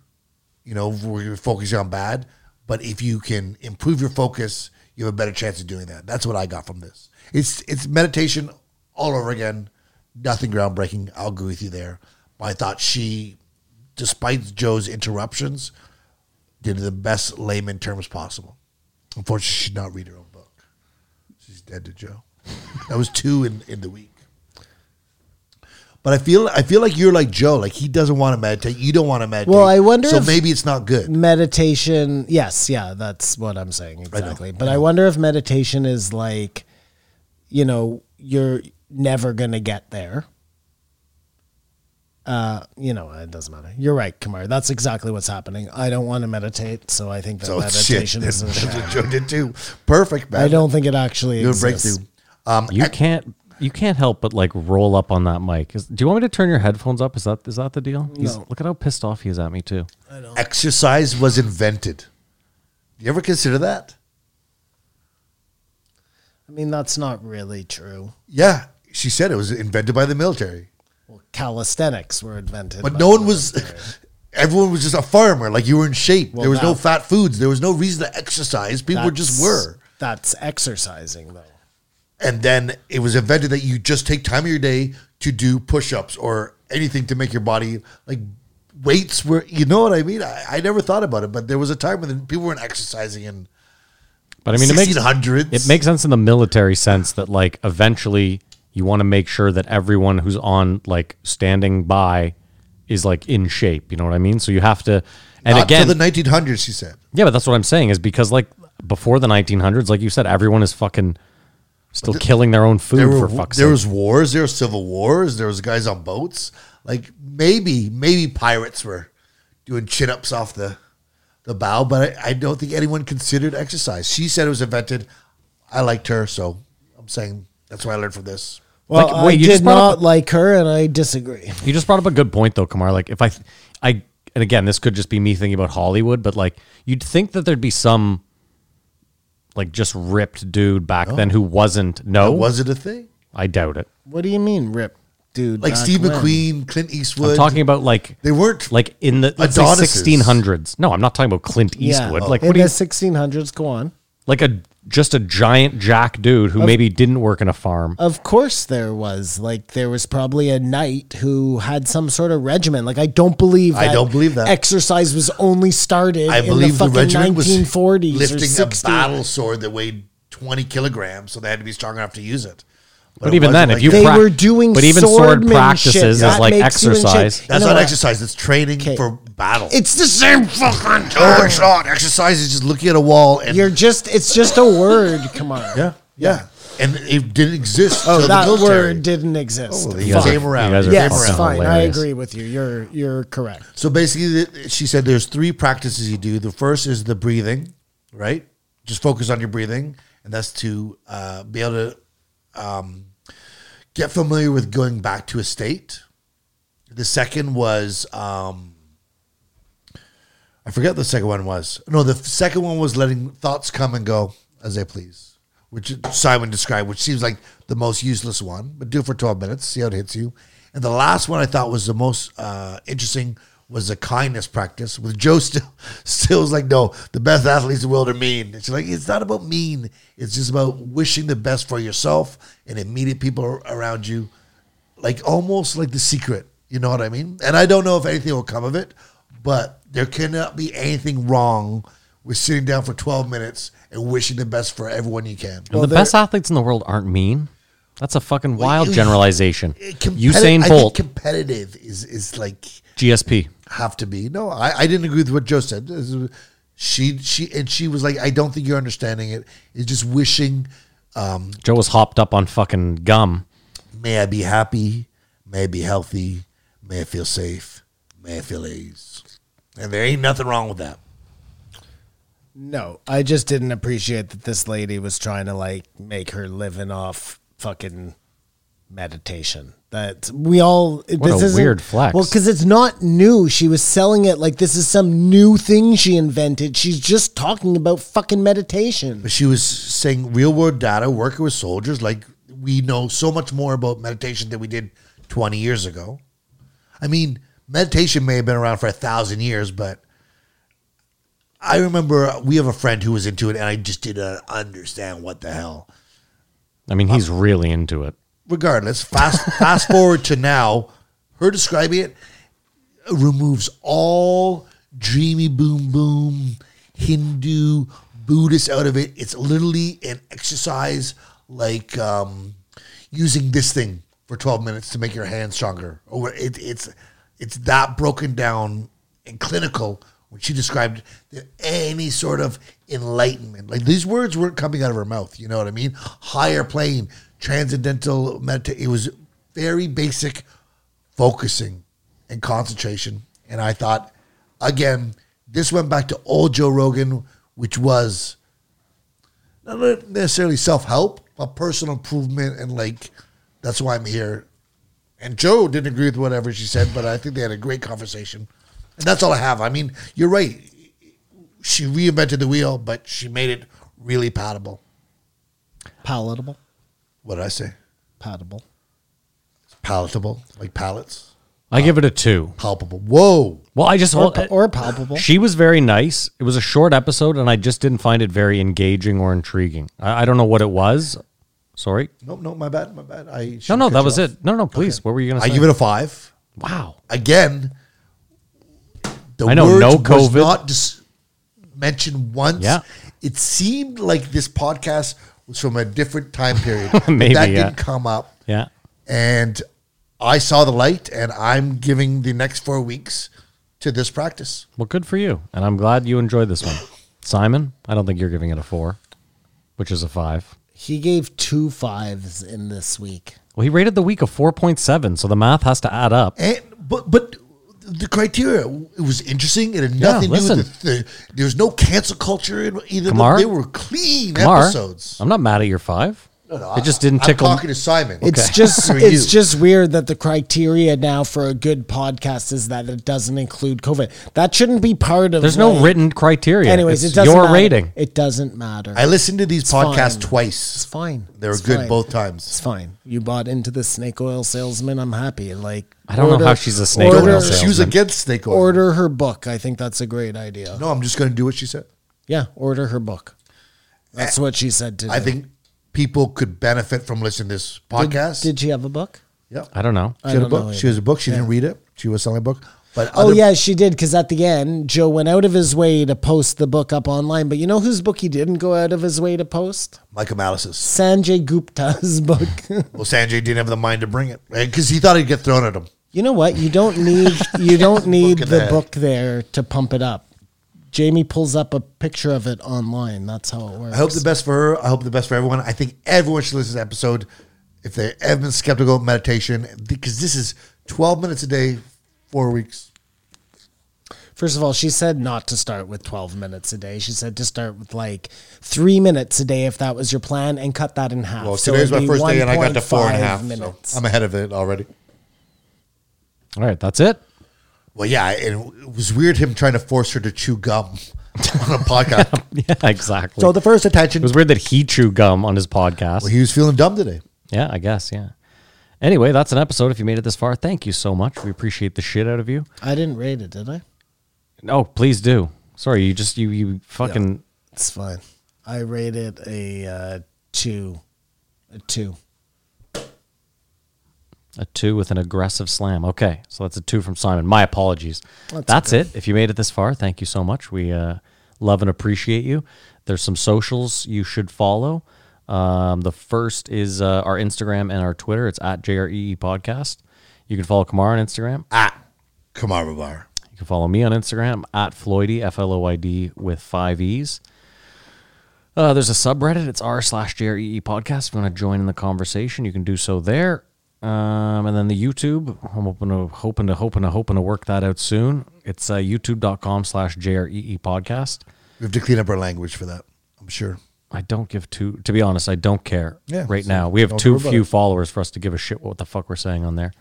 Speaker 5: you know, we're focusing on bad. But if you can improve your focus, you have a better chance of doing that. That's what I got from this. It's it's meditation all over again. Nothing groundbreaking. I'll agree with you there. But I thought she, despite Joe's interruptions, did it in the best layman terms possible. Unfortunately, she did not read her own book. She's dead to Joe. that was two in, in the week. But I feel I feel like you're like Joe. Like he doesn't want to meditate. You don't want to meditate.
Speaker 7: Well, I wonder
Speaker 5: So
Speaker 7: if-
Speaker 5: maybe it's not good.
Speaker 7: meditation yes yeah that's what i'm saying exactly but i wonder if meditation is like you know you're never gonna get there uh you know it doesn't matter you're right kamar that's exactly what's happening i don't want to meditate so i think that
Speaker 5: So it's Oh, shit.
Speaker 7: meditation
Speaker 5: That's
Speaker 7: is a
Speaker 5: that's
Speaker 7: shit.
Speaker 5: what Joe did too. Perfect, man.
Speaker 7: i don't think it actually
Speaker 5: do a
Speaker 7: exists.
Speaker 5: breakthrough. Um,
Speaker 6: You
Speaker 5: ac-
Speaker 6: can't. You can't help but like roll up on that mic. Is, do you want me to turn your headphones up? Is that is that the deal? He's,
Speaker 7: No.
Speaker 6: Look at how pissed off he is at me too.
Speaker 5: exercise was invented. You ever consider that?
Speaker 7: i mean that's not really true
Speaker 5: Yeah, she said it was invented by the military,
Speaker 7: well, calisthenics were invented
Speaker 5: but
Speaker 7: by
Speaker 5: no one
Speaker 7: the
Speaker 5: was.
Speaker 7: military.
Speaker 5: Everyone was just a farmer. Like you were in shape.
Speaker 7: Well,
Speaker 5: there was no
Speaker 7: that-
Speaker 5: fat foods. There was no reason to exercise. People just
Speaker 7: That's-
Speaker 5: were.
Speaker 7: that's exercising though
Speaker 5: And then it was invented that you just take time of your day to do push-ups or anything to make your body like weights. Were you know what I mean? I, I never thought about it, but there was a time when people weren't exercising and
Speaker 6: But I mean, it makes
Speaker 5: 1600s.
Speaker 6: it makes sense in the military sense that like eventually you want to make sure that everyone who's on like standing by is like in shape. You know what I mean? So you have to. And
Speaker 5: Not
Speaker 6: again,
Speaker 5: till the 1900s, he said.
Speaker 6: Yeah, but that's what I'm saying is because like before the 1900s, like you said, everyone is fucking still killing their own food
Speaker 5: There were
Speaker 6: for fuck's
Speaker 5: there
Speaker 6: sake.
Speaker 5: was wars, there were civil wars, there was guys on boats. Like maybe maybe pirates were doing chin ups off the the bow, but I, I don't think anyone considered exercise. She said it was invented. I liked her, so I'm saying that's what I learned from this.
Speaker 7: Well,
Speaker 6: Like, wait,
Speaker 7: I
Speaker 6: you just
Speaker 7: did
Speaker 6: brought
Speaker 7: not
Speaker 6: up-
Speaker 7: like her, and I disagree.
Speaker 6: you just brought up a good point though, Kamar. Like if I, I, and again, this could just be me thinking about Hollywood, but like you'd think that there'd be some like just ripped dude back then who wasn't. No,
Speaker 5: But Oh. was it a thing?
Speaker 6: I doubt it.
Speaker 7: What do you mean, rip, dude?
Speaker 5: Like
Speaker 7: back
Speaker 5: Steve
Speaker 7: when?
Speaker 5: McQueen, Clint Eastwood.
Speaker 6: I'm talking about like
Speaker 5: they weren't
Speaker 6: like in the let's say
Speaker 5: Adonises.
Speaker 6: 1600s. No, I'm not talking about Clint
Speaker 7: Yeah. Oh.
Speaker 6: Eastwood. Like
Speaker 7: in
Speaker 6: what do
Speaker 7: the
Speaker 6: you
Speaker 7: 1600s, go on.
Speaker 6: like a just a giant jack dude who maybe didn't work in a farm.
Speaker 7: Of course, there was like there was probably a knight who had some sort of regimen. Like I don't believe
Speaker 5: I
Speaker 7: that
Speaker 5: don't believe that.
Speaker 7: exercise was only started.
Speaker 5: I believe
Speaker 7: in the,
Speaker 5: the,
Speaker 7: fucking
Speaker 5: regiment was
Speaker 7: 1940s or
Speaker 5: lifting a
Speaker 7: 60s.
Speaker 5: battle sword that weighed 20 kilograms, so they had to be strong enough to use it.
Speaker 6: But
Speaker 5: it
Speaker 6: even then,
Speaker 5: wasn't
Speaker 6: if
Speaker 5: like
Speaker 6: you
Speaker 5: that.
Speaker 7: They
Speaker 6: prac-
Speaker 7: were doing
Speaker 6: but even sword
Speaker 7: swordmanship.
Speaker 6: practices is
Speaker 7: That
Speaker 6: like
Speaker 7: makes you in shape.
Speaker 6: exercise.
Speaker 7: You
Speaker 5: That's
Speaker 7: know
Speaker 5: not
Speaker 7: what?
Speaker 5: exercise. It's training for battle.
Speaker 7: It's the same fucking.
Speaker 5: no, it's not. Exercise is just looking at a wall and
Speaker 7: You're just. It's just a word. Come on.
Speaker 5: yeah, yeah. And it didn't exist.
Speaker 7: Oh,
Speaker 5: till
Speaker 7: that
Speaker 5: the military.
Speaker 7: word didn't exist.
Speaker 5: Well, you
Speaker 6: guys
Speaker 5: came
Speaker 6: are-
Speaker 5: around.
Speaker 6: you guys are
Speaker 5: Came
Speaker 7: Yes,
Speaker 5: around.
Speaker 7: fine.
Speaker 6: hilarious.
Speaker 7: I agree with you. You're you're correct.
Speaker 5: So basically, th- she said there's three practices you do. The first is the breathing, right? Just focus on your breathing, and that's to uh, be able to um, get familiar with going back to a state. The second was um, I forget what the second one was. No, the f- second one was letting thoughts come and go as they please, which Simon described, which seems like the most useless one, but do it for 12 minutes, see how it hits you. And the last one I thought was the most uh, interesting was the kindness practice with Joe still still was like, no, the best athletes in the world are mean. And she's like, it's not about mean. It's just about wishing the best for yourself and immediate people ar- around you like almost like the secret. You know what I mean? And I don't know if anything will come of it, but there cannot be anything wrong with sitting down for 12 minutes and wishing the best for everyone you can.
Speaker 6: And the best athletes in the world aren't mean. That's a fucking wild generalization.
Speaker 7: uh,
Speaker 5: Eh, Competi- I
Speaker 6: Usain
Speaker 5: think
Speaker 6: Bolt,
Speaker 5: competitive is is like
Speaker 6: GSP.
Speaker 5: have to be. No, I, I didn't agree with what Joe said. This is- She she and she was like, I don't think you're understanding it. It's just wishing. Um,
Speaker 6: Joe was hopped up on fucking gum.
Speaker 5: may I be happy? May I be healthy? May I feel safe? May I feel at ease? And there ain't nothing wrong with that.
Speaker 7: No, I just didn't appreciate that this lady was trying to like make her living off fucking meditation. That we all
Speaker 6: What
Speaker 7: this
Speaker 6: a
Speaker 7: isn't-
Speaker 6: weird flex.
Speaker 7: Well, because it's not new. She was selling it like this is some new thing she invented. She's just talking about fucking meditation.
Speaker 5: But she was saying real world data, working with soldiers, like we know so much more about meditation than we did 20 years ago. I mean, meditation may have been around for a thousand years, but I remember uh, we have a friend who was into it and I just didn't uh, understand what the hell.
Speaker 6: I mean,
Speaker 7: Uh,
Speaker 6: he's really into it.
Speaker 5: Regardless, fast fast forward to now, her describing it removes all dreamy boom boom Hindu Buddhist out of it. It's literally an exercise like um, using this thing for 12 minutes to make your hand stronger. Or it, it's it's that broken down and clinical when she described that any sort of enlightenment. Like these words weren't coming out of her mouth. You know what I mean? Higher plane, transcendental meditation. It was very basic focusing and concentration. And I thought, again, this went back to old Joe Rogan, which was not necessarily self help, but personal improvement. And like, that's why I'm here. And Joe didn't agree with whatever she said, but I think they had a great conversation. And that's all I have. I mean, you're right. She reinvented the wheel, but she made it really palatable.
Speaker 7: Palatable,
Speaker 5: What did I say?
Speaker 7: palatable.
Speaker 5: Palatable, like pallets,
Speaker 6: I give it a two.
Speaker 5: palpable. Whoa.
Speaker 6: Well, I just
Speaker 7: Or, or palpable.
Speaker 6: She was very nice. It was a short episode, and I just didn't find it very engaging or intriguing. I, I don't know what it was. Sorry.
Speaker 5: Nope, nope, my bad, my bad. I
Speaker 6: No,
Speaker 5: should've
Speaker 6: no,
Speaker 5: cut
Speaker 6: that
Speaker 5: you
Speaker 6: was
Speaker 5: off.
Speaker 6: it. No, no, please. What were you gonna
Speaker 5: I
Speaker 6: say?
Speaker 5: give it a five.
Speaker 6: wow.
Speaker 5: Again, the
Speaker 6: I know,
Speaker 5: words
Speaker 6: no
Speaker 5: was
Speaker 6: COVID.
Speaker 5: not just mentioned once.
Speaker 6: Yeah.
Speaker 5: It seemed like this podcast was from a different time period. but
Speaker 6: Maybe,
Speaker 5: that
Speaker 6: yeah.
Speaker 5: didn't come up.
Speaker 6: Yeah.
Speaker 5: And I saw the light, and I'm giving the next four weeks to this practice.
Speaker 6: Well, good for you, and I'm glad you enjoyed this one, Simon. I don't think you're giving it a four, which is a five.
Speaker 7: he gave two fives in this week.
Speaker 6: Well, he rated the week a four point seven, so the math has to add up.
Speaker 5: And but but the criteria it was interesting. It had nothing to do
Speaker 6: listen.
Speaker 5: with the, the there was no cancel culture in either. of them.
Speaker 6: Kamar?
Speaker 5: They were clean
Speaker 6: Kamar,
Speaker 5: episodes.
Speaker 6: I'm not mad at your five.
Speaker 5: No,
Speaker 6: it
Speaker 5: I-
Speaker 6: just didn't tickle.
Speaker 5: I'm talking to Simon.
Speaker 7: It's just
Speaker 5: For
Speaker 7: it's
Speaker 5: you.
Speaker 7: just weird that the criteria now for a good podcast is that it doesn't include COVID. That shouldn't be part of.
Speaker 6: There's no
Speaker 7: like-
Speaker 6: written criteria.
Speaker 7: Anyways,
Speaker 6: It's
Speaker 7: it doesn't
Speaker 6: your
Speaker 7: matter.
Speaker 6: rating.
Speaker 7: It doesn't matter.
Speaker 5: I listened to these podcasts
Speaker 7: fine.
Speaker 5: twice.
Speaker 7: it's fine.
Speaker 5: They were
Speaker 7: It's
Speaker 5: good
Speaker 7: fine.
Speaker 5: both
Speaker 7: It's
Speaker 5: times.
Speaker 7: fine. You bought into the snake oil salesman. I'm happy. Like
Speaker 6: I don't know how she's a snake
Speaker 5: No,
Speaker 6: oil
Speaker 7: order,
Speaker 5: no,
Speaker 6: salesman.
Speaker 5: she was against snake oil.
Speaker 7: Order her book. I think that's a great idea.
Speaker 5: No, I'm just going to do what she said.
Speaker 7: Yeah, order her book. That's what she said today.
Speaker 5: Eh. I think people could benefit from listening to this
Speaker 7: Did-
Speaker 5: podcast.
Speaker 7: Did, she have a book?
Speaker 5: yep.
Speaker 6: I don't know.
Speaker 5: she had a
Speaker 7: don't know
Speaker 5: book. She
Speaker 7: either.
Speaker 5: has a book. She didn't read it. She was selling a book. But
Speaker 7: Oh
Speaker 5: other-
Speaker 7: yeah, she did. Because at the end, Joe went out of his way to post the book up online. But you know whose book he didn't go out of his way to post?
Speaker 5: Michael Malice's.
Speaker 7: Sanjay Gupta's book.
Speaker 5: Well, Sanjay didn't have the mind to bring it because he thought he'd get thrown at him.
Speaker 7: you know what? You don't need you don't need
Speaker 5: Book of
Speaker 7: the
Speaker 5: that.
Speaker 7: book there to pump it up. Jamie pulls up a picture of it online. That's how it works.
Speaker 5: I hope the best for her. I hope the best for everyone. I think everyone should listen to this episode if they ever been skeptical of meditation because this is 12 minutes a day, four weeks.
Speaker 7: First of all, she said not to start with 12 minutes a day. She said to start with like three minutes a day if that was your plan and cut that in half.
Speaker 5: Well,
Speaker 7: So
Speaker 5: today's
Speaker 7: it'd
Speaker 5: my
Speaker 7: be
Speaker 5: first day, and I got to four and a
Speaker 7: 1.5
Speaker 5: half. So
Speaker 7: minutes.
Speaker 5: I'm ahead of it already.
Speaker 6: All right, that's it.
Speaker 5: Well, yeah, and it was weird him trying to force her to chew gum on a podcast.
Speaker 6: Yeah, exactly.
Speaker 5: so the first attention,
Speaker 6: it was weird that he chewed gum on his podcast.
Speaker 5: well, he was feeling dumb today.
Speaker 6: yeah, I guess. Yeah. Anyway, that's an episode. If you made it this far, thank you so much. We appreciate the shit out of you.
Speaker 7: I didn't rate it, did I?
Speaker 6: No, please do. Sorry, you just you you fucking.
Speaker 7: It's fine. I rated a uh, two. A two.
Speaker 6: A two with an aggressive slam. Okay, so that's a two from Simon. My apologies. That's, it. If you made it this far, thank you so much. We uh, love and appreciate you. There's some socials you should follow. Um, the first is uh, our Instagram and our Twitter. It's at JREE E Podcast. You can follow Kamar on Instagram.
Speaker 5: Ah, Kamara Bar.
Speaker 6: You can follow me on Instagram at Floydy, F L O Y D with five E's. Uh, there's a subreddit. It's r slash JREE podcast. If you want to join in the conversation, you can do so there. Um, and then the YouTube. I'm hoping to hoping to hoping to hoping to work that out soon. It's uh, youtube.com slash JREE E podcast.
Speaker 5: We have to clean up our language for that. I'm sure.
Speaker 6: I don't give two. To be honest, I don't care.
Speaker 5: Yeah,
Speaker 6: right
Speaker 5: so
Speaker 6: now, we have
Speaker 5: don't
Speaker 6: too
Speaker 5: worry about
Speaker 6: few
Speaker 5: it.
Speaker 6: followers for us to give a shit what the fuck we're saying on there,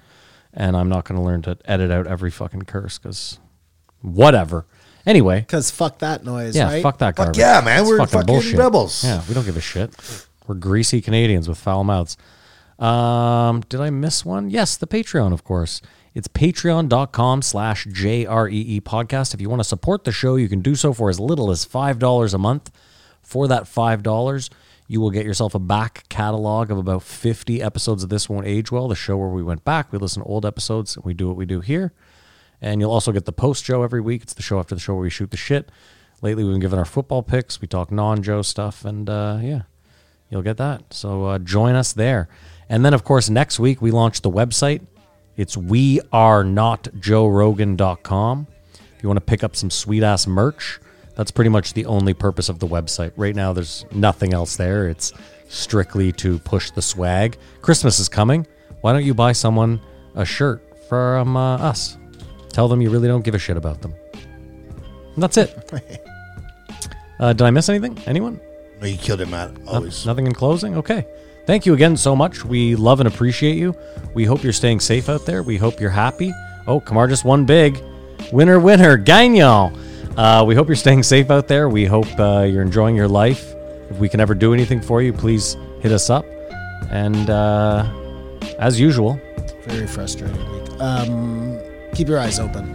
Speaker 6: and I'm not going to learn to edit out every fucking curse because whatever. Anyway,
Speaker 7: Because fuck that noise,
Speaker 6: yeah,
Speaker 7: right?
Speaker 6: fuck that
Speaker 5: Fuck
Speaker 6: garbage.
Speaker 5: yeah, man,
Speaker 6: It's
Speaker 5: we're fucking rebels.
Speaker 6: Yeah, we don't give a shit. We're greasy Canadians with foul mouths. Um, did I miss one? Yes, the Patreon, of course. It's patreon.com slash JREE E podcast. If you want to support the show, you can do so for as little as $5 a month. For that $5, you will get yourself a back catalog of about 50 episodes of This Won't Age Well, the show where we went back, we listen to old episodes, and we do what we do here. And you'll also get the post show every week. It's the show after the show where we shoot the shit. Lately, we've been giving our football picks. We talk non Joe stuff. And uh, yeah, you'll get that. So uh, join us there. And then, of course, next week we launch the website. It's wearenotjoerogan.com. If you want to pick up some sweet ass merch, that's pretty much the only purpose of the website. Right now, there's nothing else there. It's strictly to push the swag. Christmas is coming. Why don't you buy someone a shirt from uh, us? Tell them you really don't give a shit about them. And that's it. uh, did I miss anything? Anyone?
Speaker 5: No, you killed it, Matt. Always.
Speaker 6: Nothing in closing? Okay. Thank you again so much. We love and appreciate you. We hope you're staying safe out there. We hope you're happy. Oh, Kamar just won big. Winner, winner, Gagnon. Uh, we hope you're staying safe out there. We hope uh, you're enjoying your life. If we can ever do anything for you, please hit us up. And uh, as usual,
Speaker 7: Very frustrating week. Um, keep your eyes open.